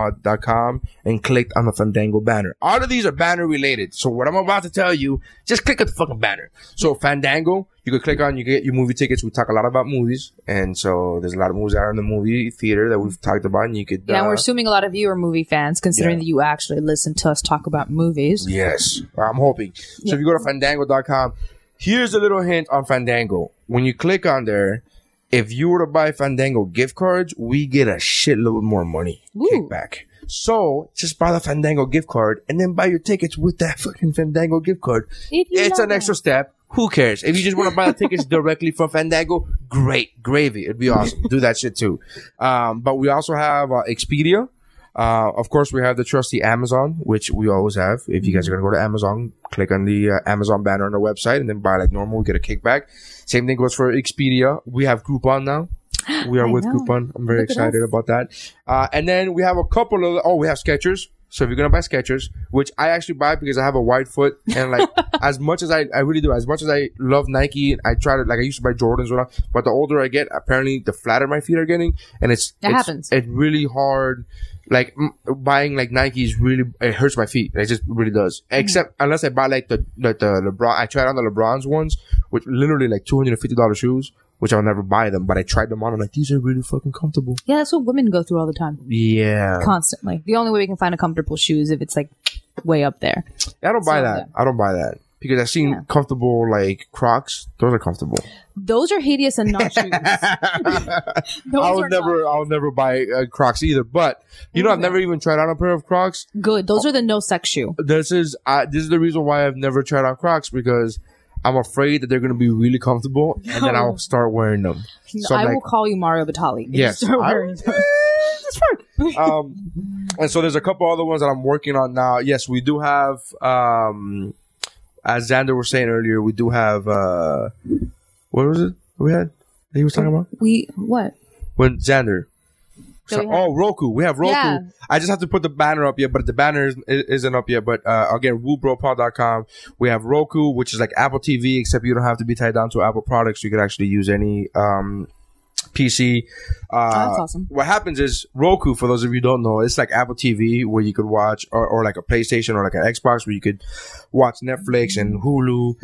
Speaker 1: woobropod.com and clicked on the Fandango banner. All of these are banner related. So what I'm about to tell you, just click at the fucking banner. So Fandango, you could click on, you get your movie tickets. We talk a lot about movies, and so there's a lot of movies out in the movie theater that we've talked about, and you could.
Speaker 9: Yeah,
Speaker 1: uh,
Speaker 9: we're assuming a lot of you are movie fans, considering that you actually listen to us talk about movies.
Speaker 1: Yes, I'm hoping. So if you go to fandango.com, here's a little hint on Fandango. When you click on there, if you were to buy Fandango gift cards, we get a shitload more money
Speaker 9: Ooh.
Speaker 1: kickback. So just buy the Fandango gift card and then buy your tickets with that fucking Fandango gift card.
Speaker 9: If you
Speaker 1: It's
Speaker 9: love
Speaker 1: an extra step. Who cares? If you just want to buy the tickets directly from Fandango, great gravy. It'd be awesome. Do that shit too. Um, but we also have uh, Expedia. Uh, of course, we have the trusty Amazon, which we always have. If you guys
Speaker 9: Mm-hmm.
Speaker 1: are going to go to Amazon, click on the uh, Amazon banner on our website and then buy like normal, we get a kickback. Same thing goes for Expedia. We have Groupon now. We are
Speaker 9: I
Speaker 1: with
Speaker 9: know.
Speaker 1: Groupon. I'm very
Speaker 9: Look at
Speaker 1: excited
Speaker 9: us.
Speaker 1: about that. Uh, and then we have a couple of, oh, we have Skechers. So if you're going to buy Skechers, which I actually buy because I have a wide foot and like as much as I, I really do, as much as I love Nike, I try to, like I used to buy Jordans when I, but the older I get, apparently the flatter my feet are getting and it's,
Speaker 9: That
Speaker 1: it's,
Speaker 9: happens.
Speaker 1: It's really hard. Like m- buying like Nikes really it hurts my feet. It just really does.
Speaker 9: Mm-hmm.
Speaker 1: Except unless I buy like the the, the LeBron. I tried on the LeBron's ones, which literally like two hundred and fifty dollars shoes, which I'll never buy them. But I tried them on. I'm like these are really fucking comfortable.
Speaker 9: Yeah, that's what women go through all the time,
Speaker 1: Yeah,
Speaker 9: constantly. The only way we can find a comfortable shoe is if it's like way up there.
Speaker 1: I don't buy
Speaker 9: So,
Speaker 1: that. I don't buy that because I've seen comfortable like Crocs. Those are comfortable.
Speaker 9: Those are hideous and not shoes. Those
Speaker 1: I
Speaker 9: are
Speaker 1: would never. I'll never buy uh, Crocs either. But you know, I've never even tried on a pair of Crocs.
Speaker 9: not good. Those are the no sex shoe.
Speaker 1: this is I this is the reason why I've never tried on Crocs because I'm afraid that they're gonna be really comfortable and then I'll start wearing them. So
Speaker 9: I
Speaker 1: I'm
Speaker 9: will
Speaker 1: like,
Speaker 9: call you Mario Batali. if you
Speaker 1: yes,
Speaker 9: start
Speaker 1: I-
Speaker 9: wearing them.
Speaker 1: that's fine. um, and so there's a couple other ones that I'm working on now. Yes, we do have. Um, as Xander was saying earlier, we do have. Uh, what was it we had? That he was talking about
Speaker 9: We what?
Speaker 1: when Xander.
Speaker 9: That we had-
Speaker 1: oh, Roku. We have Roku.
Speaker 9: Yeah.
Speaker 1: I just have to put the banner up yet, but the banner is, isn't up yet. But uh, again, woobropod.com. We have Roku, which is like Apple TV, except you don't have to be tied down to Apple products. You could actually use any um, PC. Uh,
Speaker 9: Oh, that's awesome.
Speaker 1: What happens is Roku, for those of you who don't know, it's like Apple TV where you could watch, or, or like a PlayStation or like an Xbox where you could watch Netflix and Hulu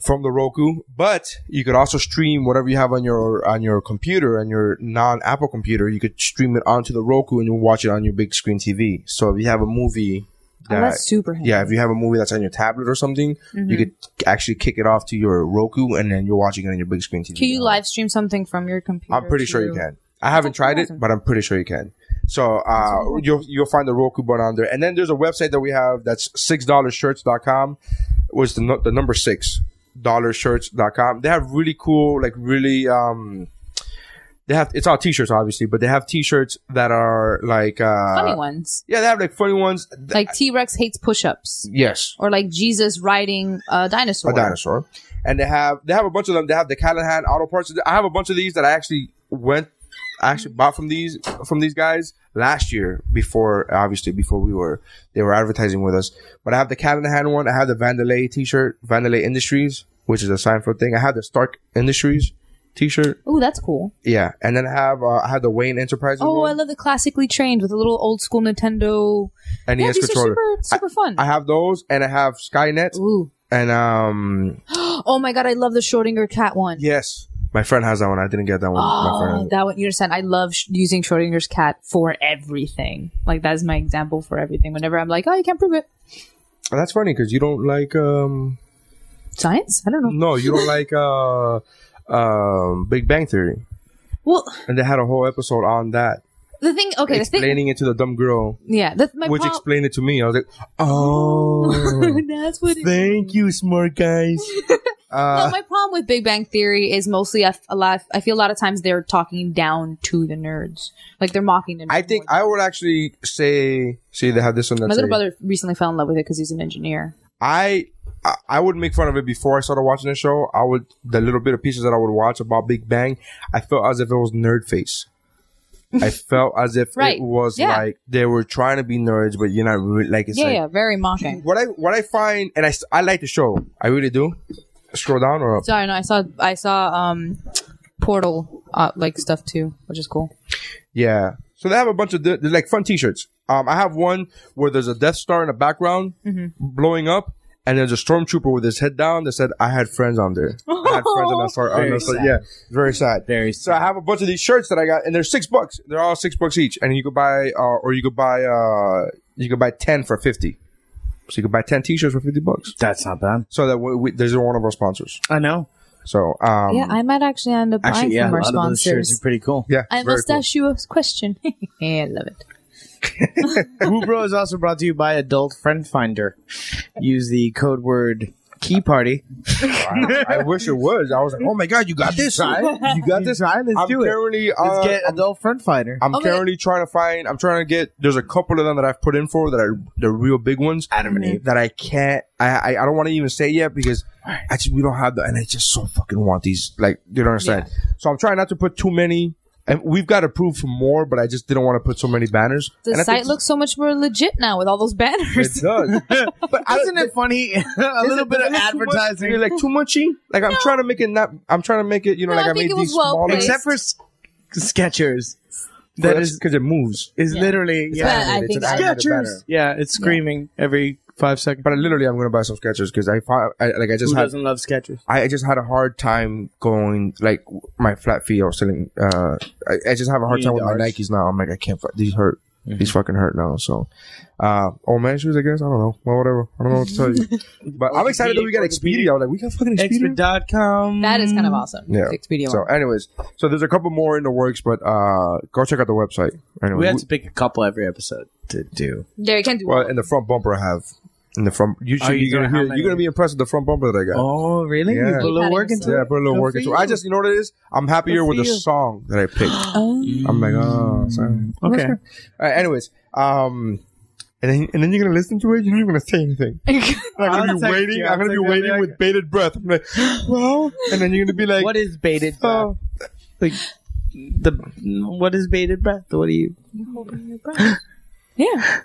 Speaker 1: from the Roku. But you could also stream whatever you have on your on your computer and your non Apple computer. You could stream it onto the Roku and you watch it on your big screen TV. So if you have a movie.
Speaker 9: Oh,
Speaker 1: That,
Speaker 9: that's super Mm-hmm. handy.
Speaker 1: yeah, if you have a movie that's on your tablet or something, you could actually kick it off to your Roku and then you're watching it on your big screen TV.
Speaker 9: Can you live stream something from your computer?
Speaker 1: I'm pretty sure
Speaker 9: to-
Speaker 1: you can. I haven't tried it,
Speaker 9: awesome.
Speaker 1: but I'm pretty sure you can. So uh, you'll you'll find the Roku button on there, and then there's a website that we have that's six dollarsshirts.com, was the nu- the number six dollarsshirts.com. They have really cool, like really um, they have it's all t-shirts obviously, but they have t-shirts that are like uh,
Speaker 9: Funny ones.
Speaker 1: Yeah, they have like funny ones. Th-
Speaker 9: Like T Rex hates push ups.
Speaker 1: yes,
Speaker 9: Or like Jesus riding a dinosaur.
Speaker 1: a dinosaur. And they have they have a bunch of them. They have the Callahan Auto Parts. I have a bunch of these that I actually went, I actually bought from these from these guys last year before obviously before we were they were advertising with us. But I have the Callahan one. I have the Vandalay T-shirt, Vandalay Industries, which is a Seinfeld thing. I have the Stark Industries T-shirt.
Speaker 9: Oh, that's cool.
Speaker 1: Yeah, and then I have uh, I have the Wayne Enterprises.
Speaker 9: Oh, I
Speaker 1: one.
Speaker 9: love the classically trained with a little old school Nintendo.
Speaker 1: and
Speaker 9: Yeah,
Speaker 1: NES
Speaker 9: these are
Speaker 1: controller.
Speaker 9: super super fun.
Speaker 1: I have those, and I have Skynet,
Speaker 9: Ooh.
Speaker 1: and um,
Speaker 9: Oh my god, I love the Schrodinger cat one.
Speaker 1: yes, my friend has that one. I didn't get that one. my friend has
Speaker 9: Oh,
Speaker 1: it.
Speaker 9: that one. You understand? I love sh- using Schrodinger's cat for everything. Like that is my example for everything. Whenever I'm like, oh, you can't prove it.
Speaker 1: And That's funny because you don't like um
Speaker 9: Science? I don't know.
Speaker 1: no you don't like uh um Big Bang Theory
Speaker 9: Well,
Speaker 1: and they had a whole episode on that
Speaker 9: the thing. Okay, the thing.
Speaker 1: explaining it to the dumb girl,
Speaker 9: Yeah, that's my
Speaker 1: which
Speaker 9: prob-
Speaker 1: explained it to me. I was like, oh,
Speaker 9: that's what. It,
Speaker 8: Thank you, smart guys.
Speaker 9: well, my problem with Big Bang Theory is mostly I f- a lot. I feel a lot of times they're talking down to the nerds, like they're mocking them.
Speaker 1: I think I would actually say, see, they have this on that.
Speaker 9: my little
Speaker 1: side.
Speaker 9: brother recently fell in love with it because he's an engineer.
Speaker 1: I I- I would make fun of it before I started watching the show. I would the little bit of pieces that I would watch about Big Bang. I felt as if it was nerd face. I felt as if
Speaker 9: Right.
Speaker 1: it was
Speaker 9: Yeah.
Speaker 1: like they were trying to be nerds, but you're not really like it's
Speaker 9: yeah,
Speaker 1: like
Speaker 9: yeah, very mocking.
Speaker 1: what I what I find, and I s- I like the show. I really do. Scroll down or up.
Speaker 9: Sorry, no, I saw I saw um Portal uh, like stuff too, which is cool.
Speaker 1: Yeah. So they have a bunch of di- they're like fun T-shirts. Um, I have one where there's a Death Star in the background blowing up, and there's a stormtrooper with his head down that said, "I had friends on there. I had friends on that star." on
Speaker 8: Very
Speaker 1: that star."
Speaker 8: sad.
Speaker 1: Yeah, it's very sad.
Speaker 8: Very
Speaker 1: So I have a bunch of these shirts that I got, and they're six bucks. They're all six bucks each, and you could buy, uh, or you could buy, uh, you could buy ten for fifty. So you could buy ten T-shirts for fifty bucks.
Speaker 8: That's not bad.
Speaker 1: So that we, we, those are one of our sponsors.
Speaker 8: I know.
Speaker 1: So um,
Speaker 9: yeah, I might actually end up buying
Speaker 8: Actually, yeah,
Speaker 9: from
Speaker 8: a
Speaker 9: our
Speaker 8: lot of those shirts are
Speaker 9: sponsors.
Speaker 8: pretty cool.
Speaker 1: yeah,
Speaker 9: I
Speaker 1: very
Speaker 9: must
Speaker 1: cool.
Speaker 9: ask you a question. I love it.
Speaker 8: Woo Bro is also brought to you by Adult Friend Finder. Use the code word key party.
Speaker 1: I wish it was. I was like, oh my god, you got this.
Speaker 8: Right?
Speaker 1: You got this.
Speaker 8: Right? Let's
Speaker 1: I'm
Speaker 8: do it.
Speaker 1: currently, uh,
Speaker 8: Let's get
Speaker 1: I'm,
Speaker 8: Adult Friend Finder.
Speaker 1: I'm
Speaker 9: Okay.
Speaker 1: currently trying to find. I'm trying to get. There's a couple of them that I've put in for that are the real big ones. Adam and Eve. That I can't. I I, I don't want to even say yet because I just we don't have the. And I just so fucking want these. Like you don't understand. So I'm trying not to put too many. And we've got approved for more, but I just didn't want to put so many banners.
Speaker 9: The
Speaker 1: And I
Speaker 9: site
Speaker 1: think
Speaker 9: looks so much more legit now with all those banners.
Speaker 1: It does.
Speaker 8: but isn't it funny? a little bit of advertising.
Speaker 1: You're like too muchy. Like I'm trying to make it not. I'm trying to make it. You know,
Speaker 9: No,
Speaker 1: like
Speaker 9: I
Speaker 1: I,
Speaker 9: think
Speaker 1: made
Speaker 9: it
Speaker 1: these
Speaker 9: was well
Speaker 1: smaller.
Speaker 9: placed.
Speaker 8: Except for s- Skechers.
Speaker 1: That
Speaker 8: That
Speaker 1: is
Speaker 8: is
Speaker 1: because it moves.
Speaker 8: is literally yeah.
Speaker 9: I
Speaker 1: It's
Speaker 9: think
Speaker 1: an
Speaker 9: so.
Speaker 1: animated
Speaker 8: Skechers.
Speaker 1: banner.
Speaker 8: Yeah, it's screaming every five seconds.
Speaker 1: But I literally, I'm gonna buy some Skechers because I, fi- I like I just
Speaker 8: Who
Speaker 1: had
Speaker 8: doesn't love Skechers?
Speaker 1: I I just had a hard time going like w- my flat fee. I was selling. Uh, I, I just have a hard
Speaker 8: You
Speaker 1: time
Speaker 8: need
Speaker 1: with my
Speaker 8: ours.
Speaker 1: Nikes now. I'm like, I can't. fu- These hurt.
Speaker 8: Mm-hmm.
Speaker 1: These fucking hurt now. So, uh, old man shoes. I guess I don't know. Well, whatever. I don't know what to tell you. But I'm excited that we got Expedia. I was like, we got fucking Expedia.
Speaker 8: Extra.com.
Speaker 9: that is kind of awesome.
Speaker 1: Mm, Yeah.
Speaker 9: Expedia
Speaker 1: So,
Speaker 9: one.
Speaker 1: anyways, so there's a couple more in the works, but uh, go check out the website. Anyway,
Speaker 8: We had
Speaker 1: we-
Speaker 8: to pick a couple every episode to do.
Speaker 9: Yeah, you can't do
Speaker 1: well, in the front bumper, I have in the front. You should,
Speaker 8: Oh, you
Speaker 1: you're
Speaker 8: gonna-
Speaker 1: gonna
Speaker 8: how
Speaker 1: hear,
Speaker 8: many?
Speaker 1: you're gonna be impressed with the front bumper that I got.
Speaker 8: Oh, really?
Speaker 1: Yeah.
Speaker 8: You put a little
Speaker 9: Patting
Speaker 8: work into
Speaker 1: Yeah,
Speaker 8: it.
Speaker 1: I put a little
Speaker 8: Good
Speaker 1: work
Speaker 8: for
Speaker 1: into it.
Speaker 8: you.
Speaker 1: I just, you know what it is? I'm happier
Speaker 8: Good
Speaker 1: with
Speaker 8: for
Speaker 1: the
Speaker 8: you.
Speaker 1: song that I picked.
Speaker 9: Oh.
Speaker 1: I'm like, oh, sorry.
Speaker 8: Okay.
Speaker 1: All right, anyways, um, and then, and then you're gonna listen to it. You're not even gonna say anything. I'm gonna
Speaker 8: I'll
Speaker 1: be
Speaker 8: text
Speaker 1: waiting.
Speaker 8: you.
Speaker 1: I'm gonna
Speaker 8: I'll
Speaker 1: be
Speaker 8: text you.
Speaker 1: waiting with bated breath. I'm like, well, and then you're gonna be like,
Speaker 8: what is bated breath?
Speaker 1: oh.
Speaker 8: Like the what is bated breath? What do you?
Speaker 9: Yeah.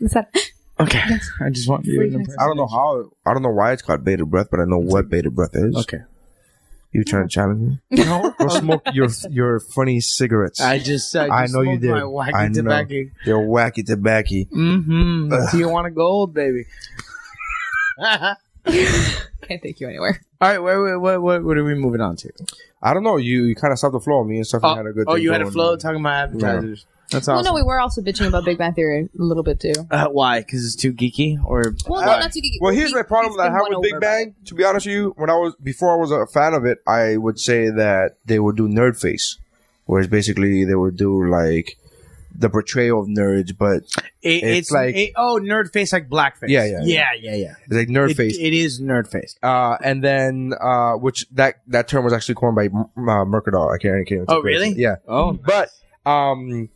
Speaker 9: Is that
Speaker 8: Okay, I just want you. To
Speaker 1: I don't know how. I don't know why it's called bated breath, but I know what bated breath is.
Speaker 8: okay,
Speaker 1: you trying to challenge me? No, go smoke your your funny cigarettes.
Speaker 8: I just I,
Speaker 1: I
Speaker 8: just
Speaker 1: know you
Speaker 8: smoked
Speaker 1: did.
Speaker 8: My wacky
Speaker 1: I know.
Speaker 8: tobacco.
Speaker 1: Your wacky tobacco.
Speaker 8: Mm-hmm. Tijuana Gold, baby. All
Speaker 9: can't take you anywhere.
Speaker 8: right, where, where, what what what are we moving on to?
Speaker 1: I don't know. You you kind of stopped the flow. Me and Stephanie had a good.
Speaker 8: oh,
Speaker 1: thing
Speaker 8: you had a
Speaker 1: going
Speaker 8: flow
Speaker 1: on.
Speaker 8: talking about advertisers. That's
Speaker 9: Well,
Speaker 8: awesome.
Speaker 9: no, we were also bitching about Big Bang Theory a little bit too.
Speaker 8: uh, why? Because it's too geeky, or
Speaker 9: Well, no,
Speaker 1: Uh,
Speaker 9: not too geeky.
Speaker 1: Well, here's
Speaker 9: He-
Speaker 1: my problem
Speaker 9: he's
Speaker 1: that I
Speaker 9: been
Speaker 1: have
Speaker 9: won
Speaker 1: with Big
Speaker 9: over by it.
Speaker 1: Bang. To be honest with you, when I was before I was a fan of it, I would say that they would do nerd face, whereas basically they would do like the portrayal of nerds, but
Speaker 8: it,
Speaker 1: It's
Speaker 8: it's,
Speaker 1: like-
Speaker 8: like oh, nerd face like blackface.
Speaker 1: Yeah, yeah,
Speaker 8: yeah, yeah, yeah.
Speaker 1: it's like nerd
Speaker 8: It-
Speaker 1: face.
Speaker 8: it is nerd face.
Speaker 1: uh, and then uh, which that that term was actually coined by M- uh, Mercadal. I can't. I can't even
Speaker 8: Oh,
Speaker 1: take credit for it.
Speaker 8: really?
Speaker 1: Yeah.
Speaker 8: Oh,
Speaker 1: But um,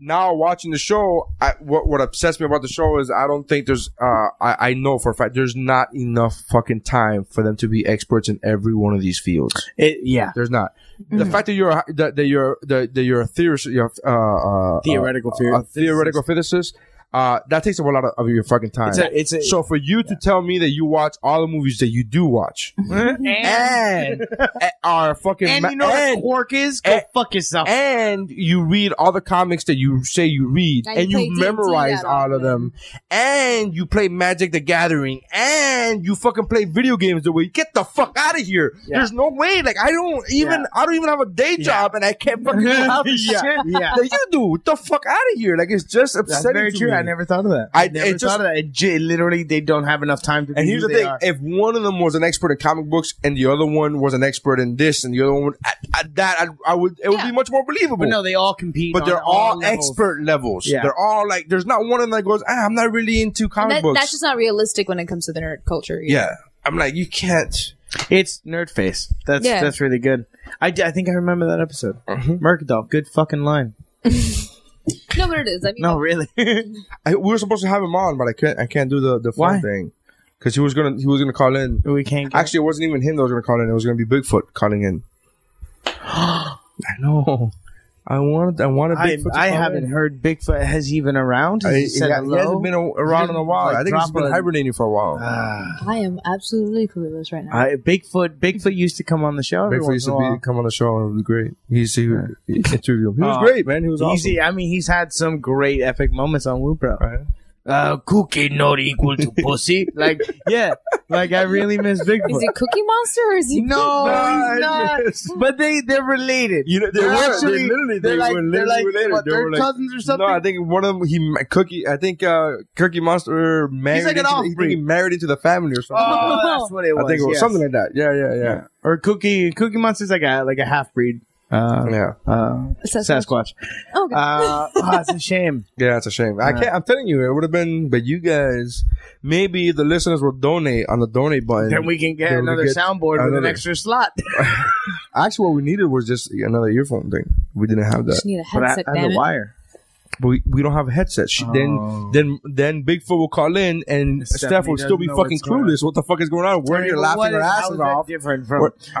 Speaker 1: now watching the show, I, what what upsets me about the show is I don't think there's uh I, I know for a fact there's not enough fucking time for them to be experts in every one of these fields.
Speaker 8: it, yeah.
Speaker 1: There's not. The
Speaker 8: Mm-hmm.
Speaker 1: fact that you're a, that, that you're that, that you're a theorist, you're a, uh, uh,
Speaker 8: Theoretical
Speaker 1: uh,
Speaker 8: theory.
Speaker 1: a theoretical physicist. Uh, that takes up a lot of, of your fucking time.
Speaker 8: It's a- it's a-
Speaker 1: so for you to tell me that you watch all the movies that you do watch
Speaker 8: and,
Speaker 1: eh, are fucking
Speaker 8: Mm-hmm. and
Speaker 1: ma-
Speaker 8: you know what
Speaker 1: and-
Speaker 8: quark is? Go
Speaker 1: and-
Speaker 8: fuck yourself.
Speaker 1: and you read all the comics that you say you read,
Speaker 9: Now you
Speaker 1: and you,
Speaker 9: play D&D
Speaker 1: memorize
Speaker 9: that
Speaker 1: all of
Speaker 9: often.
Speaker 1: them, and you play Magic the Gathering, and you fucking play video games the way. Get the fuck out of here! There's no way. Like I don't even,
Speaker 8: Yeah.
Speaker 1: I don't even have a day job, and I can't fucking do half the
Speaker 8: yeah.
Speaker 1: shit
Speaker 8: yeah.
Speaker 1: that you do. Get the fuck out of here! Like it's just upsetting
Speaker 8: very
Speaker 1: to
Speaker 8: true.
Speaker 1: me.
Speaker 8: I never thought of that.
Speaker 1: I-
Speaker 8: I,
Speaker 1: it
Speaker 8: never
Speaker 1: just-
Speaker 8: thought of that. It, j- literally, they don't have enough time to. be
Speaker 1: And here's
Speaker 8: who
Speaker 1: the
Speaker 8: they
Speaker 1: thing:
Speaker 8: are.
Speaker 1: if one of them was an expert in comic books, and the other one was an expert in this, and the other one would, at, at that, I, I would it would
Speaker 9: Yeah.
Speaker 1: be much more believable.
Speaker 8: but no, they all compete.
Speaker 1: But
Speaker 8: on
Speaker 1: they're all,
Speaker 8: levels.
Speaker 1: expert levels.
Speaker 8: Yeah.
Speaker 1: They're all like, there's not one of them that goes, ah, I'm not really into comic
Speaker 9: That,
Speaker 1: books.
Speaker 9: that's just not realistic when it comes to the nerd culture. either.
Speaker 1: yeah. I'm like, you can't.
Speaker 8: It's nerd face. That's
Speaker 9: Yeah.
Speaker 8: that's really good. I, d- I think I remember that episode. Mercadal, good fucking line.
Speaker 9: No, but it is. I mean,
Speaker 8: No, really.
Speaker 1: I, we were supposed to have him on, but I can't. I can't do the the phone
Speaker 8: Why?
Speaker 1: thing because he was gonna he was gonna call in.
Speaker 8: we can't. Get
Speaker 1: Actually, it wasn't even him that was gonna call in. It was gonna be Bigfoot calling in. I know. I wanted. I wanted.
Speaker 8: I,
Speaker 1: Bigfoot to
Speaker 8: I
Speaker 1: call
Speaker 8: haven't
Speaker 1: in.
Speaker 8: heard Bigfoot. Has he even around? Has
Speaker 1: I-
Speaker 8: Uh, he said
Speaker 1: yeah, he
Speaker 8: hello?
Speaker 1: hasn't been a, around in a
Speaker 8: doesn't,
Speaker 1: while.
Speaker 8: like,
Speaker 1: I think he's
Speaker 8: drop
Speaker 1: been
Speaker 8: a-
Speaker 1: hibernating for a while.
Speaker 8: Ah.
Speaker 9: I am absolutely clueless right now.
Speaker 8: I, Bigfoot. Bigfoot used to come on the show. every
Speaker 1: Bigfoot
Speaker 8: once
Speaker 1: used
Speaker 8: in
Speaker 1: to
Speaker 8: a while.
Speaker 1: be come on the show and it would be great. He used to interview him. He was
Speaker 8: Uh,
Speaker 1: great, man. He was awesome.
Speaker 8: Easy. I mean, he's had some great epic moments on Woopro.
Speaker 1: Right.
Speaker 8: Uh, cookie not equal to pussy. Like, yeah. Like, I really miss
Speaker 9: is
Speaker 8: Bigfoot.
Speaker 9: he Cookie Monster or is he?
Speaker 8: no,
Speaker 1: No,
Speaker 8: he's not.
Speaker 1: yes.
Speaker 8: But they they're related.
Speaker 1: You know, they
Speaker 8: They're
Speaker 1: were
Speaker 8: actually-
Speaker 1: they literally they
Speaker 8: they're like-
Speaker 1: were
Speaker 8: they're
Speaker 1: literally
Speaker 8: like,
Speaker 1: related.
Speaker 8: what,
Speaker 1: they
Speaker 8: they're
Speaker 1: were like,
Speaker 8: cousins or something?
Speaker 1: No, I think one of them he ma- Cookie. I think uh, Cookie Monster married.
Speaker 8: like an
Speaker 1: into, he, think he
Speaker 8: offspring.
Speaker 1: married into the family or something.
Speaker 8: Oh, that's what it was.
Speaker 1: I think it was
Speaker 8: yes.
Speaker 1: something like that. Yeah, yeah,
Speaker 8: Or Cookie Cookie Monster's like a like a half breed. Uh,
Speaker 1: yeah, yeah.
Speaker 8: uh,
Speaker 9: Sasquatch.
Speaker 8: Sasquatch.
Speaker 9: Oh, okay.
Speaker 8: Uh, oh, it's a shame.
Speaker 1: Yeah, that's a shame. I can't. I'm telling you, it would have been. But you guys, maybe the listeners will donate on the donate button.
Speaker 8: Then we can get
Speaker 1: Then we
Speaker 8: another
Speaker 1: get
Speaker 8: soundboard with an
Speaker 1: another-
Speaker 8: extra slot.
Speaker 1: Actually, what we needed was just another earphone thing. We didn't have that.
Speaker 9: Just need a
Speaker 8: but I,
Speaker 9: headset.
Speaker 8: I have
Speaker 9: damn
Speaker 8: a
Speaker 9: it.
Speaker 8: wire.
Speaker 1: But we, we don't have a headset. She, Then
Speaker 8: Oh.
Speaker 1: then then Bigfoot will call in, and
Speaker 8: Stephanie
Speaker 1: Steph will still be
Speaker 8: doesn't know
Speaker 1: fucking
Speaker 8: what's going on.
Speaker 1: clueless. What the fuck is going on? We're here laughing our
Speaker 8: How
Speaker 1: asses
Speaker 8: is that
Speaker 1: off.
Speaker 8: Different from.
Speaker 1: We're- Oh,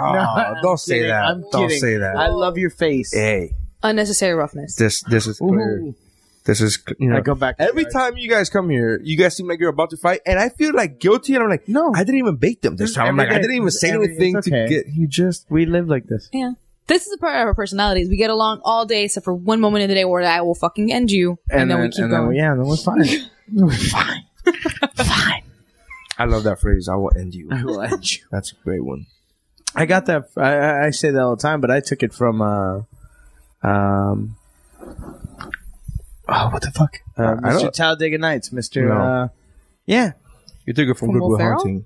Speaker 8: I'm
Speaker 1: don't say
Speaker 8: kidding.
Speaker 1: that.
Speaker 8: I'm
Speaker 1: Don't
Speaker 8: kidding.
Speaker 1: say that.
Speaker 8: I love your face.
Speaker 1: Hey,
Speaker 9: Unnecessary roughness.
Speaker 1: this this is clear.
Speaker 8: Ooh.
Speaker 1: This is cl- you know.
Speaker 8: I go back to
Speaker 1: every
Speaker 8: that.
Speaker 1: time you guys come here. You guys seem like you're about to fight, and I feel like guilty. And I'm like, no, I didn't even bait them this
Speaker 8: Just
Speaker 1: time. I'm
Speaker 8: every
Speaker 1: like, I
Speaker 8: day.
Speaker 1: didn't even say
Speaker 8: Every-
Speaker 1: anything
Speaker 8: it's
Speaker 1: to
Speaker 8: okay.
Speaker 1: get you. Just
Speaker 8: We live like this.
Speaker 9: Yeah. This is a part of our personalities. We get along all day except for one moment in the day where I will fucking end you, and, then, we keep
Speaker 8: and
Speaker 9: going.
Speaker 8: Then, yeah, then we're fine. we're fine.
Speaker 1: I love that phrase. I will end you.
Speaker 8: I will end you.
Speaker 1: That's a great one.
Speaker 8: I got that. I, I, I say that all the time, but I took it from. Uh, um. Oh, what the fuck, uh,
Speaker 1: I
Speaker 8: Mr.
Speaker 1: don't-
Speaker 8: Talladega Nights, Mr.
Speaker 1: No.
Speaker 8: Uh, yeah,
Speaker 1: You took it from,
Speaker 9: From
Speaker 1: Good
Speaker 9: Will
Speaker 1: Will
Speaker 9: Ferrell?
Speaker 1: Hunting.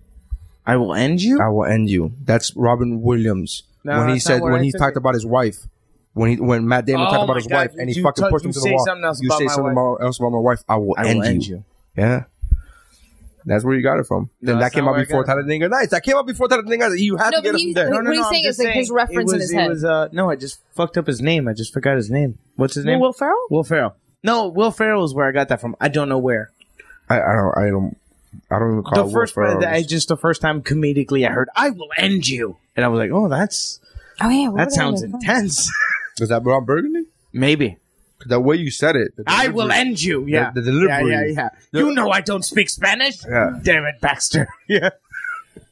Speaker 8: I will end you.
Speaker 1: I will end you. That's Robin Williams
Speaker 8: No,
Speaker 1: when he
Speaker 8: that's
Speaker 1: said
Speaker 8: not where
Speaker 1: when
Speaker 8: I
Speaker 1: he
Speaker 8: took
Speaker 1: talked
Speaker 8: it.
Speaker 1: about his wife. When he when Matt Damon
Speaker 8: Oh
Speaker 1: talked about
Speaker 8: my
Speaker 1: his
Speaker 8: God,
Speaker 1: wife and he
Speaker 8: you
Speaker 1: fucking
Speaker 8: touch-
Speaker 1: pushed him
Speaker 8: you
Speaker 1: to the
Speaker 8: say
Speaker 1: wall.
Speaker 8: something else
Speaker 1: you
Speaker 8: about
Speaker 1: say
Speaker 8: my
Speaker 1: something
Speaker 8: wife.
Speaker 1: else about my wife. I will,
Speaker 8: I
Speaker 1: end,
Speaker 8: will end
Speaker 1: you.
Speaker 8: you.
Speaker 1: Yeah. That's where you got it from.
Speaker 8: No,
Speaker 1: Then that
Speaker 8: that's
Speaker 1: came
Speaker 8: not
Speaker 1: out
Speaker 8: where I
Speaker 1: before
Speaker 8: got it.
Speaker 1: Talladega Nights. That came out before Talladega Nights. You have
Speaker 9: No,
Speaker 1: to get
Speaker 9: but
Speaker 1: it from
Speaker 9: he's-
Speaker 1: there.
Speaker 9: What he's
Speaker 8: I'm
Speaker 9: saying
Speaker 8: just
Speaker 9: is, like, his
Speaker 8: saying
Speaker 9: reference
Speaker 8: it
Speaker 9: in
Speaker 8: was-
Speaker 9: his
Speaker 8: it
Speaker 9: head.
Speaker 8: Was, uh, no, I just fucked up his name. I just forgot his name. What's his name?
Speaker 9: Will Ferrell?
Speaker 8: Will Ferrell. No, Will Ferrell is where I got that from. I don't know where.
Speaker 1: I, I don't. I don't. I don't even call it
Speaker 8: the
Speaker 1: Will
Speaker 8: first
Speaker 1: Ferrell.
Speaker 8: that I just the first time comedically I heard I will end you and I was like oh that's
Speaker 9: Oh yeah. what
Speaker 8: that
Speaker 9: would I
Speaker 8: sounds
Speaker 9: do?
Speaker 8: intense
Speaker 1: Is that Ron Burgundy?
Speaker 8: maybe
Speaker 1: 'Cause The way you said it. the
Speaker 8: I
Speaker 1: delivery-
Speaker 8: will end you yeah
Speaker 1: The- the delivery.
Speaker 8: yeah yeah,
Speaker 1: The-
Speaker 8: yeah. you know I don't speak Spanish
Speaker 1: Yeah.
Speaker 8: damn it Baxter yeah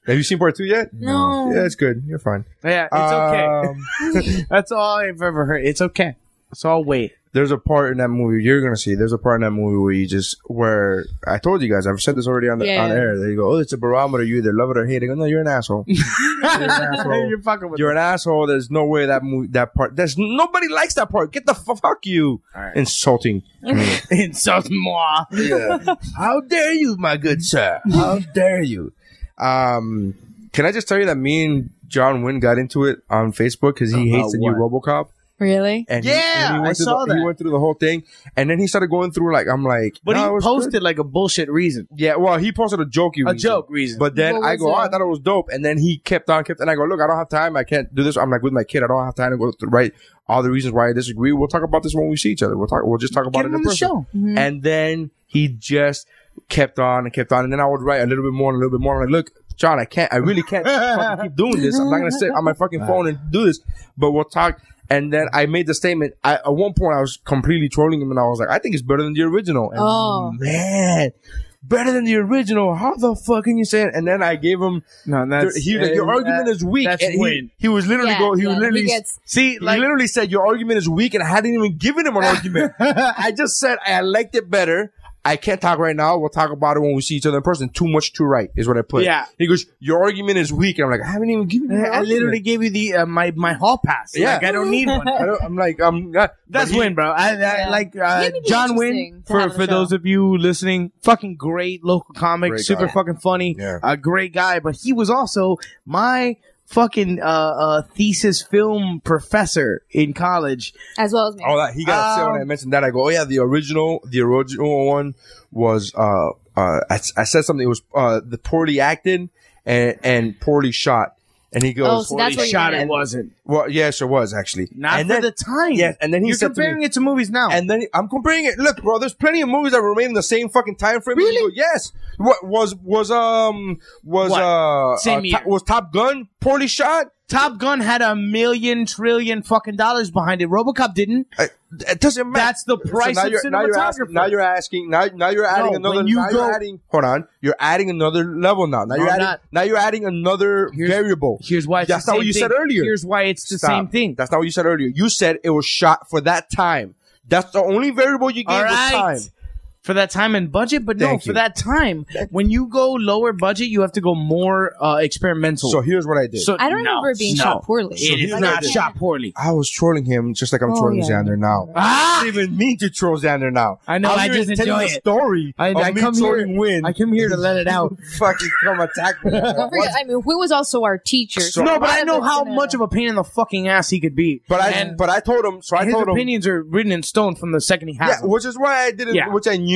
Speaker 1: Have you seen part two yet?
Speaker 9: No.
Speaker 1: Yeah, it's good. You're fine.
Speaker 8: yeah it's okay
Speaker 1: Um,
Speaker 8: that's all I've ever heard it's okay so I'll wait
Speaker 1: there's a part in that movie you're gonna see. There's a part in that movie where you just where I told you guys. I've said this already on the
Speaker 9: Yeah.
Speaker 1: on air. They go, oh, it's a barometer. You either love it or hate it. I go, no, you're an asshole. asshole.
Speaker 8: you're fucking with
Speaker 1: you're an asshole. There's no way that movie that part. There's nobody likes that part. Get the fu- fuck you. Insulting.
Speaker 8: me. insult moi
Speaker 1: How dare you, my good sir? How dare you? Um, can I just tell you that me and John Wynn got into it on Facebook because he hates the new RoboCop.
Speaker 9: Really?
Speaker 1: And
Speaker 8: Yeah,
Speaker 1: and
Speaker 8: I
Speaker 1: went through
Speaker 8: saw
Speaker 1: the, He
Speaker 8: that.
Speaker 1: went through the whole thing, and then he started going through like I'm like,
Speaker 8: but
Speaker 1: "Nah, it
Speaker 8: he
Speaker 1: was
Speaker 8: posted
Speaker 1: good."
Speaker 8: like a bullshit reason
Speaker 1: Yeah, well, he posted a jokey,
Speaker 8: a
Speaker 1: reason.
Speaker 8: joke reason
Speaker 1: But then
Speaker 9: What
Speaker 1: I
Speaker 9: was
Speaker 1: go, oh, I
Speaker 9: it?
Speaker 1: thought it was dope, and then he kept on, kept, and I go, look, I don't have time, I can't do this. I'm like with my kid, I don't have time to go through, write all the reasons why I disagree. We'll talk about this when we see each other. We'll talk. We'll just talk about
Speaker 8: Get
Speaker 1: it in
Speaker 8: him on the
Speaker 1: person.
Speaker 8: show
Speaker 1: And then he just kept on and kept on, and then I would write a little bit more and a little bit more. I'm like, look, John, I can't, I really can't fucking keep doing this. I'm not gonna sit on my fucking phone and do this. But we'll talk. And then I made the statement. I, at one point, I was completely trolling him, and I was like, I think it's better than the original. And
Speaker 9: Oh.
Speaker 1: man, better than the original. How the fuck can you say it? And then I gave him.
Speaker 8: no that's
Speaker 1: he was like, your
Speaker 8: uh,
Speaker 1: argument
Speaker 8: that-
Speaker 1: is weak.
Speaker 8: that's
Speaker 1: and he-
Speaker 8: win.
Speaker 1: He, was literally
Speaker 9: Yeah,
Speaker 1: go. He was
Speaker 9: yeah, he
Speaker 1: literally.
Speaker 9: gets-
Speaker 8: See,
Speaker 1: he literally said your argument is weak, and I hadn't even given him an argument. I just said I liked it better. I can't talk right now. We'll talk about it when we see each other in person. Too much, too right is what I put.
Speaker 8: Yeah.
Speaker 1: He goes, your argument is weak. And I'm like, I haven't even given you my
Speaker 8: I, I
Speaker 1: argument.
Speaker 8: literally gave you the uh, my my hall pass.
Speaker 1: Yeah.
Speaker 8: like, I don't need one.
Speaker 1: I don't, I'm like, I'm not.
Speaker 8: That's
Speaker 1: but he-
Speaker 8: Wynn, bro. I, I like uh,
Speaker 9: Maybe it'd be
Speaker 8: John
Speaker 9: interesting
Speaker 8: Wynn
Speaker 9: to
Speaker 8: for
Speaker 9: have on the
Speaker 8: for
Speaker 9: show.
Speaker 8: those of you listening. Fucking great local comic,
Speaker 1: Great
Speaker 8: super
Speaker 1: guy.
Speaker 8: fucking funny,
Speaker 1: Yeah.
Speaker 8: a great guy. But he was also my fucking uh, uh, thesis film professor in college.
Speaker 9: as well as me.
Speaker 1: All that he got upset
Speaker 9: Um,
Speaker 1: when I mentioned that. I go, oh yeah, the original, the original one was. Uh, uh, I, I said something. It was uh, the poorly acted and and poorly shot. And he
Speaker 9: Oh,
Speaker 1: goes,
Speaker 9: so that's what you
Speaker 8: Shot
Speaker 9: meant.
Speaker 8: it wasn't
Speaker 1: well, yes, it was actually.
Speaker 8: not
Speaker 1: and
Speaker 8: for
Speaker 1: then,
Speaker 8: the time.
Speaker 1: Yes, and then he
Speaker 8: you're
Speaker 1: said to me-
Speaker 8: comparing it to movies now.
Speaker 1: And then I'm comparing it. Look, bro, there's plenty of movies that remain in the same fucking time frame.
Speaker 8: Really?
Speaker 1: You go, yes. What was was um was
Speaker 8: What?
Speaker 1: uh,
Speaker 8: Same
Speaker 1: uh,
Speaker 8: year.
Speaker 1: Top- was Top Gun poorly shot?
Speaker 8: Top Gun had a million trillion fucking dollars behind it. RoboCop didn't.
Speaker 1: I- It doesn't matter.
Speaker 8: That's the price
Speaker 1: now
Speaker 8: of
Speaker 1: you're, now you're asking.
Speaker 8: cinematographer.
Speaker 1: Now you're asking. Now, now you're adding
Speaker 8: No,
Speaker 1: another.
Speaker 8: when you
Speaker 1: now you're
Speaker 8: go-
Speaker 1: adding. Hold on. You're adding another level now. Now
Speaker 8: No,
Speaker 1: you're
Speaker 8: I'm
Speaker 1: adding.
Speaker 8: not.
Speaker 1: Now you're adding another
Speaker 8: Here's-
Speaker 1: variable.
Speaker 8: Here's why. It's
Speaker 1: That's
Speaker 8: the
Speaker 1: not
Speaker 8: same
Speaker 1: what you said
Speaker 8: thing.
Speaker 1: earlier.
Speaker 8: Here's why it's the
Speaker 1: Stop.
Speaker 8: same thing.
Speaker 1: That's not what you said earlier. You said it was shot for that time. That's the only variable you gave
Speaker 8: All
Speaker 1: was
Speaker 8: right.
Speaker 1: time.
Speaker 8: for that time and budget, but no,
Speaker 1: Thank you.
Speaker 8: for that time, when you go lower budget, you have to go more uh, experimental.
Speaker 1: So here's what I did.
Speaker 9: I don't remember it being shot poorly. So
Speaker 8: It is
Speaker 1: here's what
Speaker 8: not
Speaker 1: I did.
Speaker 8: shot poorly.
Speaker 1: I was trolling him just like I'm
Speaker 9: Oh,
Speaker 1: trolling
Speaker 9: yeah.
Speaker 1: Xander now. I
Speaker 8: Ah!
Speaker 1: didn't even mean to troll Xander now.
Speaker 8: I know,
Speaker 1: I'm
Speaker 8: I
Speaker 1: here
Speaker 8: just
Speaker 1: telling
Speaker 8: enjoy
Speaker 1: the
Speaker 8: it.
Speaker 1: story.
Speaker 8: I,
Speaker 1: of
Speaker 8: I
Speaker 1: me
Speaker 8: come here.
Speaker 1: trolling Win.
Speaker 8: Oh, I come here to let it out.
Speaker 1: fucking come attack me.
Speaker 9: Don't forget, I mean, Wynn was also our teacher.
Speaker 1: So-
Speaker 8: no, but I know
Speaker 9: It's
Speaker 8: how
Speaker 9: gonna-
Speaker 8: much of a pain in the fucking ass he could be.
Speaker 1: But I
Speaker 8: And
Speaker 1: but I told him. So I
Speaker 8: his
Speaker 1: told him.
Speaker 8: opinions are written in stone from the second he has.
Speaker 1: Yeah,
Speaker 8: them.
Speaker 1: which is why I didn't.
Speaker 8: Yeah.
Speaker 1: Which I knew.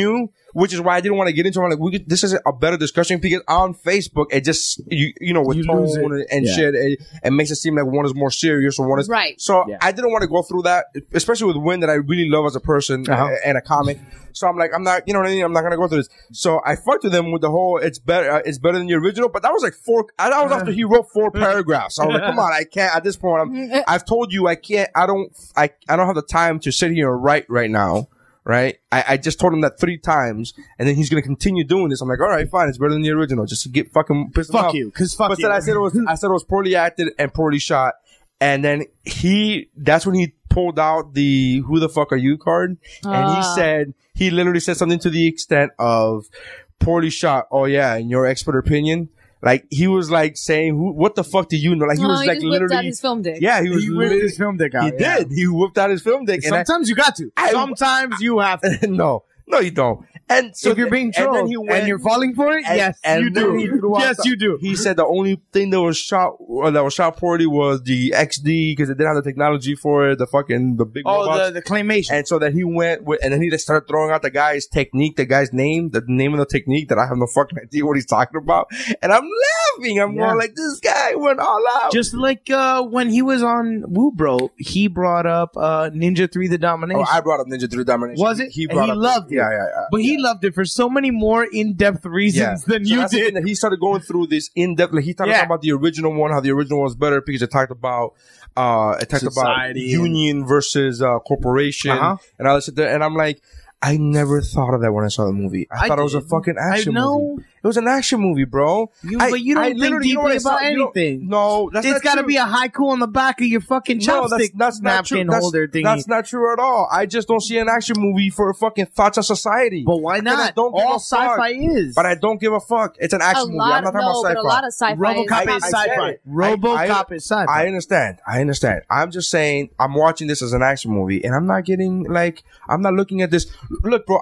Speaker 1: Which is why I didn't want to get into. It. I'm like, we could, this is a better discussion because on Facebook it just you you know with
Speaker 8: You lose
Speaker 1: tone
Speaker 8: it.
Speaker 1: and
Speaker 8: Yeah.
Speaker 1: shit it, it makes it seem like one is more serious or one is
Speaker 9: Right.
Speaker 1: So
Speaker 8: Yeah.
Speaker 1: I didn't want to go through that, especially with Win that I really love as a person
Speaker 8: Uh-huh.
Speaker 1: a- and a comic. So I'm like, I'm not, you know what I mean. I'm not gonna go through this. So I fucked with him with the whole "it's better, uh, it's better than the original," but that was like four. I, that was after he wrote four paragraphs. I was like, come on, I can't. At this point, I'm, I've told you I can't. I don't. I I don't have the time to sit here and write right now. Right, I, I just told him that three times, and then he's gonna continue doing this. I'm like, all right, fine, it's better than the original. Just to get fucking pissed
Speaker 8: Fuck
Speaker 1: off.
Speaker 8: you, 'cause fuck
Speaker 1: But then
Speaker 8: you.
Speaker 1: I said it was, I said it was poorly acted and poorly shot, and then he, that's when he pulled out the "Who the fuck are you?" card, and he
Speaker 9: Ah.
Speaker 1: said he literally said something to the extent of "poorly shot." Oh yeah, in your expert opinion, like he was like saying, "Who? What the fuck do you know?" Like he
Speaker 9: No,
Speaker 1: was
Speaker 9: he
Speaker 1: like
Speaker 9: just whipped out
Speaker 1: literally
Speaker 9: his film dick.
Speaker 1: Yeah, he was
Speaker 8: he
Speaker 1: literally-
Speaker 8: whipped his film dick out.
Speaker 1: he
Speaker 8: yeah.
Speaker 1: did. He whipped out his film dick. and I-
Speaker 8: Sometimes you got to.
Speaker 1: I-
Speaker 8: Sometimes you have to.
Speaker 1: no, no, you don't. And so
Speaker 8: if you're being
Speaker 1: and
Speaker 8: trolled
Speaker 1: then
Speaker 8: and,
Speaker 1: he went-
Speaker 8: you're falling for it,
Speaker 1: and-
Speaker 8: yes,
Speaker 1: and
Speaker 8: you
Speaker 1: then he
Speaker 8: do.
Speaker 1: threw out
Speaker 8: Yes,
Speaker 1: the-
Speaker 8: you do.
Speaker 1: He said the only thing that was shot or that was shot poorly was the XD because it didn't have the technology for it. The fucking the big
Speaker 8: Oh,
Speaker 1: robots.
Speaker 8: the, the claymation.
Speaker 1: and so that he went with, and then he just started throwing out the guy's technique, the guy's name, the name of the technique that I have no fucking idea what he's talking about. And I'm laughing. I'm
Speaker 8: Yeah.
Speaker 1: going like, this guy went all out.
Speaker 8: Just like uh, when he was on Woo Bro, he brought up uh, Ninja Three: The Domination.
Speaker 1: oh, I brought up Ninja Through Domination.
Speaker 8: was it?
Speaker 1: He
Speaker 8: And
Speaker 1: brought up,
Speaker 8: loved it.
Speaker 1: Yeah, yeah, yeah.
Speaker 8: But he loved it for so many more in-depth reasons than
Speaker 1: So
Speaker 8: you
Speaker 1: that's the thing
Speaker 8: did.
Speaker 1: That he started going through this in depth. Like he started
Speaker 8: Yeah.
Speaker 1: talking about the original one, how the original one was better because it talked about uh, it talked
Speaker 8: Society
Speaker 1: about
Speaker 8: and-
Speaker 1: union versus uh, corporation
Speaker 8: Uh-huh.
Speaker 1: and all this shit. there. And I'm like. I never thought of that when I saw the movie. I,
Speaker 8: I
Speaker 1: thought it was a
Speaker 8: did.
Speaker 1: fucking
Speaker 8: I
Speaker 1: action
Speaker 8: know.
Speaker 1: movie. It was an action movie, bro.
Speaker 8: You-
Speaker 1: I-
Speaker 8: but you don't
Speaker 1: I
Speaker 8: think
Speaker 1: literally- you know what
Speaker 8: deeply
Speaker 1: I saw-
Speaker 8: about
Speaker 1: you know-
Speaker 8: anything.
Speaker 1: No, that's
Speaker 8: It's got to
Speaker 1: to
Speaker 8: be a haiku on the back of your fucking chopstick napkin
Speaker 1: that's,
Speaker 8: holder thingy.
Speaker 1: That's not true at all. I just don't see an action movie for fucking thoughts of society.
Speaker 8: but why
Speaker 1: Because I
Speaker 8: not?
Speaker 1: don't give
Speaker 8: All
Speaker 1: a fuck.
Speaker 8: sci-fi is.
Speaker 1: But I don't give a fuck. It's an action
Speaker 9: a
Speaker 1: movie.
Speaker 9: lot,
Speaker 1: I'm not talking
Speaker 9: no,
Speaker 1: about sci-fi.
Speaker 9: but a lot of sci-fi.
Speaker 8: RoboCop
Speaker 9: is
Speaker 8: is
Speaker 1: I
Speaker 8: sci-fi.
Speaker 1: get it.
Speaker 8: RoboCop
Speaker 1: I-
Speaker 8: is sci-fi.
Speaker 1: I understand. I understand. I'm just saying. I'm watching this as an action movie, and I'm not getting like I'm not looking at this. Look, bro.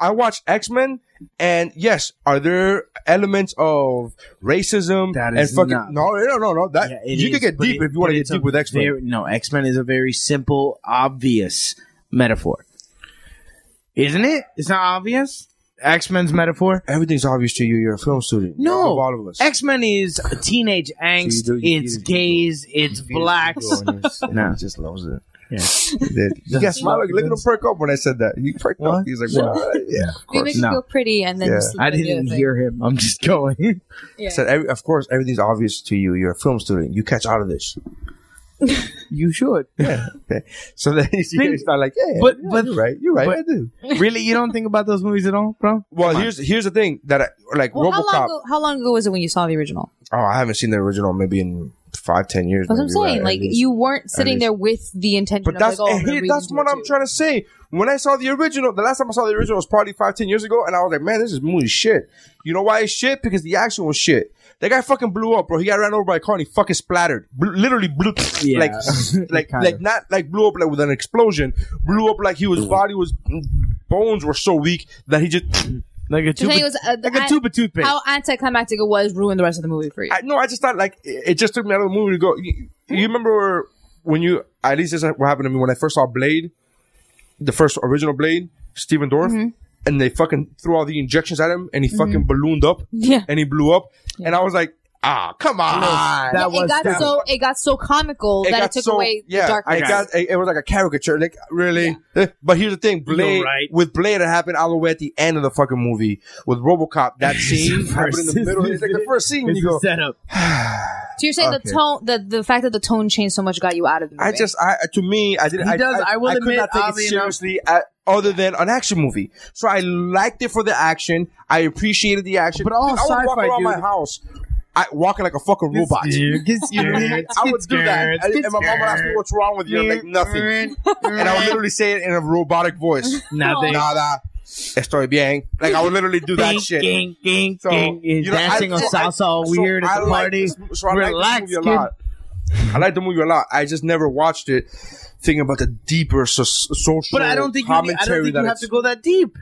Speaker 1: I watched X Men, and yes, are there elements of racism
Speaker 8: That is
Speaker 1: and fucking
Speaker 8: not-
Speaker 1: no, no, no, no. That
Speaker 8: Yeah, it
Speaker 1: you
Speaker 8: is,
Speaker 1: can get
Speaker 8: but
Speaker 1: deep
Speaker 8: it-
Speaker 1: if you want
Speaker 8: but
Speaker 1: to get
Speaker 8: it's a
Speaker 1: deep with X Men.
Speaker 8: very- No, X Men is a very simple, obvious metaphor, isn't it? It's not obvious. X Men's metaphor.
Speaker 1: Everything's obvious to you. You're a film student.
Speaker 8: No,
Speaker 1: of all of us.
Speaker 8: X Men is teenage angst.
Speaker 1: do- you
Speaker 8: it's
Speaker 1: do-
Speaker 8: gays. It's blacks. No.
Speaker 1: he just loves it. Yeah, you got smiling. Look at him perk up when I said that. He perked up.
Speaker 8: What?
Speaker 1: He's like, what? yeah.
Speaker 9: We make
Speaker 8: No.
Speaker 9: you feel pretty, and then
Speaker 1: Yeah.
Speaker 9: you sleep
Speaker 8: I
Speaker 9: on the
Speaker 8: didn't
Speaker 9: other thing.
Speaker 8: hear him. I'm just going.
Speaker 9: Yeah.
Speaker 1: said, every, of course, everything's obvious to you. You're a film student. You catch out of this.
Speaker 8: you should.
Speaker 1: Okay. So then he's
Speaker 8: Think-
Speaker 1: not like, yeah,
Speaker 8: but-
Speaker 1: yeah,
Speaker 8: but-
Speaker 1: you're right. You're right.
Speaker 8: but-
Speaker 1: I do.
Speaker 8: really, you don't think about those movies at all, bro?
Speaker 1: Well, here's here's the thing that I, like
Speaker 9: Well, how long,
Speaker 1: RoboCop.
Speaker 9: ago, how long ago was it when you saw the original?
Speaker 1: Oh, I haven't seen the original. Maybe in
Speaker 8: five, ten years.
Speaker 9: That's what I'm
Speaker 8: maybe,
Speaker 9: saying.
Speaker 8: at
Speaker 9: Like
Speaker 8: least.
Speaker 9: you weren't sitting
Speaker 8: least.
Speaker 9: there with the intention.
Speaker 1: But
Speaker 9: of
Speaker 1: that's
Speaker 9: like, oh, I'm
Speaker 1: and
Speaker 9: gonna
Speaker 1: here-
Speaker 9: read
Speaker 1: that's
Speaker 9: into
Speaker 1: what
Speaker 9: it
Speaker 1: I'm
Speaker 9: too.
Speaker 1: trying to say. When I saw the original, the last time I saw the original was probably five, ten years ago, and I was like, man, this is movie shit. You know why it's shit? Because the action was shit. That guy fucking blew up, bro. He got ran over by a car and he fucking splattered. Bl- literally blew
Speaker 8: Yeah.
Speaker 1: like like
Speaker 8: Kind
Speaker 1: like
Speaker 8: of.
Speaker 1: not like blew up like with an explosion. Blew up like he was body was bones were so weak that he just
Speaker 8: like a
Speaker 9: Just
Speaker 8: tube,
Speaker 9: saying it was, uh,
Speaker 8: like a
Speaker 9: I-
Speaker 8: tube of toothpaste.
Speaker 9: How anticlimactic it was ruined the rest of the movie for you.
Speaker 1: I, no, I just thought like it, it just took me out of the movie to go. You, you remember when you at least this is what happened to me when I first saw Blade, the first original Blade, Steven Dorff, and they fucking threw all the injections at him, and he fucking ballooned up,
Speaker 9: Yeah.
Speaker 1: and he blew up, and I was like, ah, come on.
Speaker 8: that
Speaker 9: it got
Speaker 8: that
Speaker 9: so it got so comical that
Speaker 1: got
Speaker 9: it took
Speaker 1: so-
Speaker 9: away
Speaker 1: yeah,
Speaker 9: the darkness.
Speaker 1: It got it, it was like a caricature, like really. Eh, But here's the thing, Blade
Speaker 8: right.
Speaker 1: with Blade it happened all the way at the end of the fucking movie with RoboCop. That scene happened in the middle. It's like the first scene when
Speaker 8: It's
Speaker 1: you
Speaker 8: the
Speaker 1: go,
Speaker 8: setup.
Speaker 9: so you're saying
Speaker 1: Okay.
Speaker 9: the tone, the the fact that the tone changed so much got you out of the
Speaker 1: I
Speaker 9: movie.
Speaker 1: just, I to me, I didn't.
Speaker 8: He
Speaker 1: I,
Speaker 8: does-
Speaker 1: I,
Speaker 8: I will
Speaker 1: I could
Speaker 8: admit,
Speaker 1: not take
Speaker 8: oddly
Speaker 1: it
Speaker 8: enough-
Speaker 1: seriously uh other than an action movie. So I liked it for the action. I appreciated the action.
Speaker 8: But all
Speaker 1: Dude, I would walk
Speaker 8: sci-fi,
Speaker 1: around my
Speaker 8: dude.
Speaker 1: house, I walking like a fucking robot. I would do that, and, and my mom would ask me what's wrong with you, I'm like nothing, and I would literally say it in a robotic voice.
Speaker 8: Nothing.
Speaker 1: Nada. Estoy bien. Like I would literally do that shit.
Speaker 8: Gang, gang,
Speaker 1: So,
Speaker 8: gang.
Speaker 1: you know,
Speaker 8: dancing
Speaker 1: I-
Speaker 8: on
Speaker 1: so I-
Speaker 8: salsa, all
Speaker 1: so
Speaker 8: weird
Speaker 1: I
Speaker 8: at the
Speaker 1: like
Speaker 8: party.
Speaker 1: this- so I like this
Speaker 8: Relax,
Speaker 1: movie a
Speaker 8: kid.
Speaker 1: lot. I like the movie a lot. I just never watched it, thinking about the deeper so- social.
Speaker 8: But I don't think you,
Speaker 1: commentary
Speaker 8: I don't think
Speaker 1: that
Speaker 8: you have
Speaker 1: it's-
Speaker 8: to go that deep.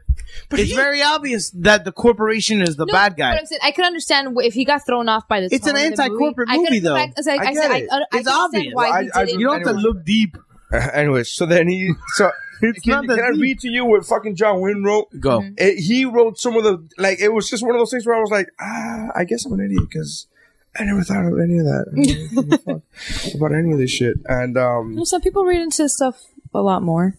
Speaker 8: it's very obvious that the corporation is the
Speaker 9: No,
Speaker 8: bad guy.
Speaker 9: But I'm saying, I could understand wh- if he got thrown off by the.
Speaker 8: It's
Speaker 9: tone
Speaker 8: an
Speaker 9: of the
Speaker 8: anti-corporate
Speaker 9: I could-
Speaker 8: movie, though.
Speaker 9: I, as I,
Speaker 1: I
Speaker 9: I
Speaker 1: get
Speaker 9: said, I,
Speaker 1: it.
Speaker 9: I, I
Speaker 8: It's
Speaker 9: understand
Speaker 8: obvious.
Speaker 9: Why
Speaker 1: I-
Speaker 9: he
Speaker 1: I-
Speaker 9: did it.
Speaker 8: you don't have to
Speaker 1: Anyway.
Speaker 8: look deep.
Speaker 1: Uh, anyway, so then he so.
Speaker 8: It's
Speaker 1: Can,
Speaker 8: not that
Speaker 1: can I
Speaker 8: deep.
Speaker 1: read to you what fucking John Wynn wrote?
Speaker 8: Go.
Speaker 9: Mm-hmm.
Speaker 1: It, he wrote some of the like. It was just one of those things where I was like, ah, I guess I'm an idiot because I never thought of any of that I never gave a fuck about any of this shit. And um,
Speaker 9: Well, Some people read into stuff a lot more.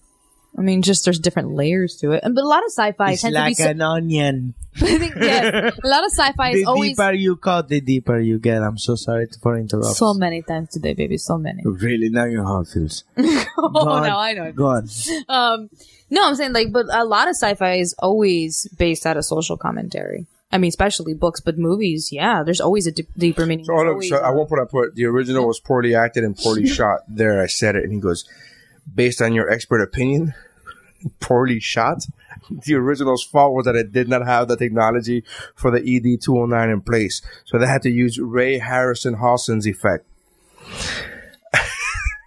Speaker 9: I mean, just there's different layers to it, and but a lot of sci-fi
Speaker 8: It's
Speaker 9: tends to be.
Speaker 8: like
Speaker 9: So,
Speaker 8: an onion.
Speaker 9: I think, yes, a lot of sci-fi
Speaker 8: The
Speaker 9: is always
Speaker 8: deeper you cut, the deeper you get. I'm so sorry for interrupting.
Speaker 9: so many times today, baby, so many.
Speaker 8: Really, now your heart feels.
Speaker 9: Oh,
Speaker 8: God.
Speaker 9: no, I know.
Speaker 8: Go on.
Speaker 9: Um, no, I'm saying like, but a lot of sci-fi is always based out of social commentary. I mean, especially books, but movies, yeah. There's always a d-
Speaker 8: Oh,
Speaker 9: deeper meaning.
Speaker 1: So, look,
Speaker 9: Always,
Speaker 1: so
Speaker 9: uh,
Speaker 1: at one point I put the original was poorly acted and poorly shot. There, I said it, and he goes, "Based on your expert opinion, poorly shot." The original's fault was that it did not have the technology for the ED two hundred nine in place, so they had to use Ray Harrison Hawson's effect.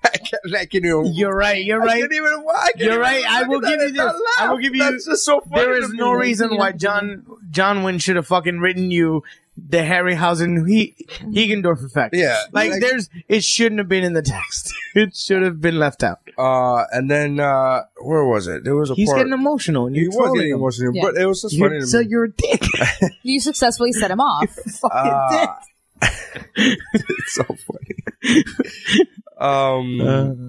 Speaker 1: I can't, I can't even.
Speaker 8: You're right. You're
Speaker 1: I
Speaker 8: right.
Speaker 1: can't even. I can't
Speaker 8: You're
Speaker 1: even
Speaker 8: right. I
Speaker 1: look
Speaker 8: will
Speaker 1: at
Speaker 8: give
Speaker 1: that
Speaker 8: you
Speaker 1: and not
Speaker 8: this. I will
Speaker 1: laugh.
Speaker 8: give you-
Speaker 1: That's just so funny.
Speaker 8: There
Speaker 1: to
Speaker 8: is
Speaker 1: me.
Speaker 8: no reason why John John Wynn should have fucking written you the Harryhausen he Hegendorf effect.
Speaker 1: Yeah.
Speaker 8: like,
Speaker 1: Like-
Speaker 8: there's it shouldn't have been in the text. It should have been left out.
Speaker 1: Uh, and then uh, where was it? There was a
Speaker 8: He's
Speaker 1: part.
Speaker 8: getting emotional. And
Speaker 1: he
Speaker 8: you're
Speaker 1: was getting
Speaker 8: emotional.
Speaker 1: emotional,
Speaker 9: Yeah.
Speaker 1: but it was just funny to me.
Speaker 8: so you're a dick.
Speaker 9: you successfully set him off.
Speaker 8: fucking dick.
Speaker 1: Ah. it's so funny. um,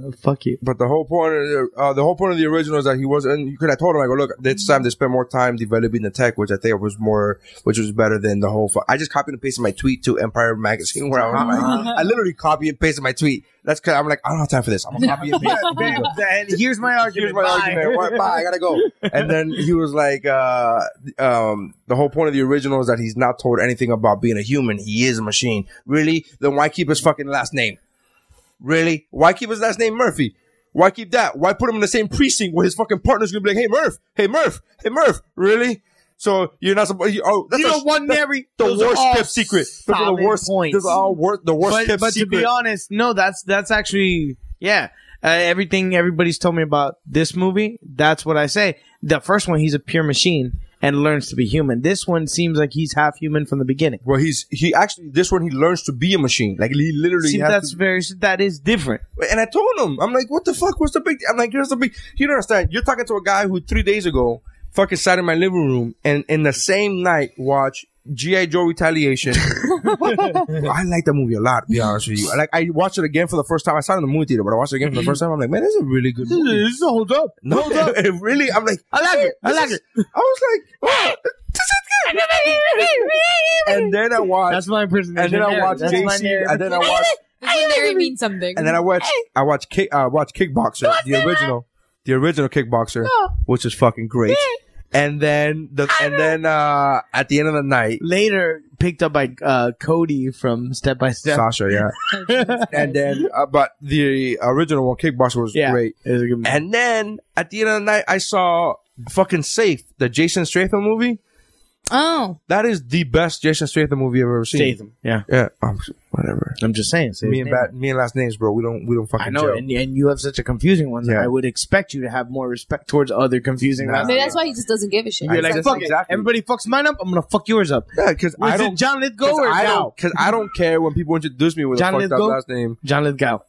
Speaker 8: Uh, fuck you.
Speaker 1: but the whole point of the, uh, the whole point of the original is that he wasn't. You could have told him, I go, look, this time they spent more time developing the tech, which I think was more, which was better than the whole. Fu- I just copied and pasted my tweet to Empire Magazine, where I was like, I literally copied and pasted my tweet. That's because I'm like, I don't have time for this. I'm gonna copy and paste.
Speaker 8: And here's my
Speaker 1: Here's
Speaker 8: argument.
Speaker 1: my argument. Why- Bye. I gotta go. And then he was like, uh, um, the whole point of the original is that he's not told anything about being a human. He is a machine. Really? Then why keep his fucking last name? Really? Why keep his last name Murphy? Why keep that? Why put him in the same precinct where his fucking partner's gonna be like, hey Murph, hey Murph, hey Murph, really? So you're not supposed. you- Oh, that's
Speaker 8: You
Speaker 1: a-
Speaker 8: know, one
Speaker 1: that's
Speaker 8: Mary.
Speaker 1: The
Speaker 8: those are
Speaker 1: worst
Speaker 8: all
Speaker 1: kept secret. Those are
Speaker 8: solid
Speaker 1: the worst.
Speaker 8: points.
Speaker 1: Those are all wor- the worst
Speaker 8: but,
Speaker 1: kept
Speaker 8: but to
Speaker 1: secret.
Speaker 8: be honest, no, that's that's actually yeah. Uh, everything everybody's told me about this movie, that's what I say. The first one, he's a pure machine and learns to be human. This one seems like he's half human from the beginning.
Speaker 1: well, he's he actually this one he learns to be a machine. Like he literally
Speaker 8: See,
Speaker 1: has
Speaker 8: that's
Speaker 1: to
Speaker 8: very that is different.
Speaker 1: And I told him, I'm like, what the fuck? What's the big? I'm like, here's the big. You don't understand. You're talking to a guy who three days ago fucking sat in my living room and in the same night watched G.I. Joe Retaliation. I like that movie a lot, to be honest with you. Like, I watched it again for the first time. I saw it in the movie theater, but I watched it again for the first time. I'm like, man, this is a really good movie.
Speaker 8: is a hold up.
Speaker 1: No, it really, I'm like,
Speaker 8: I like it. I like it.
Speaker 1: I was like, wow, this is good. And then I watched,
Speaker 8: That's my impersonation.
Speaker 1: and then I
Speaker 8: there.
Speaker 1: watched
Speaker 8: That's my
Speaker 1: JC,
Speaker 8: narrative.
Speaker 1: and then I watched.
Speaker 9: This is when Larry means something.
Speaker 1: And then I watch I watch kick I watch Kickboxer, the original, the original Kickboxer, which is fucking great. and then the and then uh at the end of the night,
Speaker 8: Later picked up by uh, Cody from Step by Step.
Speaker 1: Sasha, yeah, and then uh, but the original one, Kickboxer, was
Speaker 8: Yeah.
Speaker 1: great.
Speaker 8: It was a good-
Speaker 1: And then at the end of the night, I saw fucking Safe, the Jason Statham movie.
Speaker 9: Oh,
Speaker 1: That is the best Jason Statham movie I've ever seen.
Speaker 8: Statham. Yeah.
Speaker 1: Yeah, um, whatever.
Speaker 8: I'm just saying. say
Speaker 1: Me
Speaker 8: his
Speaker 1: and
Speaker 8: name.
Speaker 1: bat, me and last names, bro. We don't we don't fucking.
Speaker 8: I know,
Speaker 1: gel.
Speaker 8: and, and you have such a confusing one. that
Speaker 1: Yeah.
Speaker 8: I would expect you to have more respect towards other confusing
Speaker 1: Nah.
Speaker 8: ones.
Speaker 9: maybe that's why he just doesn't give a shit.
Speaker 8: You're
Speaker 9: He's
Speaker 8: like,
Speaker 1: That's
Speaker 8: fuck
Speaker 1: exactly-
Speaker 8: it. Everybody fucks mine up. I'm gonna fuck yours up.
Speaker 1: Yeah, because
Speaker 8: Was
Speaker 1: I
Speaker 8: it
Speaker 1: don't.
Speaker 8: John Lithgow or
Speaker 1: I
Speaker 8: Gao?
Speaker 1: don't because I don't care when people introduce me with
Speaker 8: John
Speaker 1: a fucked
Speaker 8: Lithgow?
Speaker 1: up last name.
Speaker 8: John Lithgow.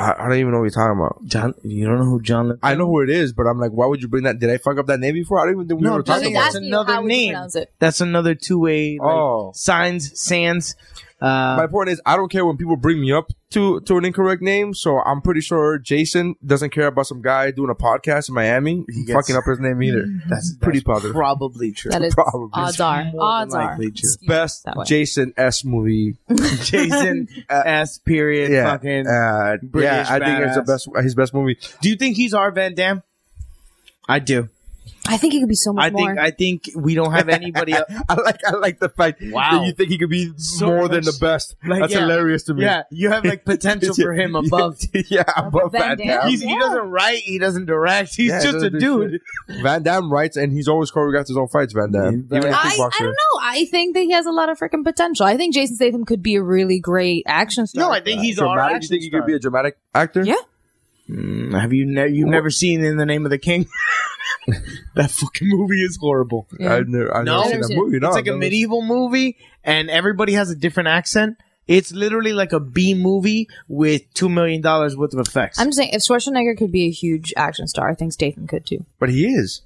Speaker 1: I, I don't even know what you're talking about.
Speaker 8: John, you don't know who John Lithgow?
Speaker 1: I know who it is, but I'm like, why would you bring that? Did I fuck up that name before? I don't even think we
Speaker 8: No,
Speaker 1: were
Speaker 9: just
Speaker 1: talking about.
Speaker 8: about that-
Speaker 9: asking you
Speaker 8: another
Speaker 9: how would you
Speaker 8: name.
Speaker 9: pronounce it.
Speaker 8: That's another two way. Like,
Speaker 1: Oh.
Speaker 8: signs, sands. Uh,
Speaker 1: My point is, I don't care when people bring me up to to an incorrect name. So I'm pretty sure Jason doesn't care about some guy doing a podcast in Miami
Speaker 8: gets-
Speaker 1: fucking up his name either.
Speaker 8: that's
Speaker 1: pretty
Speaker 8: that's
Speaker 1: positive.
Speaker 8: Probably true.
Speaker 9: That is
Speaker 1: Probably.
Speaker 9: odds are. Odds
Speaker 8: than
Speaker 9: are.
Speaker 8: likely true.
Speaker 9: Excuse me
Speaker 1: Best
Speaker 9: that way.
Speaker 1: Jason S movie.
Speaker 8: Jason S. Period.
Speaker 1: Uh, Yeah,
Speaker 8: Fucking.
Speaker 1: uh,
Speaker 8: British
Speaker 1: yeah. I think it's the
Speaker 8: badass.
Speaker 1: best his best movie.
Speaker 8: do you think he's our Van Dam? I do.
Speaker 9: I think he could be so much
Speaker 8: I
Speaker 9: more.
Speaker 8: think. I think we don't have anybody. else.
Speaker 1: I like I like the fact
Speaker 8: Wow.
Speaker 1: that you think he could be
Speaker 8: So
Speaker 1: more than the
Speaker 8: much-
Speaker 1: best.
Speaker 8: like,
Speaker 1: That's
Speaker 8: yeah.
Speaker 1: hilarious to me.
Speaker 8: Yeah, you have like potential for him above.
Speaker 1: yeah, above
Speaker 9: Van
Speaker 1: Van
Speaker 9: Damme.
Speaker 1: Damme.
Speaker 8: He's, He doesn't write. He doesn't direct. He's
Speaker 1: Yeah,
Speaker 8: just a
Speaker 1: doesn't do
Speaker 8: dude.
Speaker 1: shit. Van Damme writes, and he's always choreographed his own fights. Van Damme,
Speaker 8: Yeah,
Speaker 1: even in
Speaker 9: I, I
Speaker 1: Kickboxer.
Speaker 9: don't know. I think that he has a lot of freaking potential. I think Jason Statham could be a really great action star.
Speaker 8: No, I think he's our
Speaker 1: dramatic. You
Speaker 8: action
Speaker 1: think he
Speaker 8: star.
Speaker 1: could be a dramatic actor?
Speaker 9: Yeah.
Speaker 8: Mm, have you ne- you've never seen In the Name of the King? that fucking movie is horrible.
Speaker 9: Yeah.
Speaker 1: I've never, I've
Speaker 8: No.
Speaker 1: never seen that movie. No,
Speaker 8: it's
Speaker 1: I've
Speaker 8: like a
Speaker 1: never-
Speaker 8: medieval movie, and everybody has a different accent. It's literally like a B movie with two million dollars worth of effects.
Speaker 9: I'm just saying, if Schwarzenegger could be a huge action star, I think Statham could too.
Speaker 1: But he is.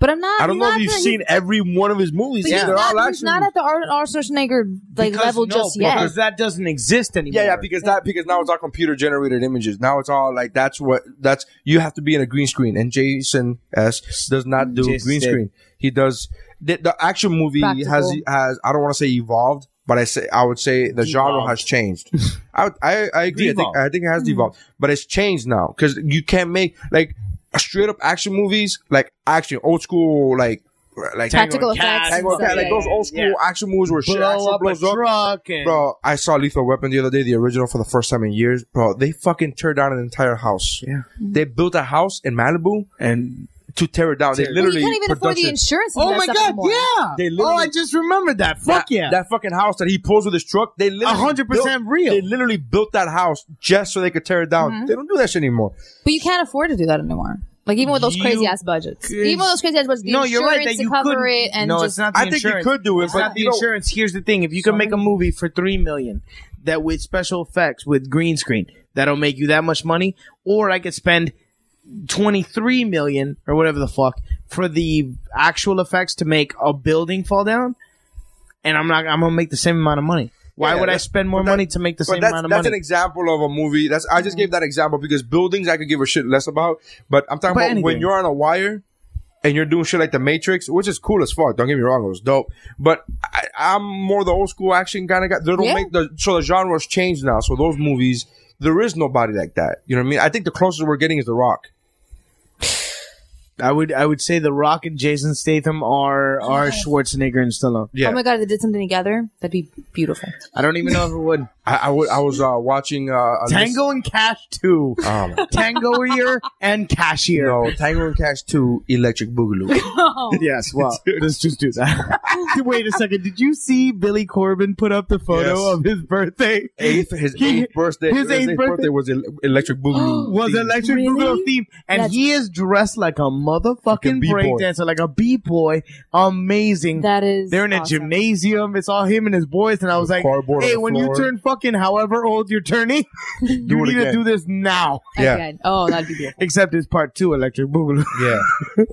Speaker 9: But I'm not.
Speaker 1: I don't know if
Speaker 9: not
Speaker 1: you've
Speaker 9: the-
Speaker 1: seen every one of his movies.
Speaker 9: But
Speaker 1: Yeah,
Speaker 9: he's,
Speaker 1: they're all
Speaker 9: not, he's
Speaker 1: action.
Speaker 9: not
Speaker 1: movies.
Speaker 9: at the Ar- Arnold Schwarzenegger like
Speaker 8: Because-
Speaker 9: level
Speaker 8: no,
Speaker 9: just yet.
Speaker 8: because that doesn't exist anymore.
Speaker 1: Yeah, yeah, because that because now it's all computer generated images. Now it's all like that's what that's you have to be in a green screen, and Jason S does not do
Speaker 8: Jason
Speaker 1: green
Speaker 8: did.
Speaker 1: screen. He does the, the action movie has
Speaker 9: Practical.
Speaker 1: has I don't want to say evolved, but I say I would say the genre
Speaker 8: Devolved.
Speaker 1: has changed. I would- I, I agree. I think,
Speaker 8: Devolved.
Speaker 1: I think it has devolved, but it's changed now because you can't make like straight up action movies like action old school like like
Speaker 9: Practical
Speaker 8: Tango and
Speaker 9: effects.
Speaker 8: Cash,
Speaker 9: and
Speaker 1: Tango and
Speaker 9: stuff.
Speaker 1: Cash, like those old school
Speaker 8: Yeah.
Speaker 1: action movies where shit
Speaker 8: blow
Speaker 1: actually
Speaker 8: up
Speaker 1: blows
Speaker 8: a
Speaker 1: up.
Speaker 8: truck and
Speaker 1: Bro, I saw Lethal Weapon the other day, the original for the first time in years. Bro, they fucking tore down an entire house.
Speaker 8: Yeah.
Speaker 9: Mm-hmm.
Speaker 1: They built a house in Malibu
Speaker 8: and
Speaker 1: to tear it down. They
Speaker 8: Tear it
Speaker 9: Well,
Speaker 1: literally
Speaker 9: you can't even afford the
Speaker 1: production-
Speaker 9: insurance. on
Speaker 8: oh
Speaker 9: that
Speaker 8: my
Speaker 9: stuff
Speaker 8: god,
Speaker 9: anymore.
Speaker 8: yeah!
Speaker 1: They
Speaker 8: oh,
Speaker 1: literally-
Speaker 8: I just remembered that.
Speaker 1: that,
Speaker 8: Fuck yeah!
Speaker 1: That fucking house that he pulls with his truck, they literally
Speaker 8: 100%
Speaker 1: built-
Speaker 8: real.
Speaker 1: They literally built that house just so they could tear it down.
Speaker 9: Mm-hmm.
Speaker 1: They don't do that shit anymore.
Speaker 9: But you can't afford to do that anymore. Like even with those
Speaker 8: You
Speaker 9: crazy ass budgets,
Speaker 8: could-
Speaker 9: even with those crazy ass budgets, the
Speaker 8: no, you're right that
Speaker 9: insurance
Speaker 8: you
Speaker 9: to cover
Speaker 8: couldn't-
Speaker 9: it and
Speaker 8: no,
Speaker 9: just
Speaker 8: it's not. The
Speaker 1: I think
Speaker 8: insurance.
Speaker 1: you could do it,
Speaker 8: It's
Speaker 1: but
Speaker 8: not the
Speaker 1: you don't-
Speaker 8: insurance. Here's the thing: if you can make a movie for three million that with special effects with green screen, that'll make you that much money. Or I could spend twenty three million or whatever the fuck for the actual effects to make a building fall down, and I'm not. I'm gonna make the same amount of money. Why
Speaker 1: Yeah,
Speaker 8: would I
Speaker 1: that's-
Speaker 8: spend more
Speaker 1: but that-
Speaker 8: money to make the same
Speaker 1: but that's,
Speaker 8: amount of
Speaker 1: that's
Speaker 8: money? Mm.
Speaker 1: an example of a movie. That's I just gave that example because buildings I could give a shit less about. But I'm talking
Speaker 8: But
Speaker 1: about when
Speaker 8: anything.
Speaker 1: you're on a wire and you're doing shit like The Matrix, which is cool as fuck. Don't get me wrong, it was dope. But I, I'm more the old school action kind of guy. They don't
Speaker 9: Yeah.
Speaker 1: make the so the genre's changed now. So those movies, there is nobody like that. You know what I mean? I think the closest we're getting is The Rock.
Speaker 8: I would. I would say The Rock and Jason Statham are are Schwarzenegger and Stallone.
Speaker 1: Yeah,
Speaker 9: Oh my god, if they did something together, that'd be beautiful.
Speaker 8: I don't even know if it would.
Speaker 1: I, I would- I was uh, watching uh, a list-
Speaker 8: Tango and Cash 2.
Speaker 1: Oh, my-
Speaker 8: Tangoier and Cashier.
Speaker 1: no, Tango and Cash Two, Electric Boogaloo.
Speaker 8: Yes, well, let's just do that. Wait a second. Did you see Billy Corbin put up the photo
Speaker 1: Yes.
Speaker 8: of his birthday?
Speaker 1: Eighth, his
Speaker 8: He-
Speaker 1: eighth birthday.
Speaker 8: his eighth birthday-
Speaker 1: was el- Electric Boogaloo.
Speaker 8: Was
Speaker 1: themed.
Speaker 8: Electric
Speaker 9: Really?
Speaker 8: Boogaloo theme, and
Speaker 9: That's-
Speaker 8: he is dressed like a motherfucking
Speaker 1: B-boy.
Speaker 8: breakdancer, like a b boy. Amazing.
Speaker 9: That is
Speaker 8: They're in a
Speaker 9: awesome.
Speaker 8: gymnasium. It's all him and his boys, and I was like,
Speaker 1: cardboard on
Speaker 8: "Hey,
Speaker 1: the
Speaker 8: when
Speaker 1: floor.
Speaker 8: you turn fucking however old you're turning, you
Speaker 1: it
Speaker 8: need to
Speaker 1: again.
Speaker 8: do this now."
Speaker 1: Yeah.
Speaker 9: Again. Oh, that'd be beautiful.
Speaker 8: Except it's part two, Electric Boogaloo.
Speaker 1: Yeah.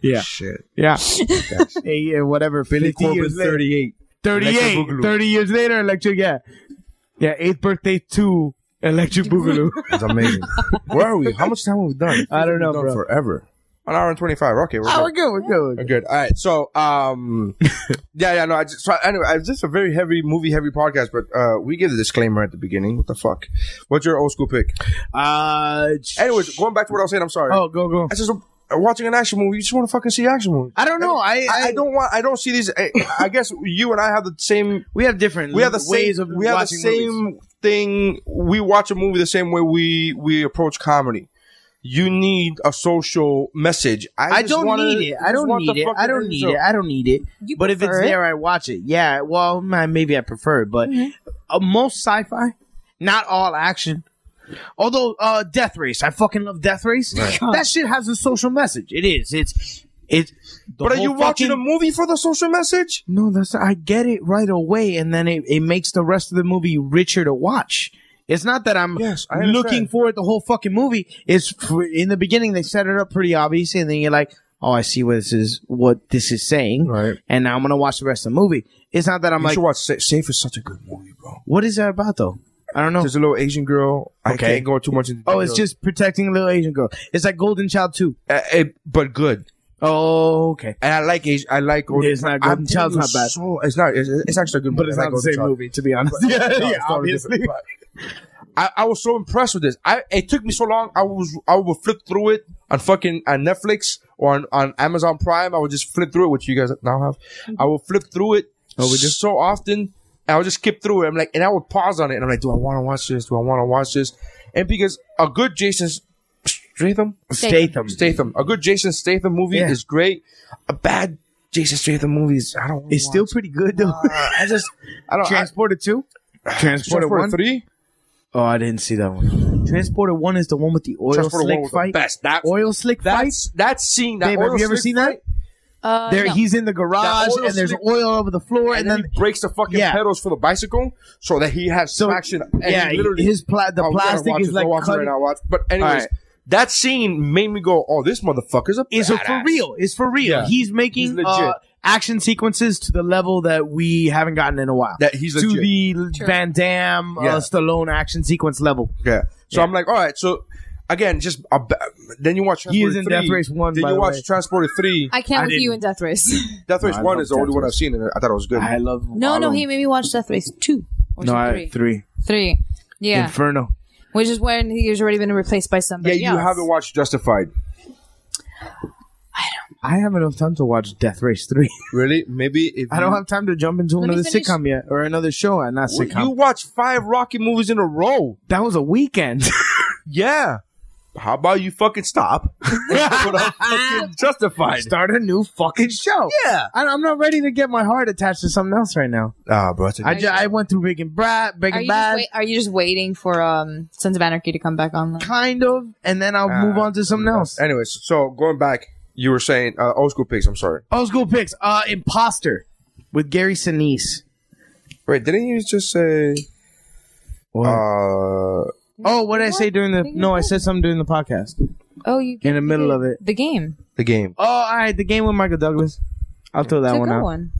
Speaker 8: Yeah.
Speaker 1: Shit.
Speaker 8: Yeah. Hey, yeah, uh, whatever. 50 years later.
Speaker 1: 38.
Speaker 8: 38.
Speaker 1: Electric Boogaloo.
Speaker 8: 30 years later, Electric, yeah. Yeah, 8th birthday to Electric Boogaloo.
Speaker 1: It's amazing. Where are we? How much time have we done?
Speaker 8: I don't know,
Speaker 1: We've done
Speaker 8: bro.
Speaker 1: Forever. An hour and 25. Okay, we're
Speaker 8: oh, we're
Speaker 1: good.
Speaker 8: good, we're good. We're
Speaker 1: We're
Speaker 8: good.
Speaker 1: good. All right. So, um, yeah, yeah, no. I just, so anyway, it's just a very heavy movie, heavy podcast, but uh, we give the disclaimer at the beginning. What the fuck? What's your old school pick?
Speaker 8: Uh,
Speaker 1: Anyways, going back to what I was saying, I'm sorry.
Speaker 8: oh, go, go.
Speaker 1: I just uh, watching an action movie. You just want to fucking see action movies.
Speaker 8: I don't know. I,
Speaker 1: I, I don't want. I don't see these. I, I guess you and I have the same.
Speaker 8: We have different.
Speaker 1: We have the
Speaker 8: ways
Speaker 1: same.
Speaker 8: of
Speaker 1: we have the
Speaker 8: watching
Speaker 1: same
Speaker 8: movies.
Speaker 1: thing. We watch a movie the same way we we approach comedy. You need a social message. I,
Speaker 8: I
Speaker 1: just
Speaker 8: don't
Speaker 1: wanna-
Speaker 8: need it. I
Speaker 1: just
Speaker 8: don't
Speaker 1: want the
Speaker 8: need it. I
Speaker 1: fucking
Speaker 8: don't
Speaker 1: end
Speaker 8: need
Speaker 1: result.
Speaker 8: it. I don't need it.
Speaker 9: You
Speaker 8: but if it's
Speaker 9: prefer it?
Speaker 8: there, I watch it. Yeah. Well, my- maybe I prefer it, but
Speaker 9: Mm-hmm.
Speaker 8: uh, most sci-fi, not all action. Although uh, Death Race, I fucking love Death Race. That shit has a social message. It is. It's. It's. the
Speaker 1: But are
Speaker 8: whole
Speaker 1: you watching a
Speaker 8: fucking-
Speaker 1: movie for the social message?
Speaker 8: No, that's I get it right away, and then it, it makes the rest of the movie richer to watch. It's not that I'm
Speaker 1: Yes, I understand.
Speaker 8: looking forward the whole fucking movie. It's fr- in the beginning they set it up pretty obvious, and then you're like, "Oh, I see what this is, what this is saying,"
Speaker 1: Right.
Speaker 8: And now I'm gonna watch the rest of the movie. It's not that I'm
Speaker 1: You
Speaker 8: like,
Speaker 1: should watch Sa- Safe. Is such a good movie, bro.
Speaker 8: "What is that about?" Though I don't know.
Speaker 1: There's a little Asian girl. I
Speaker 8: Okay.
Speaker 1: can't go too much into.
Speaker 8: Oh, it's
Speaker 1: details.
Speaker 8: just protecting a little Asian girl. It's like Golden Child too.
Speaker 1: Uh, it- but good.
Speaker 8: Oh, okay.
Speaker 1: And I like Asian. I like Golden.
Speaker 8: It's not
Speaker 1: I'm
Speaker 8: Golden Child's
Speaker 1: telling you
Speaker 8: not bad.
Speaker 1: So, it's not. It's, it's actually a good movie.
Speaker 8: But it's
Speaker 1: I like
Speaker 8: not the
Speaker 1: Golden
Speaker 8: same
Speaker 1: Child.
Speaker 8: movie, to be honest.
Speaker 1: No,
Speaker 8: yeah,
Speaker 1: it's
Speaker 8: yeah,
Speaker 1: totally
Speaker 8: obviously.
Speaker 1: different, but I, I was so impressed with this. I it took me so long. I was I would flip through it on fucking on Netflix or on, on Amazon Prime. I would just flip through it, which you guys now have.
Speaker 8: Mm-hmm.
Speaker 1: I would flip through it
Speaker 8: Oh, we do?
Speaker 1: so often. I would just skip through it. I'm like, and I would pause on it, and I'm like, do I want to watch this? Do I want to watch this? And because a good Jason Statham,
Speaker 8: Statham.
Speaker 1: Statham, a good Jason Statham movie
Speaker 8: Yeah.
Speaker 1: is great. A bad Jason Statham movie is I don't. wanna
Speaker 8: It's still
Speaker 1: watch.
Speaker 8: pretty good though.
Speaker 1: I just I don't. I,
Speaker 8: Transporter two. Transporter
Speaker 1: Transporter
Speaker 8: one.
Speaker 1: three.
Speaker 8: Oh, I didn't see that one. Transporter one is the one with the oil
Speaker 1: Transporter
Speaker 8: slick
Speaker 1: One was the
Speaker 8: fight.
Speaker 1: best. That-
Speaker 8: oil slick fight.
Speaker 1: That's that scene. That
Speaker 8: Babe,
Speaker 1: oil
Speaker 8: have you ever
Speaker 1: slick
Speaker 8: seen
Speaker 1: fight,
Speaker 9: Uh,
Speaker 8: There,
Speaker 9: no.
Speaker 8: he's in the garage,
Speaker 1: That oil
Speaker 8: and there's
Speaker 1: slick-
Speaker 8: oil all over the floor,
Speaker 1: And, then, he breaks the fucking
Speaker 8: Yeah.
Speaker 1: pedals for the bicycle so that he has
Speaker 8: so
Speaker 1: traction. And
Speaker 8: yeah,
Speaker 1: he literally,
Speaker 8: his pla- the
Speaker 1: Oh, we gotta
Speaker 8: plastic
Speaker 1: watch
Speaker 8: is
Speaker 1: this.
Speaker 8: like
Speaker 1: I'll watch it
Speaker 8: cutting.
Speaker 1: right now. I'll Watch. But anyways,
Speaker 8: Alright.
Speaker 1: that scene made me go, "Oh, this motherfucker's a
Speaker 8: It's a- for
Speaker 1: badass."
Speaker 8: real. It's for real.
Speaker 1: Yeah.
Speaker 8: He's making
Speaker 1: He's legit.
Speaker 8: uh, action sequences to the level that we haven't gotten in a while.
Speaker 1: That he's
Speaker 8: to
Speaker 1: legit.
Speaker 8: the Van Damme,
Speaker 1: Yeah.
Speaker 8: uh, Stallone action sequence level.
Speaker 1: Yeah. So I'm like, all right. So again, just a ba- then you watch.
Speaker 8: He is
Speaker 1: Transporter
Speaker 8: in
Speaker 1: 3,
Speaker 8: Death Race 1,
Speaker 1: Then
Speaker 8: by
Speaker 1: you
Speaker 8: the
Speaker 1: watch
Speaker 8: way.
Speaker 1: Transporter Three.
Speaker 9: I can't
Speaker 8: I
Speaker 9: with you in Death Race.
Speaker 1: Death Race
Speaker 8: I
Speaker 1: One
Speaker 8: love
Speaker 1: is the only
Speaker 8: Death
Speaker 1: one I've
Speaker 8: Race.
Speaker 1: seen, and I thought it was good.
Speaker 8: I love.
Speaker 9: no, no,
Speaker 8: Marlon.
Speaker 9: he made me watch Death Race two. Or
Speaker 8: No,
Speaker 9: no,
Speaker 8: I-
Speaker 9: three.
Speaker 8: three.
Speaker 9: Three. Yeah,
Speaker 8: Inferno.
Speaker 9: which is when he's already been replaced by
Speaker 1: yeah,
Speaker 9: somebody.
Speaker 1: you
Speaker 9: else.
Speaker 1: haven't watched Justified,
Speaker 8: I have enough time to watch Death Race three.
Speaker 1: really? Maybe if
Speaker 8: I don't
Speaker 1: you-
Speaker 8: have time to jump into
Speaker 9: Let me
Speaker 8: another
Speaker 9: finish.
Speaker 8: sitcom yet or another show. and Not
Speaker 1: Well,
Speaker 8: sitcom.
Speaker 1: You watch five Rocky movies in a row.
Speaker 8: that was a weekend.
Speaker 1: Yeah. How about you fucking stop? But I'm fucking justified.
Speaker 8: Start a new fucking show.
Speaker 1: Yeah.
Speaker 8: I, I'm not ready to get my heart attached to something else right now.
Speaker 1: Ah, bro. That's a-
Speaker 8: I, ju- I went through Breaking Brad,
Speaker 9: Are
Speaker 8: Breaking
Speaker 9: you, just
Speaker 8: Bad,
Speaker 9: wait, are you just waiting for um, Sons of Anarchy to come back online?
Speaker 8: kind of, and then I'll
Speaker 1: Ah,
Speaker 8: move on to something else.
Speaker 1: Anyways, so going back, you were saying uh, old school pigs. I'm sorry.
Speaker 8: Old school picks. Uh, Imposter with Gary Sinise.
Speaker 1: Wait, didn't you just say? Uh,
Speaker 8: oh, what did I say during the? No, I said something during the podcast
Speaker 9: Oh, you
Speaker 8: in the middle of it.
Speaker 9: the game.
Speaker 1: the game.
Speaker 8: Oh, all right, the game with Michael Douglas. I'll throw that
Speaker 9: It's a
Speaker 8: one
Speaker 9: good
Speaker 8: out.
Speaker 9: one.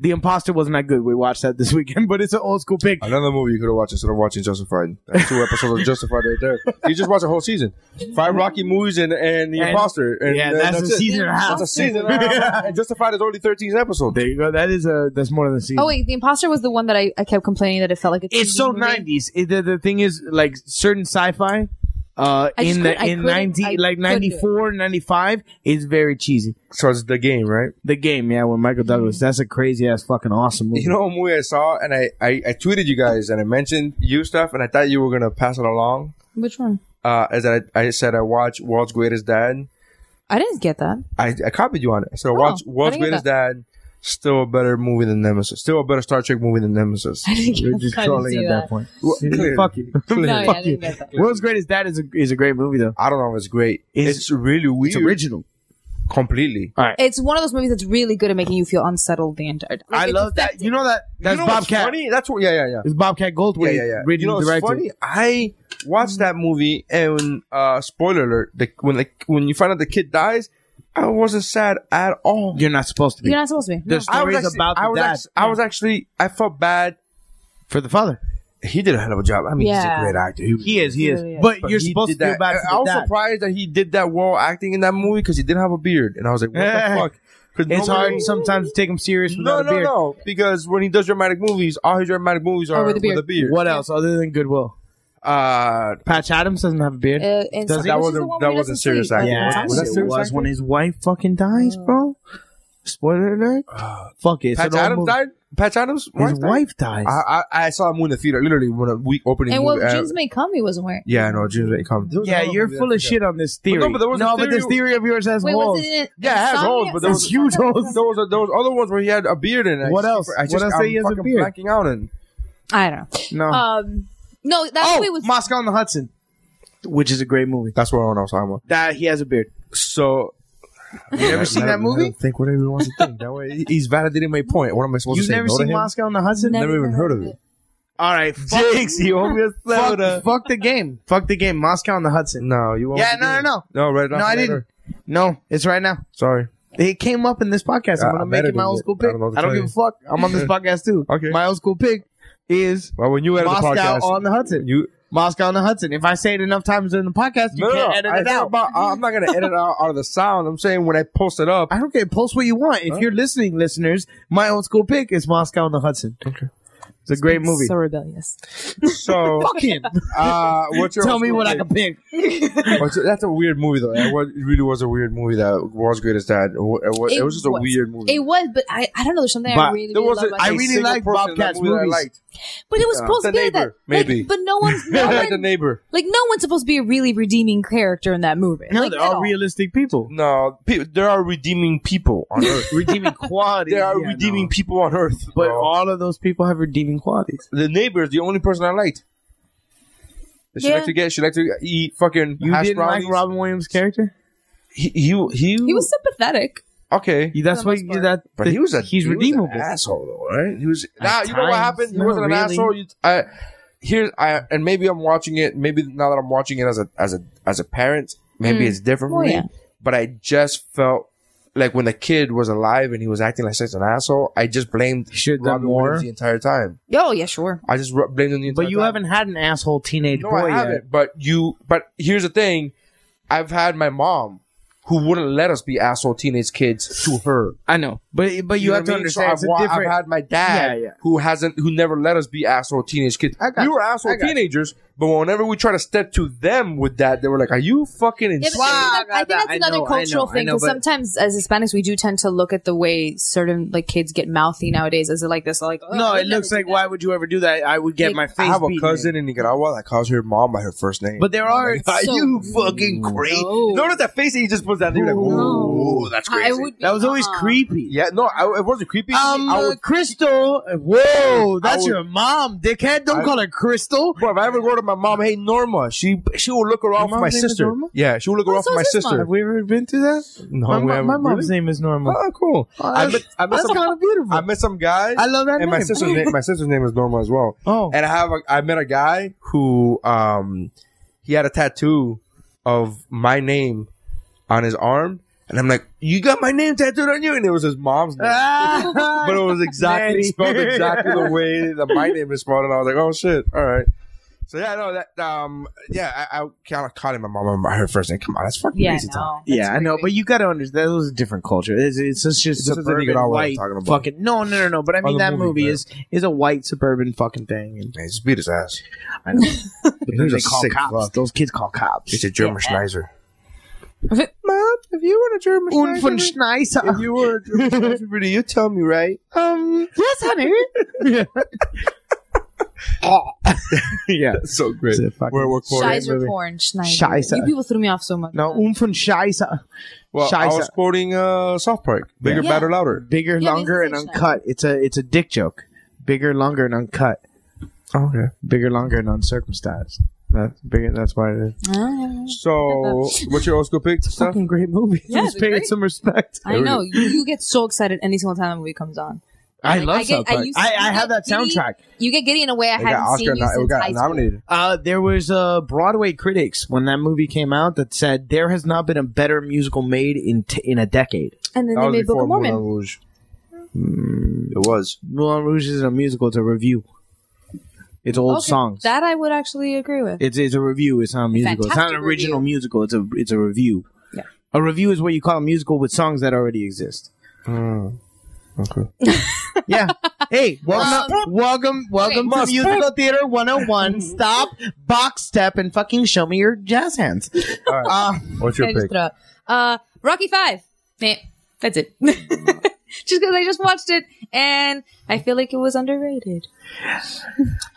Speaker 8: The Imposter wasn't that good. We watched that this weekend, but it's an old school pick.
Speaker 1: Another movie you could have watched instead of watching Justified. That's two episodes of Justified right there. You just watched a whole season. Five Rocky movies and, and The
Speaker 8: And-
Speaker 1: Imposter. And,
Speaker 8: yeah,
Speaker 1: uh,
Speaker 8: that's, a
Speaker 1: it.
Speaker 8: season and a half.
Speaker 1: That's a season. and a half. And Justified is only 13 episodes.
Speaker 8: There you go. That is a that's more than a season.
Speaker 9: Oh wait, the imposter was the one that I, I kept complaining that it felt like a TV
Speaker 8: it's so
Speaker 9: movie.
Speaker 8: nineties. the, the thing is, like certain sci-fi, uh,
Speaker 9: I just
Speaker 8: in the
Speaker 9: couldn't- I
Speaker 8: in
Speaker 9: couldn't- I
Speaker 8: ninety like
Speaker 9: couldn't do it.
Speaker 8: 94, 95 is very cheesy.
Speaker 1: So it's the game, right?
Speaker 8: The game, yeah, with Michael Douglas. That's a crazy ass fucking awesome movie.
Speaker 1: You know a movie I saw and I, I, I tweeted you guys and I mentioned you stuff and I thought you were gonna pass it along.
Speaker 9: Which one?
Speaker 1: Uh, as I, I said, I watched World's Greatest Dad.
Speaker 9: I didn't get that.
Speaker 1: I, I copied you on it. So
Speaker 8: Oh,
Speaker 1: I watched
Speaker 9: I
Speaker 1: World's
Speaker 9: didn't get
Speaker 1: Greatest Dad. Still a better movie than Nemesis. Still a better Star Trek movie than Nemesis.
Speaker 9: I didn't get
Speaker 8: You're just
Speaker 9: I didn't
Speaker 8: trolling
Speaker 9: see
Speaker 8: at that, point.
Speaker 1: Well, clearly.
Speaker 8: Fuck you.
Speaker 1: Clearly.
Speaker 9: No, yeah, I
Speaker 8: Fuck you.
Speaker 9: didn't get that.
Speaker 8: World's Greatest Dad is a, is a great movie though.
Speaker 1: I don't know if it's great.
Speaker 8: It's-
Speaker 1: It's, really weird.
Speaker 8: It's original.
Speaker 1: Completely.
Speaker 9: It's one of those movies that's really good at making you feel unsettled the entire time. Like,
Speaker 8: I
Speaker 9: it's
Speaker 8: love that.
Speaker 9: affecting-
Speaker 8: You know that that's
Speaker 1: you know what's
Speaker 8: Bobcat.
Speaker 1: Funny? That's what. Yeah, yeah, yeah.
Speaker 8: It's Bobcat
Speaker 1: Yeah,
Speaker 8: Goldthwait.
Speaker 1: yeah, yeah.
Speaker 8: Written
Speaker 1: you know,
Speaker 8: and
Speaker 1: it's
Speaker 8: directed.
Speaker 1: funny. I watched that movie, and uh, spoiler alert: the, when the, when you find out the kid dies, I wasn't sad at all.
Speaker 8: You're not supposed to be.
Speaker 9: You're not supposed to be. No.
Speaker 8: There's- stories about the
Speaker 1: I was
Speaker 8: dad.
Speaker 1: act- I was actually. I felt bad.
Speaker 8: for the father.
Speaker 1: He did a hell of a job. I mean, he's
Speaker 9: Yeah.
Speaker 1: a great actor. He,
Speaker 8: He is, he is.
Speaker 9: Really?
Speaker 8: But,
Speaker 1: but
Speaker 8: you're
Speaker 1: he
Speaker 8: supposed to
Speaker 1: did
Speaker 8: feel
Speaker 1: that.
Speaker 8: bad for
Speaker 1: I
Speaker 8: the
Speaker 1: was
Speaker 8: dad.
Speaker 1: surprised that he did that while acting in that movie because he didn't have a beard, and I was like, what
Speaker 8: Eh.
Speaker 1: the fuck? 'Cause
Speaker 8: It's
Speaker 1: nobody-
Speaker 8: hard sometimes to take him serious
Speaker 1: No,
Speaker 8: without a
Speaker 1: no,
Speaker 8: beard.
Speaker 1: no. Because when he does dramatic movies, all his dramatic movies are
Speaker 9: Oh, with
Speaker 1: with
Speaker 9: a
Speaker 1: a beard.
Speaker 8: What else other than Goodwill?
Speaker 1: Uh,
Speaker 8: Patch Adams doesn't have a beard.
Speaker 9: Uh, and
Speaker 8: Does
Speaker 9: so
Speaker 8: he?
Speaker 9: this
Speaker 1: That
Speaker 9: is
Speaker 1: wasn't-
Speaker 9: the one
Speaker 1: that
Speaker 9: where he
Speaker 1: wasn't
Speaker 9: doesn't
Speaker 1: serious
Speaker 9: sleep.
Speaker 1: acting.
Speaker 8: yeah,
Speaker 1: Was that
Speaker 8: it
Speaker 1: serious
Speaker 8: was
Speaker 1: acting?
Speaker 8: when his wife fucking dies, bro. Spoiler alert. Fuck it.
Speaker 1: Patch
Speaker 8: so don't
Speaker 1: Adams
Speaker 8: move-
Speaker 1: died. Patch Adams.
Speaker 8: His wife dies.
Speaker 1: I, I I saw him in the theater literally when a week opening.
Speaker 9: And well,
Speaker 1: movie, uh,
Speaker 9: Jin's May Come, he wasn't wearing.
Speaker 1: yeah, I know James May come.
Speaker 8: yeah, you're full of shit on this theory.
Speaker 1: but there was a
Speaker 8: no, but this
Speaker 1: theory-
Speaker 8: theory of yours has
Speaker 9: Wait,
Speaker 8: holes.
Speaker 9: was it in
Speaker 1: Yeah, it has
Speaker 9: Insomnia?
Speaker 1: holes, but there was-
Speaker 9: That's huge holes.
Speaker 1: There was a, there was other ones where he had a beard in it. I
Speaker 8: What
Speaker 1: just-
Speaker 8: else?
Speaker 1: I just,
Speaker 8: What else
Speaker 1: I'm
Speaker 8: that he has a
Speaker 1: fucking
Speaker 8: beard?
Speaker 1: Blanking out and
Speaker 9: I don't
Speaker 8: no.
Speaker 9: know. Um, no, that movie
Speaker 8: oh,
Speaker 9: was.
Speaker 8: Moscow on the Hudson, which is a great movie.
Speaker 1: that's what I was talking about.
Speaker 8: That he has a beard.
Speaker 1: So. You
Speaker 8: ever seen that movie?
Speaker 1: Think whatever you want to think. That way, he- he's validating my point. What am I supposed
Speaker 8: You've
Speaker 1: to say?
Speaker 8: never
Speaker 1: no to
Speaker 8: seen
Speaker 1: him?
Speaker 8: Moscow on the Hudson?
Speaker 9: Never
Speaker 1: Never even
Speaker 9: heard
Speaker 1: heard
Speaker 9: of
Speaker 1: of
Speaker 9: it.
Speaker 1: it.
Speaker 8: All right, fuck,
Speaker 1: Jinx, you owe me a
Speaker 8: fuck, fuck the game. Fuck the game. Moscow on the Hudson.
Speaker 1: No, you won't.
Speaker 8: Yeah, no, no, no.
Speaker 1: No, right
Speaker 8: No,
Speaker 1: after
Speaker 8: I
Speaker 1: that,
Speaker 8: didn't.
Speaker 1: or-
Speaker 8: No, it's right now.
Speaker 1: Sorry.
Speaker 8: It came up in this podcast.
Speaker 1: I-
Speaker 8: I'm
Speaker 1: I
Speaker 8: gonna make
Speaker 1: better
Speaker 8: it my
Speaker 1: than
Speaker 8: old
Speaker 1: you.
Speaker 8: school
Speaker 1: I
Speaker 8: pick. I
Speaker 1: don't know what
Speaker 8: don't,
Speaker 1: to tell
Speaker 8: give a fuck. I'm on this podcast too.
Speaker 1: Okay.
Speaker 8: My old school pick is
Speaker 1: Well, when you edit the
Speaker 8: Moscow
Speaker 1: podcast,
Speaker 8: on the Hudson.
Speaker 1: you
Speaker 8: Moscow on the Hudson. If I say it enough times during the podcast, you can't edit
Speaker 1: I
Speaker 8: it out.
Speaker 1: am not gonna edit out, out of the sound. I'm saying when I post it up,
Speaker 8: I don't care. Post what you want. If
Speaker 1: Huh?
Speaker 8: you're listening, listeners, my old school pick is Moscow on the Hudson. Okay. It's a great movie.
Speaker 9: So rebellious.
Speaker 1: so
Speaker 8: Fuck him.
Speaker 1: uh, what's your
Speaker 8: Tell me what I can pick.
Speaker 1: What's your- that's a weird movie though. It was, it really was a weird movie that was great as that. It wa- it was, it was just a weird movie.
Speaker 9: It was, but I, I don't know. There's something I
Speaker 8: But
Speaker 9: really,
Speaker 1: there
Speaker 9: really
Speaker 1: was
Speaker 9: love.
Speaker 1: a,
Speaker 9: about
Speaker 1: I
Speaker 9: it.
Speaker 1: really like Bobcats movies.
Speaker 8: movies.
Speaker 1: I liked.
Speaker 9: but it was
Speaker 8: uh,
Speaker 1: Yeah.
Speaker 9: supposed
Speaker 1: The
Speaker 9: to be
Speaker 1: Neighbor,
Speaker 9: that.
Speaker 1: maybe.
Speaker 9: Like, but no one's. No
Speaker 1: I
Speaker 9: one,
Speaker 1: liked the neighbor.
Speaker 9: like no one's supposed to be a really redeeming character in that movie.
Speaker 8: No,
Speaker 9: like,
Speaker 8: they're
Speaker 9: at
Speaker 8: all
Speaker 9: all.
Speaker 8: realistic people.
Speaker 1: No, pe- there are redeeming people on earth.
Speaker 8: redeeming qualities.
Speaker 1: there are
Speaker 8: yeah,
Speaker 1: redeeming
Speaker 8: no.
Speaker 1: people on earth.
Speaker 8: But
Speaker 1: bro.
Speaker 8: all of those people have redeeming qualities.
Speaker 1: the neighbor is the only person I liked. She
Speaker 9: Yeah.
Speaker 1: liked to get. She liked to eat fucking
Speaker 8: You
Speaker 1: hash
Speaker 8: didn't
Speaker 1: brownies.
Speaker 8: like Robin Williams' character?
Speaker 1: he, he, he,
Speaker 9: He was sympathetic.
Speaker 1: okay.
Speaker 8: You- That's
Speaker 9: For
Speaker 8: why
Speaker 9: the most
Speaker 8: you
Speaker 9: part.
Speaker 8: that.
Speaker 1: But he was a
Speaker 8: he's
Speaker 1: he was an
Speaker 8: redeemable.
Speaker 1: asshole though, right? He was nah, you know what
Speaker 8: times,
Speaker 1: happened? He
Speaker 8: not
Speaker 1: wasn't an
Speaker 8: really.
Speaker 1: asshole. You, I here's I and maybe I'm watching it. Maybe now that I'm watching it as a as a as a parent, maybe it's different for
Speaker 9: Oh,
Speaker 1: me.
Speaker 9: yeah.
Speaker 1: But I just felt like when the kid was alive and he was acting like such an asshole, I just blamed
Speaker 8: should have done
Speaker 1: Robin
Speaker 8: more.
Speaker 1: Williams the entire time.
Speaker 9: Oh yeah, sure.
Speaker 1: I just ru- blamed him the entire.
Speaker 8: But you
Speaker 1: time.
Speaker 8: haven't had an asshole teenage
Speaker 1: No,
Speaker 8: boy
Speaker 1: I haven't.
Speaker 8: yet.
Speaker 1: But you. But here's the thing. I've had my mom who wouldn't let us be asshole teenage kids to her.
Speaker 8: I know, but but you,
Speaker 1: know
Speaker 8: have to
Speaker 1: what I mean? So
Speaker 8: understand
Speaker 1: I've
Speaker 8: it's a
Speaker 1: wa- I've,
Speaker 8: different.
Speaker 1: had my dad
Speaker 8: Yeah, yeah.
Speaker 1: who hasn't, who never let us be asshole teenage kids.
Speaker 8: I got
Speaker 1: We
Speaker 8: you.
Speaker 1: were
Speaker 8: I
Speaker 1: asshole
Speaker 8: got you.
Speaker 1: teenagers, but whenever we try to step to them with that, they were like, "Are you fucking
Speaker 9: Yeah,
Speaker 1: insane?"
Speaker 9: but I, think
Speaker 8: Wow,
Speaker 9: that, I think
Speaker 8: I
Speaker 9: that's another
Speaker 8: know, I
Speaker 9: cultural
Speaker 8: know, I
Speaker 9: thing
Speaker 8: know,
Speaker 9: because
Speaker 8: but-
Speaker 9: sometimes as Hispanics we do tend to look at the way certain like kids get mouthy nowadays as like this like oh,
Speaker 8: no,
Speaker 9: I
Speaker 8: it
Speaker 9: never
Speaker 8: looks
Speaker 9: did
Speaker 8: like
Speaker 9: that.
Speaker 8: why would you ever do that? I would get
Speaker 9: Like,
Speaker 8: my face.
Speaker 1: I have a
Speaker 8: beaten
Speaker 1: cousin in Nicaragua that calls her mom by her first name.
Speaker 8: But there are
Speaker 1: are
Speaker 9: so-
Speaker 1: you fucking crazy?
Speaker 9: No.
Speaker 1: Notice that face that he just puts down there. You're like, "Ooh, that's crazy."
Speaker 9: I would be,
Speaker 8: that was always
Speaker 9: uh-uh.
Speaker 8: creepy.
Speaker 1: yeah, no, I, it wasn't creepy.
Speaker 8: Um,
Speaker 1: I
Speaker 8: uh,
Speaker 1: would,
Speaker 8: Crystal. Whoa, that's
Speaker 1: would-
Speaker 8: your mom, dickhead. Don't
Speaker 1: I-
Speaker 8: call her Crystal.
Speaker 1: bro, if I ever go to my mom, hey Norma, she she will look her off for
Speaker 8: mom's
Speaker 1: my
Speaker 8: name is
Speaker 1: sister.
Speaker 8: Norma?
Speaker 1: Yeah, she will look her
Speaker 9: Oh,
Speaker 1: off
Speaker 9: so
Speaker 1: for my
Speaker 9: is his mom.
Speaker 1: sister.
Speaker 8: we ever been to that?
Speaker 1: No, we haven't- really?
Speaker 8: name is Norma.
Speaker 1: Oh, cool. I
Speaker 8: that's-
Speaker 1: met, I met
Speaker 8: that's
Speaker 1: some,
Speaker 8: kind of beautiful.
Speaker 1: I met some guy.
Speaker 8: I love that
Speaker 1: and my
Speaker 8: name.
Speaker 1: sister's name. My sister's name is Norma as well.
Speaker 8: Oh.
Speaker 1: and I have a, I met a guy who um he had a tattoo of my name on his arm, and I'm like, you got my name tattooed on you, and it was his mom's name.
Speaker 8: Ah,
Speaker 1: But it was exactly
Speaker 8: Nice.
Speaker 1: spelled exactly the way that my name is spelled, and I was like, "Oh shit, all right." So yeah, no, that um, yeah, I, I kind of caught him. My mom, her first name. Come on, that's fucking
Speaker 9: Yeah,
Speaker 1: crazy
Speaker 9: no.
Speaker 1: talk.
Speaker 8: yeah, I know, but you got to understand that was a different culture. It's, it's just, just
Speaker 1: doesn't even
Speaker 8: suburban
Speaker 1: know what I'm
Speaker 8: white
Speaker 1: talking about.
Speaker 8: fucking. No, no, no, no. But I mean,
Speaker 1: the
Speaker 8: that
Speaker 1: movie,
Speaker 8: movie
Speaker 1: man.
Speaker 8: is is a white suburban fucking thing. And
Speaker 1: Man, just beat his ass.
Speaker 8: I know, but then
Speaker 1: He's
Speaker 8: they
Speaker 1: a
Speaker 8: call
Speaker 1: sick
Speaker 8: cops.
Speaker 1: fuck.
Speaker 8: Those kids call cops.
Speaker 1: It's a German Schneiser.
Speaker 9: Okay.
Speaker 1: Mom, if you want a German
Speaker 8: Un von Schneiser.
Speaker 1: If you were a German Schneiser, Rudy, you tell me, right?
Speaker 8: Um, yes, honey. yeah.
Speaker 1: so great.
Speaker 8: It's a fucking
Speaker 1: Where we're quoting.
Speaker 9: Scheiser porn, Schneider.
Speaker 8: Scheiße.
Speaker 9: You people threw me off so much.
Speaker 8: No, um von Scheiße.
Speaker 1: Well, I was
Speaker 8: Scheiße.
Speaker 1: quoting uh, South Park. Bigger,
Speaker 9: Yeah.
Speaker 1: better, louder.
Speaker 8: Bigger,
Speaker 9: Yeah,
Speaker 8: longer,
Speaker 9: they say
Speaker 8: and uncut. It's a it's a dick joke. Bigger, longer, and uncut.
Speaker 1: Oh, okay.
Speaker 8: Bigger, longer, and uncircumcised. That's bigger. That's why it is.
Speaker 9: Ah,
Speaker 1: So, what's your old school pick? Steph?
Speaker 8: Fucking great movie.
Speaker 9: Yeah,
Speaker 8: Just
Speaker 9: they're
Speaker 8: pay it
Speaker 9: great.
Speaker 8: some respect.
Speaker 9: I know you, you get so excited any single time a movie comes on.
Speaker 8: I
Speaker 9: Like,
Speaker 8: love
Speaker 9: I get-
Speaker 8: South
Speaker 9: I
Speaker 8: Park.
Speaker 9: used to-
Speaker 8: I, I
Speaker 9: you
Speaker 8: have that
Speaker 9: got giddy-
Speaker 8: soundtrack.
Speaker 9: You get giddy in a way I
Speaker 1: It got
Speaker 9: haven't seen you
Speaker 1: no- it
Speaker 9: since
Speaker 1: got
Speaker 9: high school.
Speaker 1: nominated.
Speaker 8: Uh, there was uh, Broadway critics when that movie came out that said there has not been a better musical made in t- in a decade.
Speaker 9: And then
Speaker 1: That
Speaker 9: they
Speaker 1: was
Speaker 9: made Book
Speaker 1: before
Speaker 9: of Mormon.
Speaker 1: Moulin Rouge. It was.
Speaker 8: Moulin Rouge isn't a musical; it's a review. It's old
Speaker 9: Okay,
Speaker 8: songs.
Speaker 9: That I would actually agree with.
Speaker 8: It's it's a review. It's not a musical. It's not an
Speaker 9: fantastic
Speaker 8: original
Speaker 9: review.
Speaker 8: musical. It's a it's a review.
Speaker 9: Yeah.
Speaker 1: Mm.
Speaker 8: A review is what you call a musical with songs that already exist.
Speaker 1: Okay.
Speaker 8: Yeah. Hey, welcome, welcome, welcome to
Speaker 1: Must
Speaker 8: Musical Theater 101. Stop, box step, and fucking show me your jazz hands. Uh,
Speaker 1: What's your
Speaker 9: I just
Speaker 1: pick?
Speaker 9: threw out. Uh, Rocky Five. Meh. That's it. just
Speaker 8: Mm-hmm.
Speaker 9: because I just watched it and I feel like it was underrated.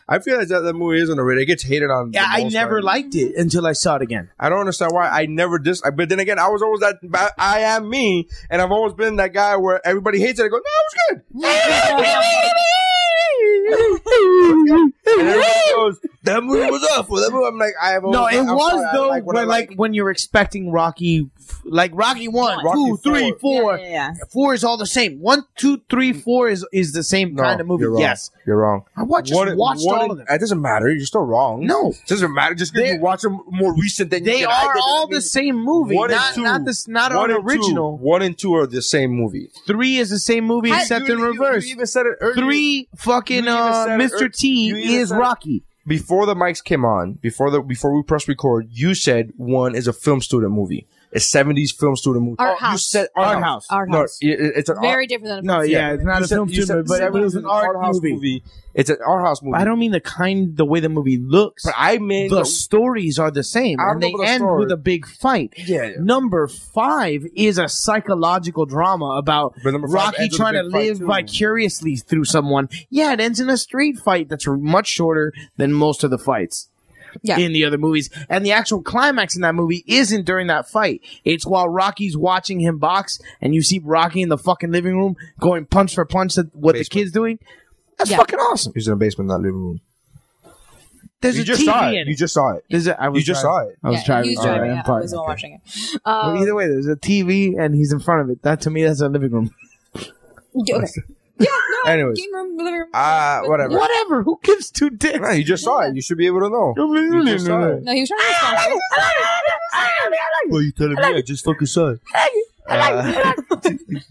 Speaker 1: I feel like that, that movie is underrated. It gets hated on. the
Speaker 8: yeah, I
Speaker 1: most,
Speaker 8: never
Speaker 1: right?
Speaker 8: liked it until I saw it again.
Speaker 1: I don't understand why I never dis. But then again, I was always that. ba- I am me, and I've always been that guy where everybody hates it. I go, no, it was good. and everybody goes, that movie was awful. That movie. I'm like, I have. always-
Speaker 8: No, it
Speaker 1: Oh, I'm
Speaker 8: was
Speaker 1: sorry, I
Speaker 8: though.
Speaker 1: like what I
Speaker 8: when, like, when you're expecting Rocky, like Rocky one,
Speaker 1: Rocky
Speaker 8: two, three,
Speaker 1: four.
Speaker 8: four.
Speaker 9: Yeah, yeah, yeah.
Speaker 8: Four is all the same. One, two, three, four is is the same
Speaker 1: Mm. No,
Speaker 8: kind of movie.
Speaker 1: You're wrong.
Speaker 8: Yes,
Speaker 1: you're wrong.
Speaker 8: I watched, just watched all of them.
Speaker 1: It doesn't matter. You're still wrong.
Speaker 8: No.
Speaker 1: it doesn't matter. Just because
Speaker 8: They-
Speaker 1: you watch them more recent than
Speaker 8: They
Speaker 1: you
Speaker 8: are all the same movie.
Speaker 1: One and
Speaker 8: not
Speaker 1: two.
Speaker 8: not this not
Speaker 1: One
Speaker 8: an
Speaker 1: and two-
Speaker 8: original.
Speaker 1: One and two are the same movie,
Speaker 8: Three is the same movie except
Speaker 1: You-
Speaker 8: in
Speaker 1: you-
Speaker 8: reverse.
Speaker 1: You even said it earlier.
Speaker 8: Three fucking
Speaker 1: you even
Speaker 8: uh,
Speaker 1: said it ear-
Speaker 8: Mr. T
Speaker 1: you even
Speaker 8: is
Speaker 1: said it-
Speaker 8: Rocky.
Speaker 1: before the mics came on, before the before we press record, you said one is a film student movie. A seventies film student movie.
Speaker 9: Art
Speaker 1: Oh, You
Speaker 9: house.
Speaker 1: said art,
Speaker 8: Art house.
Speaker 9: Art
Speaker 1: no,
Speaker 9: house.
Speaker 1: it- it- it's an
Speaker 9: Very
Speaker 1: art,
Speaker 9: different than a
Speaker 8: Oh, No, yeah, it's not
Speaker 1: you
Speaker 8: a
Speaker 1: said-
Speaker 8: film
Speaker 1: you said
Speaker 8: student, but it was
Speaker 1: 70s
Speaker 8: an art
Speaker 1: house
Speaker 8: movie.
Speaker 1: It's an art house movie.
Speaker 8: I don't mean the kind, the way the movie looks.
Speaker 1: But I mean,
Speaker 8: the stories are the same,
Speaker 1: I
Speaker 8: and they
Speaker 1: remember the
Speaker 8: end
Speaker 1: story.
Speaker 8: with a big fight.
Speaker 1: Yeah, yeah.
Speaker 8: Number five is a psychological drama about
Speaker 1: But number five
Speaker 8: Rocky
Speaker 1: ends with
Speaker 8: trying
Speaker 1: a
Speaker 8: to
Speaker 1: big fight,
Speaker 8: live
Speaker 1: too.
Speaker 8: vicariously through someone. Yeah, it ends in a street fight that's much shorter than most of the fights.
Speaker 9: Yeah.
Speaker 8: In the other movies, and the actual climax in that movie isn't during that fight. It's while Rocky's watching him box, and you see Rocky in the fucking living room going punch for punch at what
Speaker 1: Basement.
Speaker 8: the kid's doing. That's
Speaker 9: Yeah.
Speaker 8: fucking awesome.
Speaker 1: he's in the basement, not living room.
Speaker 8: There's
Speaker 1: You
Speaker 8: a
Speaker 1: just
Speaker 8: TV
Speaker 1: saw
Speaker 8: in
Speaker 1: it.
Speaker 8: it.
Speaker 1: You just saw it.
Speaker 8: There's a, I was
Speaker 1: You just
Speaker 8: driving.
Speaker 1: saw it.
Speaker 8: I was
Speaker 9: Yeah,
Speaker 8: driving.
Speaker 9: He was
Speaker 8: All right,
Speaker 9: driving.
Speaker 8: I'm
Speaker 9: yeah, I
Speaker 8: fine.
Speaker 9: was the one watching it.
Speaker 8: Well,
Speaker 9: Um,
Speaker 8: either way, there's a TV and he's in front of it. That to me, that's a living room.
Speaker 9: yeah, okay. yeah, no.
Speaker 1: Anyways.
Speaker 9: game room, living
Speaker 8: Uh,
Speaker 9: room.
Speaker 1: Ah,
Speaker 9: but-
Speaker 1: whatever.
Speaker 8: Whatever. Who gives two dicks?
Speaker 1: No, you just saw it. You should be able to know.
Speaker 8: You just saw it.
Speaker 9: No, he was trying to respond.
Speaker 1: Well, you telling me I just fucking saw it,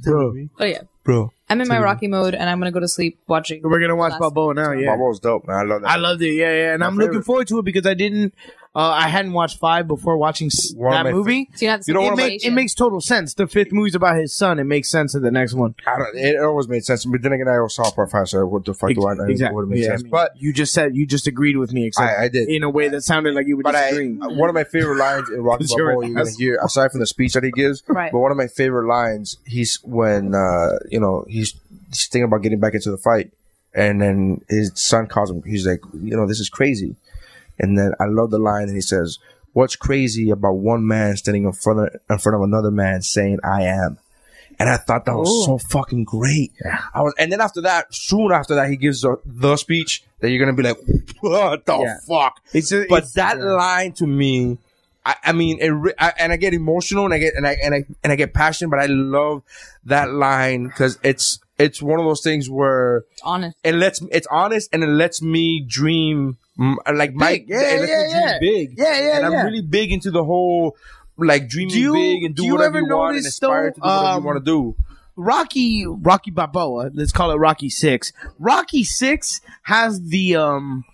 Speaker 8: Bro.
Speaker 9: But yeah,
Speaker 1: bro?
Speaker 9: I'm in my Rocky mode, and I'm gonna go to sleep watching.
Speaker 8: We're gonna watch
Speaker 9: Last-
Speaker 8: Balboa now. Yeah,
Speaker 1: Yeah. was dope, man. I love that.
Speaker 8: I loved it. Yeah, yeah, and
Speaker 1: My
Speaker 8: I'm looking
Speaker 1: favorite.
Speaker 8: forward to it because I didn't. Uh, I hadn't watched five before watching s-
Speaker 1: One of
Speaker 8: that
Speaker 1: my fa-
Speaker 8: movie.
Speaker 9: So you have the
Speaker 1: You don't
Speaker 9: same
Speaker 8: it,
Speaker 1: wanna
Speaker 8: make, it
Speaker 9: relation.
Speaker 8: makes total sense. The fifth movie's about his son. It makes sense in the next one.
Speaker 1: I don't, it always made sense. But then again, I also saw part five, so what the fuck do I? I- It would make
Speaker 8: Yeah, I
Speaker 1: sense.
Speaker 8: mean,
Speaker 1: but
Speaker 8: you just said you just agreed with me. Except
Speaker 1: I- I did.
Speaker 8: in a way that sounded like you were
Speaker 1: But I,
Speaker 8: disagreeing.
Speaker 1: one of my favorite lines in Rocky
Speaker 8: 'Cause you're
Speaker 1: Balboa,
Speaker 8: an
Speaker 1: you're gonna
Speaker 8: asshole.
Speaker 1: hear aside from the speech that he gives.
Speaker 9: Right.
Speaker 1: But one of my favorite lines, he's when uh, you know he's, he's thinking about getting back into the fight, and then his son calls him. He's like, you know, this is crazy. And then I love the line that he says, "What's crazy about one man standing in front of, in front of another man saying I am." And I thought that was so fucking great. I was, and then after that, soon after that, he gives the, the speech that you're gonna be like, "What the
Speaker 8: Yeah.
Speaker 1: fuck?"
Speaker 8: It's a-
Speaker 1: but
Speaker 8: it's-
Speaker 1: that line to me, I, I mean, it re- I, and I get emotional and I get and I and I and I get passionate, but I love that line because it's it's one of those things where
Speaker 9: honest.
Speaker 1: it lets it's honest and it lets me dream mm, like my
Speaker 8: Big. Yeah,
Speaker 1: it lets
Speaker 8: yeah,
Speaker 1: me dream
Speaker 8: yeah.
Speaker 1: big
Speaker 8: Yeah, yeah,
Speaker 1: and
Speaker 8: yeah.
Speaker 1: I'm really big into the whole. Like dreaming
Speaker 8: Do you-
Speaker 1: big and do,
Speaker 8: do you
Speaker 1: whatever
Speaker 8: ever
Speaker 1: you want and
Speaker 8: notice,
Speaker 1: aspire to
Speaker 8: though,
Speaker 1: do whatever
Speaker 8: um,
Speaker 1: you want to do.
Speaker 8: Rocky Rocky Balboa, let's call it Rocky Six. Rocky Six has the um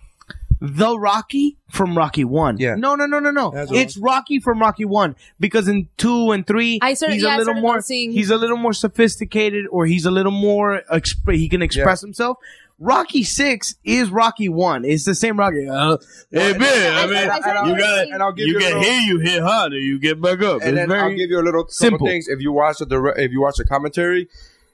Speaker 8: the Rocky from Rocky One.
Speaker 1: Yeah.
Speaker 8: No, no, no, no, no.
Speaker 1: That's
Speaker 8: It's Rocky from Rocky One because in two and three,
Speaker 9: I started-
Speaker 8: he's
Speaker 9: yeah, I
Speaker 8: a little
Speaker 9: started
Speaker 8: more
Speaker 9: noticing-
Speaker 8: he's a little more sophisticated or he's a little more exp- he can express himself. Rocky Six is Rocky One. It's the same Rocky. Uh, hey, man, I mean,
Speaker 9: I started
Speaker 8: you got
Speaker 9: noticing-
Speaker 1: and I'll give
Speaker 8: you
Speaker 1: a
Speaker 8: get
Speaker 1: little-
Speaker 8: here, you hit harder, you get back up.
Speaker 1: and
Speaker 8: It's
Speaker 1: then
Speaker 8: very-
Speaker 1: I'll give you a little
Speaker 8: simple.
Speaker 1: simple things. If you watch the dire- if you watch the commentary,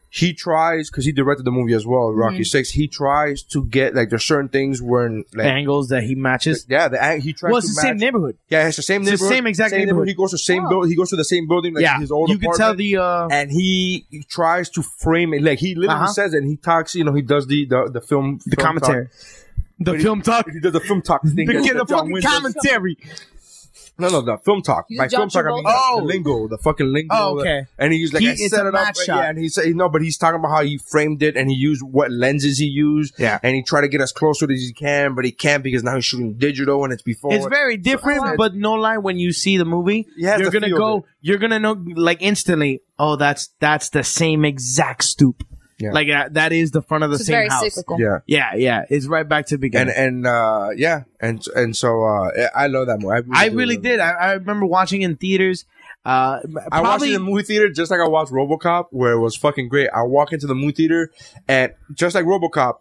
Speaker 1: he tries because he directed the movie as well,
Speaker 8: Mm-hmm.
Speaker 1: Rocky Six. He tries to get like there's certain things when like
Speaker 8: angles that he matches.
Speaker 1: yeah, the ang- he tries.
Speaker 8: Well,
Speaker 1: to
Speaker 8: it's the same
Speaker 1: match-
Speaker 8: neighborhood.
Speaker 1: Yeah, it's the same
Speaker 8: It's the
Speaker 1: neighborhood.
Speaker 8: same exact neighborhood.
Speaker 1: He goes to same
Speaker 9: Oh.
Speaker 1: building. He goes to the same building. Like
Speaker 8: yeah,
Speaker 1: his old
Speaker 8: you can tell
Speaker 1: apartment,
Speaker 8: the uh,
Speaker 1: And he tries to frame it like he literally
Speaker 8: Uh-huh.
Speaker 1: says, it, and he talks. You know, he does the the, the film
Speaker 8: the
Speaker 1: film
Speaker 8: commentary, the
Speaker 1: But he-
Speaker 8: film talk,
Speaker 1: Talk. He does the film talk thing.
Speaker 8: the,
Speaker 1: that-
Speaker 8: kid- the
Speaker 1: that John
Speaker 8: fucking
Speaker 1: Wayne does.
Speaker 8: commentary.
Speaker 1: No, no, the film talk.
Speaker 9: You
Speaker 1: By
Speaker 9: John
Speaker 1: film talk, I mean
Speaker 9: Travolta?
Speaker 1: the lingo, the fucking lingo.
Speaker 8: Oh, okay.
Speaker 1: And he's like,
Speaker 8: He-
Speaker 1: I
Speaker 8: it's
Speaker 1: set
Speaker 8: a
Speaker 1: it up.
Speaker 8: match shot.
Speaker 1: yeah, and he said, no, but he's talking about how he framed it and he used what lenses he used.
Speaker 8: Yeah.
Speaker 1: And he tried to get as close to it as he can, but he can't because now he's shooting digital and it's before.
Speaker 8: It's very different, but no lie, when you see the movie,
Speaker 1: He has
Speaker 8: you're
Speaker 1: the
Speaker 8: gonna
Speaker 1: feel of
Speaker 8: go, you're gonna know like instantly. Oh, that's that's the same exact stoop.
Speaker 1: Yeah.
Speaker 8: Like uh, that is the front of the
Speaker 9: It's
Speaker 8: same
Speaker 9: very
Speaker 8: house.
Speaker 9: cyclical.
Speaker 1: yeah.
Speaker 8: Yeah, yeah, it's right back to the beginning.
Speaker 1: And, and, uh, yeah. And, and so, uh, I love that movie.
Speaker 8: I
Speaker 1: do
Speaker 8: really
Speaker 1: love
Speaker 8: did. I, I remember watching in theaters. Uh,
Speaker 1: I watched it
Speaker 8: probably-
Speaker 1: in the movie theater just like I watched RoboCop, where it was fucking great. I walk into the movie theater, and just like RoboCop,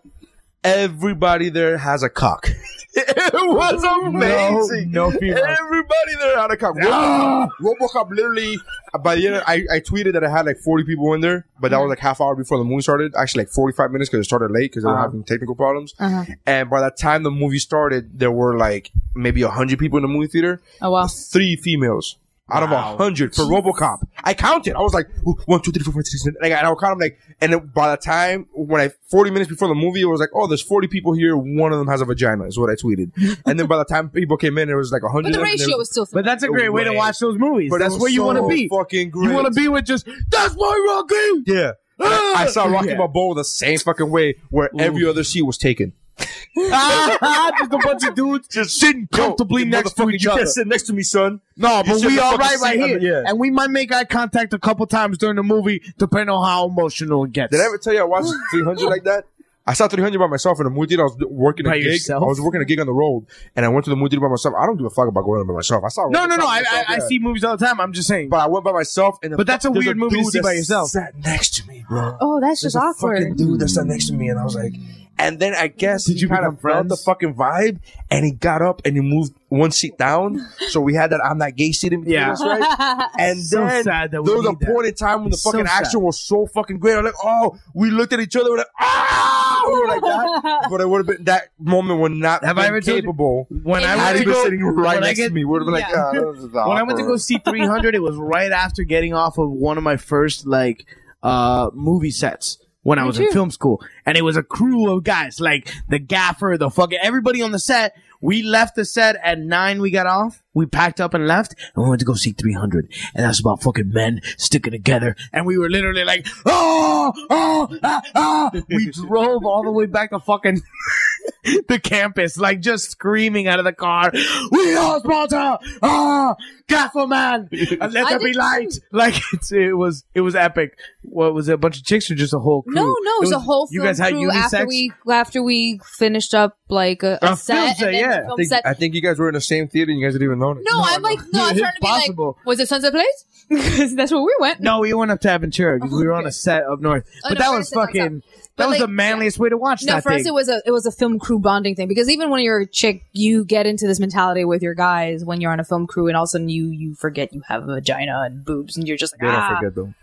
Speaker 1: everybody there has a cock. it was amazing.
Speaker 8: No, Ah! no female.
Speaker 1: Everybody there had a cock. RoboCop, RoboCop literally. By the end, I, I tweeted that I had like 40 people in there, but that was like half hour before the movie started. Actually, like 45 minutes because it started late because they
Speaker 8: Uh-huh.
Speaker 1: were having technical problems. And by the time the movie started, there were like maybe 100 people in the movie theater
Speaker 9: Oh wow.
Speaker 1: three females out of a hundred for RoboCop. I counted. I was like "Ooh, one, two, three, four, five, six, seven. Like, and I would count them like. And then by the time when I forty minutes before the movie, it was like, oh, there's forty people here. One of them has a vagina. Is what I tweeted. and then by the time people came in, it was like a hundred.
Speaker 9: But the ratio was still.
Speaker 8: But that's a great way to
Speaker 1: Right.
Speaker 8: watch those movies.
Speaker 1: But it
Speaker 8: that's
Speaker 1: was
Speaker 8: where you want to
Speaker 1: so
Speaker 8: be.
Speaker 1: fucking great.
Speaker 8: You want to be with just that's my Rocky.
Speaker 1: yeah. And I I saw Rocky
Speaker 8: Yeah.
Speaker 1: Balboa the same fucking way, where every other seat was taken.
Speaker 8: just a bunch of dudes just sitting comfortably
Speaker 1: you
Speaker 8: next to
Speaker 1: motherfucker,
Speaker 8: each
Speaker 1: you
Speaker 8: other.
Speaker 1: can't sit next to me, son.
Speaker 8: No,
Speaker 1: You
Speaker 8: but
Speaker 1: sit
Speaker 8: we
Speaker 1: the
Speaker 8: all
Speaker 1: fucking
Speaker 8: right right
Speaker 1: seat on
Speaker 8: here,
Speaker 1: the- yeah.
Speaker 8: and we might make eye contact a couple times during the movie, depending on how emotional it gets.
Speaker 1: Did I ever tell you I watched 300 like that? I saw 300 by myself in a movie theater. I was working a
Speaker 8: By
Speaker 1: gig.
Speaker 8: yourself?
Speaker 1: I was working a gig on the road, and I went to the movie theater by myself. I don't give a fuck about going by myself. I saw
Speaker 8: no, no, no. I, I, I
Speaker 1: Yeah.
Speaker 8: see movies all the time. I'm just saying.
Speaker 1: but I went by myself. And the
Speaker 8: But that's a
Speaker 1: there's
Speaker 8: weird movie to
Speaker 1: dude
Speaker 8: see by
Speaker 1: that
Speaker 8: yourself.
Speaker 1: Sat next to me, bro.
Speaker 9: Oh, that's
Speaker 1: There's
Speaker 9: just
Speaker 1: a
Speaker 9: awkward.
Speaker 1: fucking dude that sat next to me, and I was like, and then I guess
Speaker 8: Did
Speaker 1: he
Speaker 8: you
Speaker 1: kind
Speaker 8: become
Speaker 1: of felt
Speaker 8: friends?
Speaker 1: the fucking vibe, and he got up and he moved one seat down. so we had that I'm not gay seat in between
Speaker 8: Yeah.
Speaker 1: us, right? And
Speaker 8: So
Speaker 1: then
Speaker 8: sad that we
Speaker 1: there was a
Speaker 8: need that.
Speaker 1: point in time when the
Speaker 8: It's so
Speaker 1: fucking
Speaker 8: sad.
Speaker 1: action was so fucking great. I'm like, oh, we looked at each other, we're like, ah, we were like that. But it would have been that moment would not
Speaker 8: Have
Speaker 1: been
Speaker 8: I ever told you-
Speaker 1: capable.
Speaker 8: when
Speaker 9: I
Speaker 1: Had
Speaker 9: went
Speaker 1: he
Speaker 9: to
Speaker 1: been
Speaker 8: go-
Speaker 1: sitting right
Speaker 8: when I
Speaker 1: next
Speaker 8: get-
Speaker 1: to me, would have been like, "Ah,
Speaker 9: Yeah.
Speaker 1: yeah, this is
Speaker 8: when I went to
Speaker 1: awkward."
Speaker 8: go see 300, it was right after getting off of one of my first like uh movie sets when I was in
Speaker 9: too.
Speaker 8: film school, and it was a crew of guys like the gaffer, the fucking everybody on the set. We left the set at nine. We got off. We packed up and left, and we went to go see 300. And that's about fucking men sticking together. And we were literally like, oh, oh, ah, ah. We drove all the way back to fucking the campus, like just screaming out of the car, "We are Sparta! Ah, Gaffer man, and let
Speaker 9: I
Speaker 8: there be
Speaker 9: did too.
Speaker 8: light!" Like it's, it was, it was epic. What was it? A bunch of chicks or just a whole crew?
Speaker 9: No, no, it was a whole
Speaker 8: You
Speaker 9: film
Speaker 8: guys had
Speaker 9: crew after
Speaker 8: unisex?
Speaker 9: we after we finished up like a,
Speaker 8: A
Speaker 9: a,
Speaker 8: film
Speaker 9: set.
Speaker 8: set,
Speaker 9: and then the
Speaker 8: yeah.
Speaker 1: I
Speaker 9: film
Speaker 1: think,
Speaker 9: set.
Speaker 1: I think you guys were in the same theater and you guys didn't even know it.
Speaker 9: no, I'm like no, I'm
Speaker 8: It's
Speaker 9: trying to be
Speaker 8: possible.
Speaker 9: like, was it Sunset Place? Because that's where we went.
Speaker 8: No, we went up to Aventura because we were on a set up north.
Speaker 9: Oh,
Speaker 8: but
Speaker 9: no,
Speaker 8: that
Speaker 9: we're
Speaker 8: was
Speaker 9: sitting on top.
Speaker 8: fucking.
Speaker 9: But,
Speaker 8: That was
Speaker 9: like,
Speaker 8: the manliest way to watch
Speaker 9: No,
Speaker 8: that
Speaker 9: for
Speaker 8: thing.
Speaker 9: us it was a it was a film crew bonding thing because even when you're a chick, you get into this mentality with your guys when you're on a film crew, and all of a sudden you you forget you have a vagina and boobs, and you're just like,
Speaker 1: They don't
Speaker 9: ah,
Speaker 1: forget though.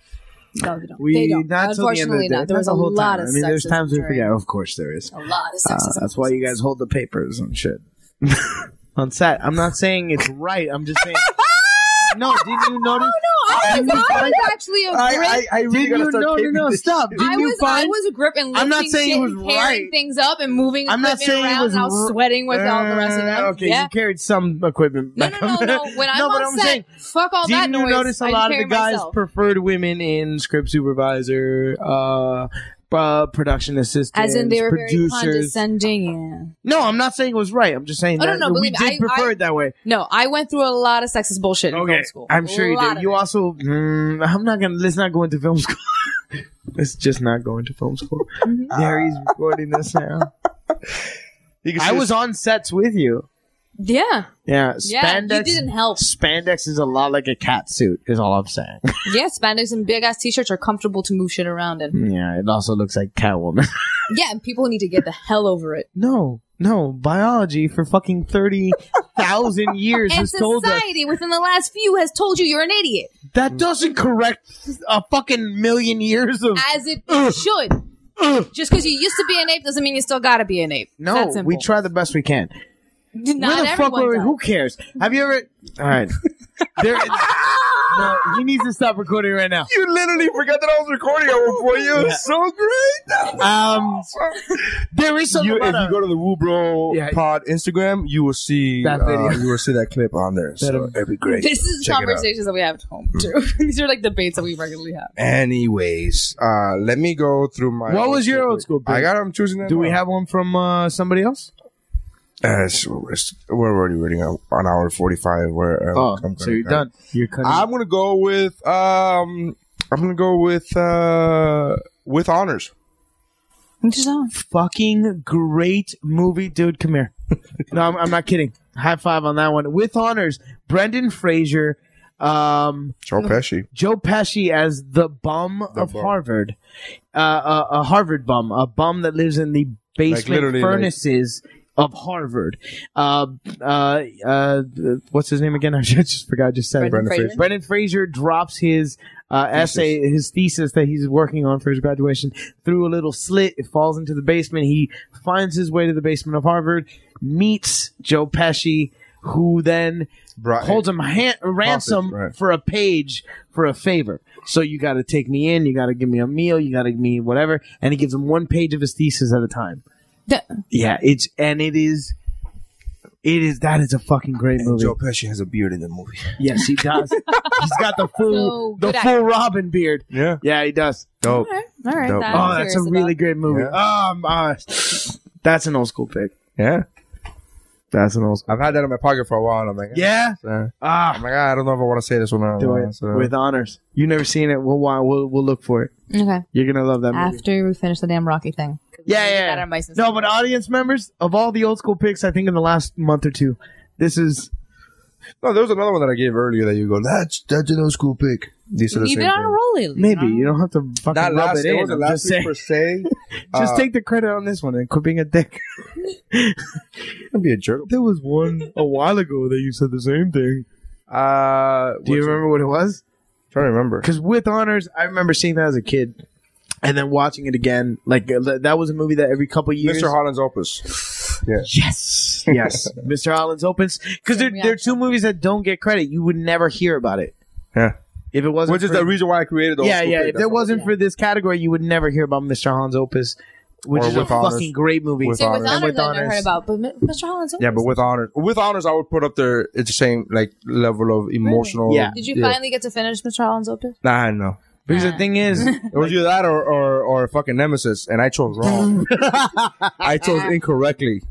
Speaker 9: no, they don't.
Speaker 8: we
Speaker 9: they don't.
Speaker 8: not till the end of
Speaker 9: Unfortunately,
Speaker 8: the day.
Speaker 9: not. There was
Speaker 8: Not
Speaker 9: a
Speaker 8: the whole
Speaker 9: lot
Speaker 8: time.
Speaker 9: of.
Speaker 8: I mean, there's
Speaker 9: sexism
Speaker 8: times we
Speaker 9: during-
Speaker 8: forget. Of course, there is.
Speaker 9: A lot of
Speaker 8: Uh,
Speaker 9: sexism.
Speaker 8: that's why you guys hold the papers and shit on set. I'm not saying it's right. I'm just saying. no, didn't
Speaker 9: Oh,
Speaker 8: you notice?
Speaker 9: no, I
Speaker 8: Didn't
Speaker 9: was,
Speaker 8: you
Speaker 9: I was
Speaker 8: find-
Speaker 9: actually a grip.
Speaker 1: I, I, I really
Speaker 8: Didn't
Speaker 1: gotta
Speaker 8: you
Speaker 1: start
Speaker 8: no, no,
Speaker 1: taping
Speaker 8: no,
Speaker 1: this
Speaker 8: stop.
Speaker 1: shit.
Speaker 8: Didn't
Speaker 9: I
Speaker 8: you
Speaker 9: was I
Speaker 8: find-
Speaker 9: was a grip and
Speaker 8: I'm not
Speaker 9: lifting
Speaker 8: saying
Speaker 9: shit
Speaker 8: it was
Speaker 9: and carrying
Speaker 8: right.
Speaker 9: things up and moving
Speaker 8: I'm not
Speaker 9: equipment
Speaker 8: saying
Speaker 9: around
Speaker 8: it was
Speaker 9: and I was
Speaker 8: r-
Speaker 9: sweating with all the rest of them.
Speaker 8: Uh, Okay,
Speaker 9: yeah.
Speaker 8: you carried some equipment.
Speaker 9: no,
Speaker 8: back
Speaker 9: no, no,
Speaker 8: up.
Speaker 9: no. When I'm
Speaker 8: no,
Speaker 9: on
Speaker 8: but I'm
Speaker 9: set,
Speaker 8: saying,
Speaker 9: fuck all that
Speaker 8: didn't you
Speaker 9: noise.
Speaker 8: notice a
Speaker 9: I
Speaker 8: lot of
Speaker 9: carry
Speaker 8: the guys
Speaker 9: myself.
Speaker 8: preferred women in script supervisor, uh, uh, production assistants,
Speaker 9: as in they were very
Speaker 8: producers?
Speaker 9: condescending.
Speaker 8: no, I'm not saying it was right. I'm just saying
Speaker 9: Oh, no,
Speaker 8: that
Speaker 9: no,
Speaker 8: we
Speaker 9: believe
Speaker 8: did
Speaker 9: me, I-
Speaker 8: prefer
Speaker 9: I-
Speaker 8: it that way.
Speaker 9: No, I went through a lot of sexist bullshit in film school.
Speaker 8: I'm sure
Speaker 9: A
Speaker 8: you
Speaker 9: lot
Speaker 8: did.
Speaker 9: of
Speaker 8: You
Speaker 9: it.
Speaker 8: also, mm, I'm not gonna. Let's not go into film school. let's just not go into film school.
Speaker 9: Mm-hmm.
Speaker 8: there, he's recording this now.
Speaker 1: You can see
Speaker 8: I
Speaker 1: this-
Speaker 8: was on sets with you.
Speaker 9: yeah,
Speaker 8: Yeah,
Speaker 9: yeah.
Speaker 8: spandex.
Speaker 9: You didn't help.
Speaker 8: Spandex is a lot like a cat suit. Is all I'm saying.
Speaker 9: Yeah, spandex and big ass t-shirts are comfortable to move shit around in.
Speaker 8: yeah, it also looks like Catwoman.
Speaker 9: Yeah, and people need to get the hell over it.
Speaker 8: no, no, biology for fucking thirty thousand years
Speaker 9: And
Speaker 8: has told us
Speaker 9: society within the last few has told you you're an idiot,
Speaker 8: that doesn't correct a fucking million years of.
Speaker 9: as it should. Just because you used to be an ape doesn't mean you still gotta be an ape.
Speaker 8: no,
Speaker 9: It's that
Speaker 8: we
Speaker 9: simple.
Speaker 8: try the best we can.
Speaker 9: Not
Speaker 8: Where the fuck
Speaker 9: everyone
Speaker 8: were we?
Speaker 9: does.
Speaker 8: Who cares? Have you ever? All right. There, no, he needs to stop recording right now.
Speaker 1: You literally forgot that I was recording at one point. It was
Speaker 8: Yeah.
Speaker 1: so great.
Speaker 8: Um, there is something
Speaker 1: You, if
Speaker 8: about
Speaker 1: you
Speaker 8: a-
Speaker 1: go to the Woo Bro
Speaker 8: Yeah.
Speaker 1: Pod Instagram, you will see
Speaker 8: That
Speaker 1: uh,
Speaker 8: video.
Speaker 1: you will see that clip on there. So
Speaker 8: That-
Speaker 1: it'd be great.
Speaker 9: This is
Speaker 1: Check it out. Mm.
Speaker 9: conversations that we have at home too. These are like debates that we regularly have.
Speaker 1: Anyways, uh, let me go through my.
Speaker 8: What was your old school
Speaker 1: I
Speaker 8: bro?
Speaker 1: got. I'm choosing that.
Speaker 8: Do we
Speaker 1: now.
Speaker 8: have one from uh, somebody else?
Speaker 1: Uh, so we're, we're already reading on on hour 45. Where uh,
Speaker 8: Oh,
Speaker 1: I'm
Speaker 8: so
Speaker 1: gonna
Speaker 8: you're
Speaker 1: cut.
Speaker 8: done. You're cutting.
Speaker 1: I'm gonna go with um. I'm gonna go with uh with honors.
Speaker 8: fucking great movie, dude. Come here. no, I'm, I'm not kidding. High five on that one. With honors, Brendan Fraser. Um,
Speaker 1: Joe Pesci.
Speaker 8: Joe Pesci as the bum
Speaker 1: The
Speaker 8: of
Speaker 1: bum.
Speaker 8: Harvard, uh, a, a Harvard bum, a bum that lives in the basement
Speaker 11: literally, like-
Speaker 8: furnaces of Harvard. Uh, uh, uh, what's his name again? I just forgot. I just said it.
Speaker 9: Brendan Brendan Fraser. Fraser.
Speaker 8: Brendan Fraser drops his uh, essay, his thesis that he's working on for his graduation, through a little slit. It falls into the basement. He finds his way to the basement of Harvard, meets Joe Pesci, who then
Speaker 1: Right.
Speaker 8: holds him han- ransom
Speaker 1: right.
Speaker 8: for a page for a favor. So you got to take me in. You got to give me a meal. You got to give me whatever. And he gives him one page of his thesis at a time.
Speaker 9: That-
Speaker 8: yeah, it's and it is, it is that is a fucking great movie.
Speaker 1: Joe Pesci has a beard in the movie.
Speaker 8: Yes, he does. He's got the full
Speaker 9: So good
Speaker 8: the
Speaker 9: actor.
Speaker 8: full Robin beard.
Speaker 1: Yeah.
Speaker 8: Yeah, he does.
Speaker 1: Dope.
Speaker 9: All right, all right.
Speaker 1: Dope.
Speaker 9: that I'm
Speaker 8: Oh, that's a
Speaker 9: curious
Speaker 8: really
Speaker 9: about.
Speaker 8: great movie. Um, uh, that's an old school pick.
Speaker 1: Yeah.
Speaker 8: That's an old school.
Speaker 1: I've had that in my pocket for a while. And I'm like, eh,
Speaker 8: Yeah.
Speaker 1: eh.
Speaker 8: Ah,
Speaker 1: I'm like, ah, I don't know if I want to say this one.
Speaker 8: do it with honors. You never seen it? We'll wa- we'll we'll look for it.
Speaker 9: Okay.
Speaker 8: You're gonna love that movie.
Speaker 9: After we finish the damn Rocky thing.
Speaker 8: Yeah, yeah.
Speaker 9: That on my system.
Speaker 8: No, but uh, audience members of all the old school picks, I think in the last month or two, this is
Speaker 1: no, there was another one that I gave earlier that you go, that's that's an old school pick. These are the
Speaker 9: You've
Speaker 1: same.
Speaker 9: been on a
Speaker 1: thing.
Speaker 9: roll lately.
Speaker 8: maybe
Speaker 9: you
Speaker 8: you don't have to fucking
Speaker 1: Not
Speaker 8: rub
Speaker 1: last,
Speaker 8: it
Speaker 1: it,
Speaker 8: in.
Speaker 1: wasn't
Speaker 8: I'm
Speaker 1: last
Speaker 8: just
Speaker 1: week
Speaker 8: saying.
Speaker 1: per se.
Speaker 8: Just
Speaker 1: Uh,
Speaker 8: take the credit on this one and quit being a dick.
Speaker 1: Don't be a jerk.
Speaker 8: There was one a while ago that you said the same thing.
Speaker 1: Uh,
Speaker 8: Do you remember what it was?
Speaker 1: trying to remember.
Speaker 8: Because with honors, I remember seeing that as a kid, and then watching it again. Like uh, th- that was a movie that every couple years.
Speaker 1: Mr. Holland's Opus.
Speaker 8: yes, yes. Mr. Holland's opens because there, there are two movies that don't get credit. You would never hear about it.
Speaker 1: Yeah.
Speaker 8: If it wasn't,
Speaker 1: Which is
Speaker 8: for-
Speaker 1: the reason why I created those.
Speaker 8: yeah, yeah. If there wasn't for this category, you would never hear about Mr. Holland's Opus, which
Speaker 1: Or
Speaker 8: is a
Speaker 1: with honors.
Speaker 8: fucking great movie.
Speaker 1: With
Speaker 9: See, with
Speaker 1: honors.
Speaker 9: honors,
Speaker 8: With
Speaker 9: I never
Speaker 8: honors.
Speaker 9: heard about, but Mi- Mr. Holland's.
Speaker 1: Yeah, but with honors, with honors, I would put up there. It's the same like level of emotional.
Speaker 8: Yeah.
Speaker 9: Did you finally get to finish Mr. Holland's Opus?
Speaker 1: Nah, no.
Speaker 8: Because the thing is,
Speaker 1: It was either that or or, or fucking Nemesis, and I chose wrong. I chose incorrectly.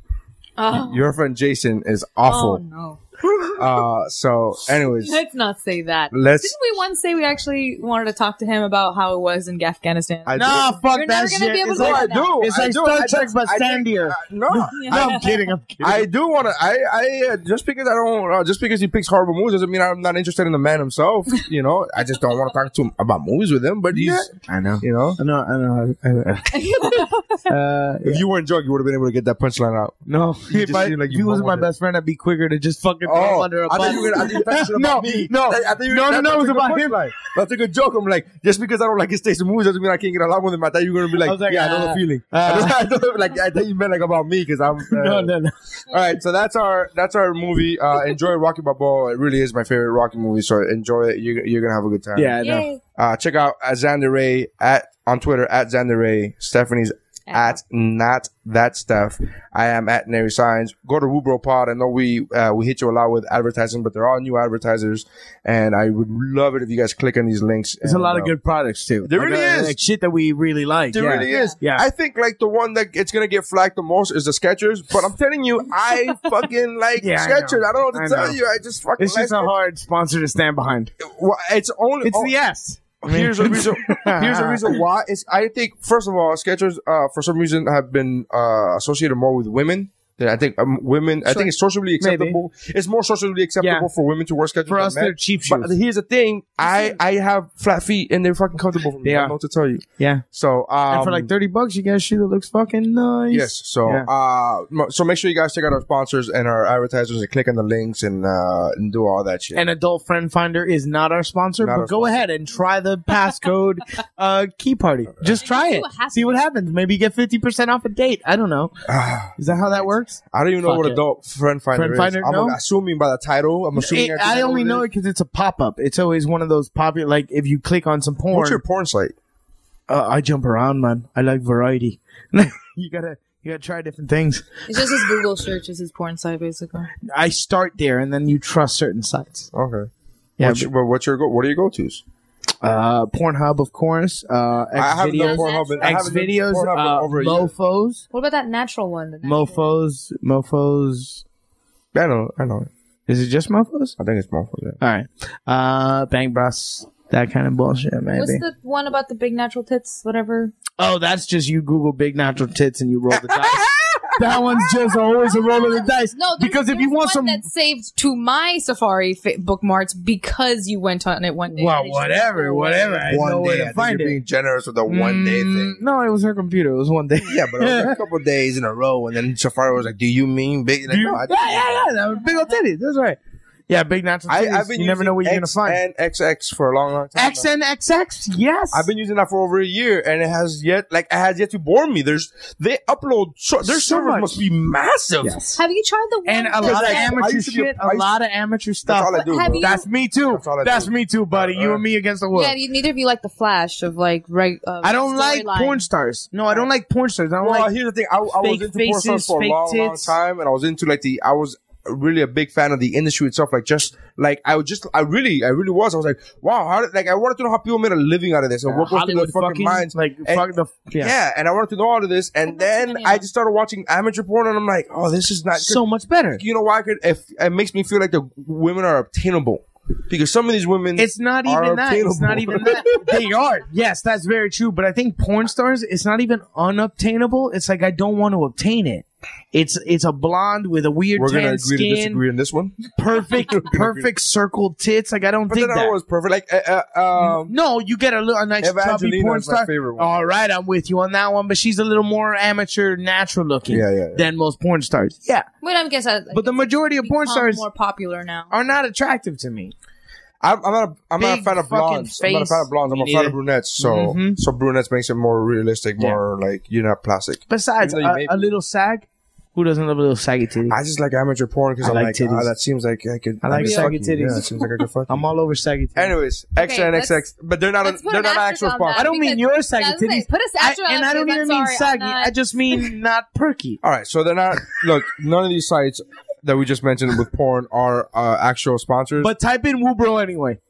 Speaker 9: Oh,
Speaker 1: Your friend Jason is
Speaker 9: oh
Speaker 8: Um,
Speaker 1: awful.
Speaker 9: no.
Speaker 1: Uh, so, anyways,
Speaker 9: Let's not say that.
Speaker 1: let's.
Speaker 9: Didn't we once say we actually wanted to talk to him about how it was in Afghanistan?
Speaker 1: I
Speaker 8: nah, fuck
Speaker 9: You're
Speaker 8: that
Speaker 9: never
Speaker 8: shit.
Speaker 9: gonna be able
Speaker 8: it's
Speaker 9: to
Speaker 8: like,
Speaker 9: do that.
Speaker 8: It's
Speaker 1: I
Speaker 8: like
Speaker 1: do,
Speaker 8: Star
Speaker 1: I do,
Speaker 8: Trek, but
Speaker 1: I do.
Speaker 8: sandier.
Speaker 1: no,
Speaker 8: No, I'm kidding. I'm kidding.
Speaker 1: I do want to. I, I uh, just because I don't, uh, just because he picks horrible movies doesn't mean I'm not interested in the man himself. You know, I just don't want to talk to him about movies with him. But he's,
Speaker 8: I know.
Speaker 1: you know,
Speaker 8: I know. I know. I- I- uh,
Speaker 1: if you weren't drunk, you would have been able to get that punchline out.
Speaker 8: no,
Speaker 1: You
Speaker 8: if,
Speaker 1: just
Speaker 8: I,
Speaker 1: seem like
Speaker 8: if
Speaker 1: you
Speaker 8: he wasn't my
Speaker 1: mumbled it.
Speaker 8: best friend, I'd be quicker to just fucking throw him
Speaker 1: Oh,
Speaker 8: under a
Speaker 1: I
Speaker 8: bus.
Speaker 1: thought you were. I thought you were talking about
Speaker 8: no,
Speaker 1: me.
Speaker 8: no,
Speaker 1: I, I thought you were-
Speaker 8: no, no,
Speaker 1: that's
Speaker 8: no,
Speaker 1: a
Speaker 8: it was
Speaker 1: good
Speaker 8: about him.
Speaker 1: punchline. That's a good joke. I'm like, just because I don't like his taste in movies doesn't mean I can't get along with him. I thought you were gonna be like,
Speaker 8: was like,
Speaker 1: yeah, I know
Speaker 8: uh,
Speaker 1: the feeling.
Speaker 8: uh.
Speaker 1: I, don't, I don't- like, I thought you meant like about me because I'm. uh,
Speaker 8: No, no, no.
Speaker 1: All right, so that's our that's our movie. Uh, enjoy Rocky Balboa. It really is my favorite Rocky movie. So enjoy it. You, you're gonna have a good time.
Speaker 8: Yeah, I know.
Speaker 9: Yay.
Speaker 1: Uh, check out uh, Xander Ray at on Twitter at Xander Ray. Stephanie's at not that stuff. I am at Nary Signs. Go to Woobro Pod. I know we uh, we hit you a lot with advertising, but there are new advertisers, and I would love it if you guys click on these links.
Speaker 8: There's a
Speaker 1: and,
Speaker 8: lot of
Speaker 1: uh,
Speaker 8: good products too.
Speaker 1: There really
Speaker 8: uh,
Speaker 1: is.
Speaker 8: like shit that we really like.
Speaker 1: There
Speaker 8: yeah.
Speaker 1: really is.
Speaker 8: Yeah.
Speaker 1: I think like the one that it's gonna get flagged the most is the Skechers, but I'm telling you, I fucking like
Speaker 8: Yeah, I know.
Speaker 1: Skechers. I, don't know what to
Speaker 8: I
Speaker 1: tell
Speaker 8: know.
Speaker 1: you. I just fucking
Speaker 8: It's
Speaker 1: like
Speaker 8: just a
Speaker 1: it.
Speaker 8: hard sponsor to stand behind.
Speaker 1: Well, It's only
Speaker 8: It's
Speaker 1: oh,
Speaker 8: the S.
Speaker 1: here's a reason. here's a reason why. It's I think first of all, Skechers uh, for some reason have been uh, associated more with women. than I think um, women. I think it's socially acceptable. It's more socially acceptable
Speaker 8: Yeah.
Speaker 1: for women to wear Skechers.
Speaker 8: For
Speaker 1: than
Speaker 8: us,
Speaker 1: men.
Speaker 8: they're cheap
Speaker 1: But
Speaker 8: shoes.
Speaker 1: here's the thing: I I have flat feet and they're fucking comfortable. For me.
Speaker 8: They
Speaker 1: I
Speaker 8: are.
Speaker 1: don't know what to tell you.
Speaker 8: Yeah.
Speaker 1: So um,
Speaker 8: and for like thirty bucks, you get a shoe that looks fucking nice.
Speaker 1: Yes. So,
Speaker 8: Yeah.
Speaker 1: uh, mo- so make sure you guys check out our sponsors and our advertisers and click on the links and uh, and do all that shit.
Speaker 8: And Adult Friend Finder is not our sponsor,
Speaker 1: Not
Speaker 8: but
Speaker 1: our
Speaker 8: go ahead and try the passcode uh, key party. Just try
Speaker 9: see
Speaker 8: it.
Speaker 9: what happens.
Speaker 8: See what happens. Maybe you get fifty percent off a date. I don't know. is that how that works?
Speaker 1: I don't even know
Speaker 8: Fuck
Speaker 1: what
Speaker 8: it.
Speaker 1: adult friend finder
Speaker 8: Friend
Speaker 1: is.
Speaker 8: Finder,
Speaker 1: I'm
Speaker 8: no?
Speaker 1: assuming by the title. I'm assuming. can
Speaker 8: It- I only know it because it's a pop up. It's always one of those popular. Like if you click on some porn,
Speaker 1: What's your porn site?
Speaker 8: uh, I jump around, man. I like variety. you gotta you gotta try different things.
Speaker 9: It's just his Google search is his porn site, basically.
Speaker 8: I start there, and then you trust certain sites.
Speaker 1: Okay.
Speaker 8: Yeah,
Speaker 1: what's, your, well, what's your go? What are your go tos?
Speaker 8: Uh, Pornhub, of course. Uh, X
Speaker 1: I have no
Speaker 8: videos.
Speaker 1: Pornhub. in- I
Speaker 8: X
Speaker 1: haven't done
Speaker 8: videos.
Speaker 1: Pornhub in
Speaker 8: Uh,
Speaker 1: over a year.
Speaker 8: Mofos.
Speaker 9: What about that natural one? The natural-
Speaker 8: Mofos. Mofos.
Speaker 1: I know. I know.
Speaker 8: Is it just mofos?
Speaker 1: I think it's Mofo. Yeah.
Speaker 8: All right. Uh, Bang Bros. That kind of bullshit, maybe.
Speaker 9: What's the one about the big natural tits? Whatever.
Speaker 8: oh, that's just you Google big natural tits and you roll the dice. that one's just always a roll of the dice.
Speaker 9: No, there's-
Speaker 8: because if
Speaker 9: there's
Speaker 8: you want
Speaker 9: one
Speaker 8: some,
Speaker 9: that's saved to my Safari fa- bookmarks because you went on it one day.
Speaker 8: well, whatever, whatever. I know
Speaker 1: one
Speaker 8: where
Speaker 1: day. I
Speaker 8: to
Speaker 1: think
Speaker 8: find
Speaker 1: you're
Speaker 8: it. Mm,
Speaker 1: being generous with the one day thing.
Speaker 8: No, it was her computer. It was one day.
Speaker 1: Yeah, but it was like a couple days in a row, and then Safari was like, "Do you mean big?" Like,
Speaker 8: Do you-
Speaker 1: no, I,
Speaker 8: yeah, yeah, yeah. That was big old titties. That's right. Yeah, big natural
Speaker 1: I,
Speaker 8: titties.
Speaker 1: have been
Speaker 8: you never know what you're going to find.
Speaker 1: And XX for a long, long time. now.
Speaker 8: XNXX, yes.
Speaker 1: I've been using that for over a year, and it has yet, like, it has yet to bore me. There's they upload so their
Speaker 8: So
Speaker 1: servers
Speaker 8: much.
Speaker 1: must be massive.
Speaker 8: Yes.
Speaker 9: Have you tried the one?
Speaker 8: and a
Speaker 9: that
Speaker 8: lot of
Speaker 1: am-
Speaker 9: says-
Speaker 1: I
Speaker 8: amateur
Speaker 1: used to be a-
Speaker 8: shit,
Speaker 1: I
Speaker 8: a
Speaker 1: used-
Speaker 8: lot of amateur
Speaker 1: That's all I
Speaker 8: stuff.
Speaker 1: do.
Speaker 9: Have
Speaker 1: bro.
Speaker 9: you-
Speaker 8: That's me too.
Speaker 1: That's all I
Speaker 8: That's
Speaker 1: do.
Speaker 8: me too, buddy. You
Speaker 1: Uh,
Speaker 8: and me against the
Speaker 9: yeah,
Speaker 8: world.
Speaker 9: neither of you like the flash of like right. Uh,
Speaker 8: I don't like
Speaker 9: storyline.
Speaker 8: porn stars. No, I don't like porn stars. I don't
Speaker 1: Well,
Speaker 8: like.
Speaker 1: here's the thing. I, I was
Speaker 8: fake
Speaker 1: into porn
Speaker 8: faces,
Speaker 1: stars for a
Speaker 8: fake
Speaker 1: long, long
Speaker 8: tits.
Speaker 1: time, and I was into like the. I was really a big fan of the industry itself. Like just like I would just, I really, I really was. I was like, wow, how did like I wanted to know how people made a living out of this, and what goes through their
Speaker 8: Hollywood
Speaker 1: fucking,
Speaker 8: fucking
Speaker 1: minds.
Speaker 8: like
Speaker 1: And-
Speaker 8: fuck the
Speaker 1: yeah.
Speaker 8: yeah.
Speaker 1: and I wanted to know all of this, and then
Speaker 9: many
Speaker 1: I
Speaker 9: of
Speaker 1: just started watching amateur porn, and I'm like, oh, this is not
Speaker 8: so much better.
Speaker 1: You know why? I could if it makes me feel like the women are obtainable because some of these women,
Speaker 8: It's not
Speaker 1: are
Speaker 8: even that. It's not
Speaker 1: obtainable.
Speaker 8: even that. They are. Yes, that's very true. But I think porn stars, it's not even unobtainable. It's like I don't want to obtain it. It's it's a blonde with a weird
Speaker 1: we're gonna
Speaker 8: tan
Speaker 1: agree to
Speaker 8: skin,
Speaker 1: disagree on this one.
Speaker 8: perfect perfect circled tits. Like I don't
Speaker 1: But
Speaker 8: think
Speaker 1: then I
Speaker 8: that.
Speaker 1: was perfect. Like, uh, uh, um,
Speaker 8: no, you get a little a nice chubby
Speaker 1: Evangelina
Speaker 8: porn
Speaker 1: is my
Speaker 8: star.
Speaker 1: favorite one.
Speaker 8: All right, I'm with you on that one. But she's a little more amateur, natural looking
Speaker 1: Yeah, yeah, yeah.
Speaker 8: than most porn stars. Yeah,
Speaker 9: Wait, I'm guess. I,
Speaker 8: but the majority of porn
Speaker 9: become
Speaker 8: stars
Speaker 9: more popular now.
Speaker 8: are not attractive to me.
Speaker 1: I'm, I'm not. A, I'm not a
Speaker 8: Big
Speaker 1: fan of
Speaker 8: fucking
Speaker 1: blondes. I'm not a fan of
Speaker 8: face.
Speaker 1: blondes. I'm a
Speaker 8: Me
Speaker 1: fan of
Speaker 8: neither.
Speaker 1: brunettes. So
Speaker 8: Mhm.
Speaker 1: so brunettes makes it more realistic,
Speaker 8: Yeah.
Speaker 1: more like you're not plastic.
Speaker 8: Besides,
Speaker 1: Even though you
Speaker 8: a,
Speaker 1: may
Speaker 8: a
Speaker 1: be-
Speaker 8: little sag. Who doesn't love a little saggy titty?
Speaker 1: I just like amateur porn because
Speaker 8: I
Speaker 1: I'm
Speaker 8: like
Speaker 1: like,
Speaker 8: titties.
Speaker 1: ah, that seems like I could.
Speaker 8: I like
Speaker 1: could fuck
Speaker 8: saggy
Speaker 1: you. Yeah,
Speaker 8: titties.
Speaker 1: it seems like I could fuck. you.
Speaker 8: I'm all over saggy titties.
Speaker 1: Anyways, X
Speaker 9: Okay,
Speaker 1: and
Speaker 9: let's-
Speaker 1: XX, but they're not.
Speaker 9: Let's put
Speaker 1: they're
Speaker 9: an
Speaker 1: not
Speaker 9: asterisk
Speaker 1: actual
Speaker 9: on that.
Speaker 1: sponsors.
Speaker 8: I don't mean
Speaker 9: Because-
Speaker 8: your
Speaker 9: I
Speaker 8: saggy
Speaker 9: was gonna
Speaker 8: titties.
Speaker 9: say, put a
Speaker 8: I,
Speaker 9: satchel
Speaker 8: and
Speaker 9: on
Speaker 8: I don't
Speaker 9: it,
Speaker 8: even
Speaker 9: I'm
Speaker 8: mean
Speaker 9: sorry, I'm
Speaker 8: saggy.
Speaker 9: not-
Speaker 8: I just mean not perky.
Speaker 1: All right, so they're not. look, none of these sites that we just mentioned with porn are uh, actual sponsors.
Speaker 8: But type in Woobro anyway.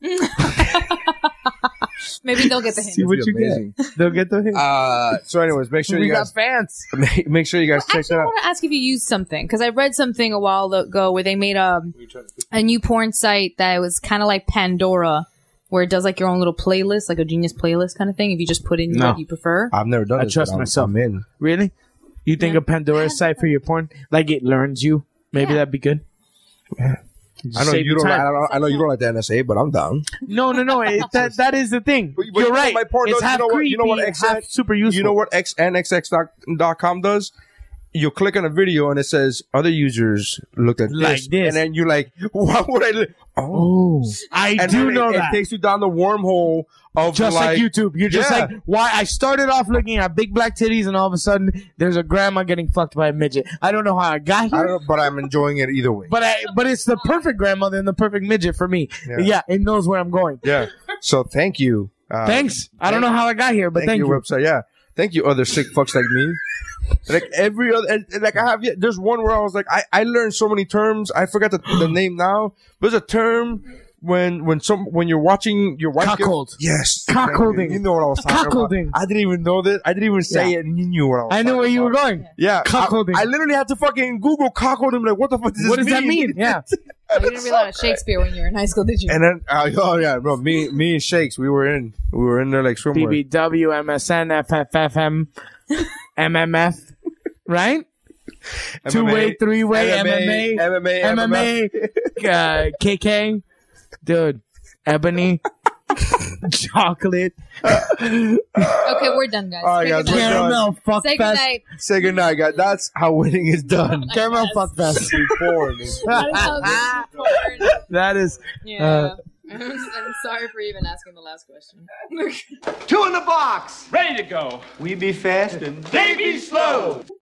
Speaker 9: Maybe they'll get the hint.
Speaker 8: See what you get. They'll get the hint.
Speaker 1: uh, so anyways, make sure
Speaker 8: we
Speaker 1: you
Speaker 8: got
Speaker 1: guys
Speaker 8: fans.
Speaker 1: make, make sure you guys check
Speaker 9: Actually,
Speaker 1: that
Speaker 9: I
Speaker 1: out.
Speaker 9: want to ask if you used something because I read something a while ago where they made a a new porn site that was kind of like Pandora, where it does like your own little playlist, like a genius playlist kind of thing. If you just put in
Speaker 8: No.
Speaker 9: what you prefer,
Speaker 1: I've never done.
Speaker 8: I
Speaker 1: this,
Speaker 8: trust
Speaker 1: but I'm-
Speaker 8: myself.
Speaker 1: I'm in.
Speaker 8: Really? You think a Pandora site for your porn? Like it learns you? Maybe that'd be good.
Speaker 1: I know
Speaker 8: Save
Speaker 1: you
Speaker 8: the
Speaker 1: don't. I,
Speaker 8: time.
Speaker 1: don't I know you don't like the NSA, but I'm down.
Speaker 8: No, no, no. It, that that is the thing.
Speaker 1: But- but
Speaker 8: You're
Speaker 1: you know
Speaker 8: right.
Speaker 1: my porn
Speaker 8: it's
Speaker 1: does- you
Speaker 8: half
Speaker 1: know what-
Speaker 8: creepy,
Speaker 1: you know what
Speaker 8: half
Speaker 1: except-
Speaker 8: super useful.
Speaker 1: You know what xnxx.com does? You click on a video and it says other users looked at
Speaker 8: Like
Speaker 1: this,
Speaker 8: this.
Speaker 1: and then you're like, "Why would I?" li- Oh,
Speaker 8: Oh, I
Speaker 1: and
Speaker 8: do
Speaker 1: then
Speaker 8: know
Speaker 1: it,
Speaker 8: that.
Speaker 1: It takes you down the wormhole of
Speaker 8: just like, YouTube. You're just
Speaker 1: Yeah.
Speaker 8: like, why? I started off looking at big black titties, and all of a sudden, there's a grandma getting fucked by a midget. I don't know how I got
Speaker 1: I
Speaker 8: here,
Speaker 1: don't know, but I'm enjoying it either way.
Speaker 8: but I, but it's the perfect grandmother and the perfect midget for me.
Speaker 1: Yeah.
Speaker 8: Yeah, it knows where I'm going.
Speaker 1: yeah. So thank you. Uh,
Speaker 8: Thanks. I don't know how I got here, but
Speaker 1: Thank,
Speaker 8: thank,
Speaker 1: you,
Speaker 8: you.
Speaker 1: website. Yeah. Thank you, other sick fucks like me. Like every other, and- and like I have. yet- There's one where I was like, I, I learned so many terms. I forgot the, the name now. There's a term when when some when you're watching your wife get-
Speaker 8: Cuckold.
Speaker 1: Yes.
Speaker 8: Cuckolding.
Speaker 1: You know what I was talking
Speaker 8: Cuckolding.
Speaker 1: about. I didn't even know this. I didn't even say
Speaker 8: Yeah.
Speaker 1: it, and you knew what I was
Speaker 8: I knew
Speaker 1: talking
Speaker 8: where you were
Speaker 1: about.
Speaker 8: going.
Speaker 1: Yeah. I-
Speaker 8: Cuckolding.
Speaker 1: I, literally had to fucking Google cuckolding. Like, what the fuck does
Speaker 8: what
Speaker 1: this
Speaker 8: does that mean? Yeah.
Speaker 9: you didn't read a lot of Shakespeare when you were in high school, did you?
Speaker 1: And then, uh, oh yeah, bro, me, me and Shakes, we were in, we were in there like swimwear.
Speaker 8: BBW, MSN, FFFM, MMF, right? Two way, three way, MMA,
Speaker 1: MMA, MMA.
Speaker 8: uh, KK, dude, Ebony, Chocolate,
Speaker 9: okay, we're done, guys.
Speaker 1: uh, All right,
Speaker 9: Say
Speaker 1: guys,
Speaker 9: goodnight.
Speaker 1: we're done.
Speaker 8: Caramel Fuck
Speaker 9: Say
Speaker 8: Fest,
Speaker 9: goodnight.
Speaker 1: Say goodnight, guys. That's how winning is done.
Speaker 8: Caramel Fuck Fest.
Speaker 1: We born.
Speaker 9: I don't know if this is porn.
Speaker 8: That is
Speaker 9: Yeah. I'm sorry for even asking the last question.
Speaker 12: Ready to go. We be fast and they be slow.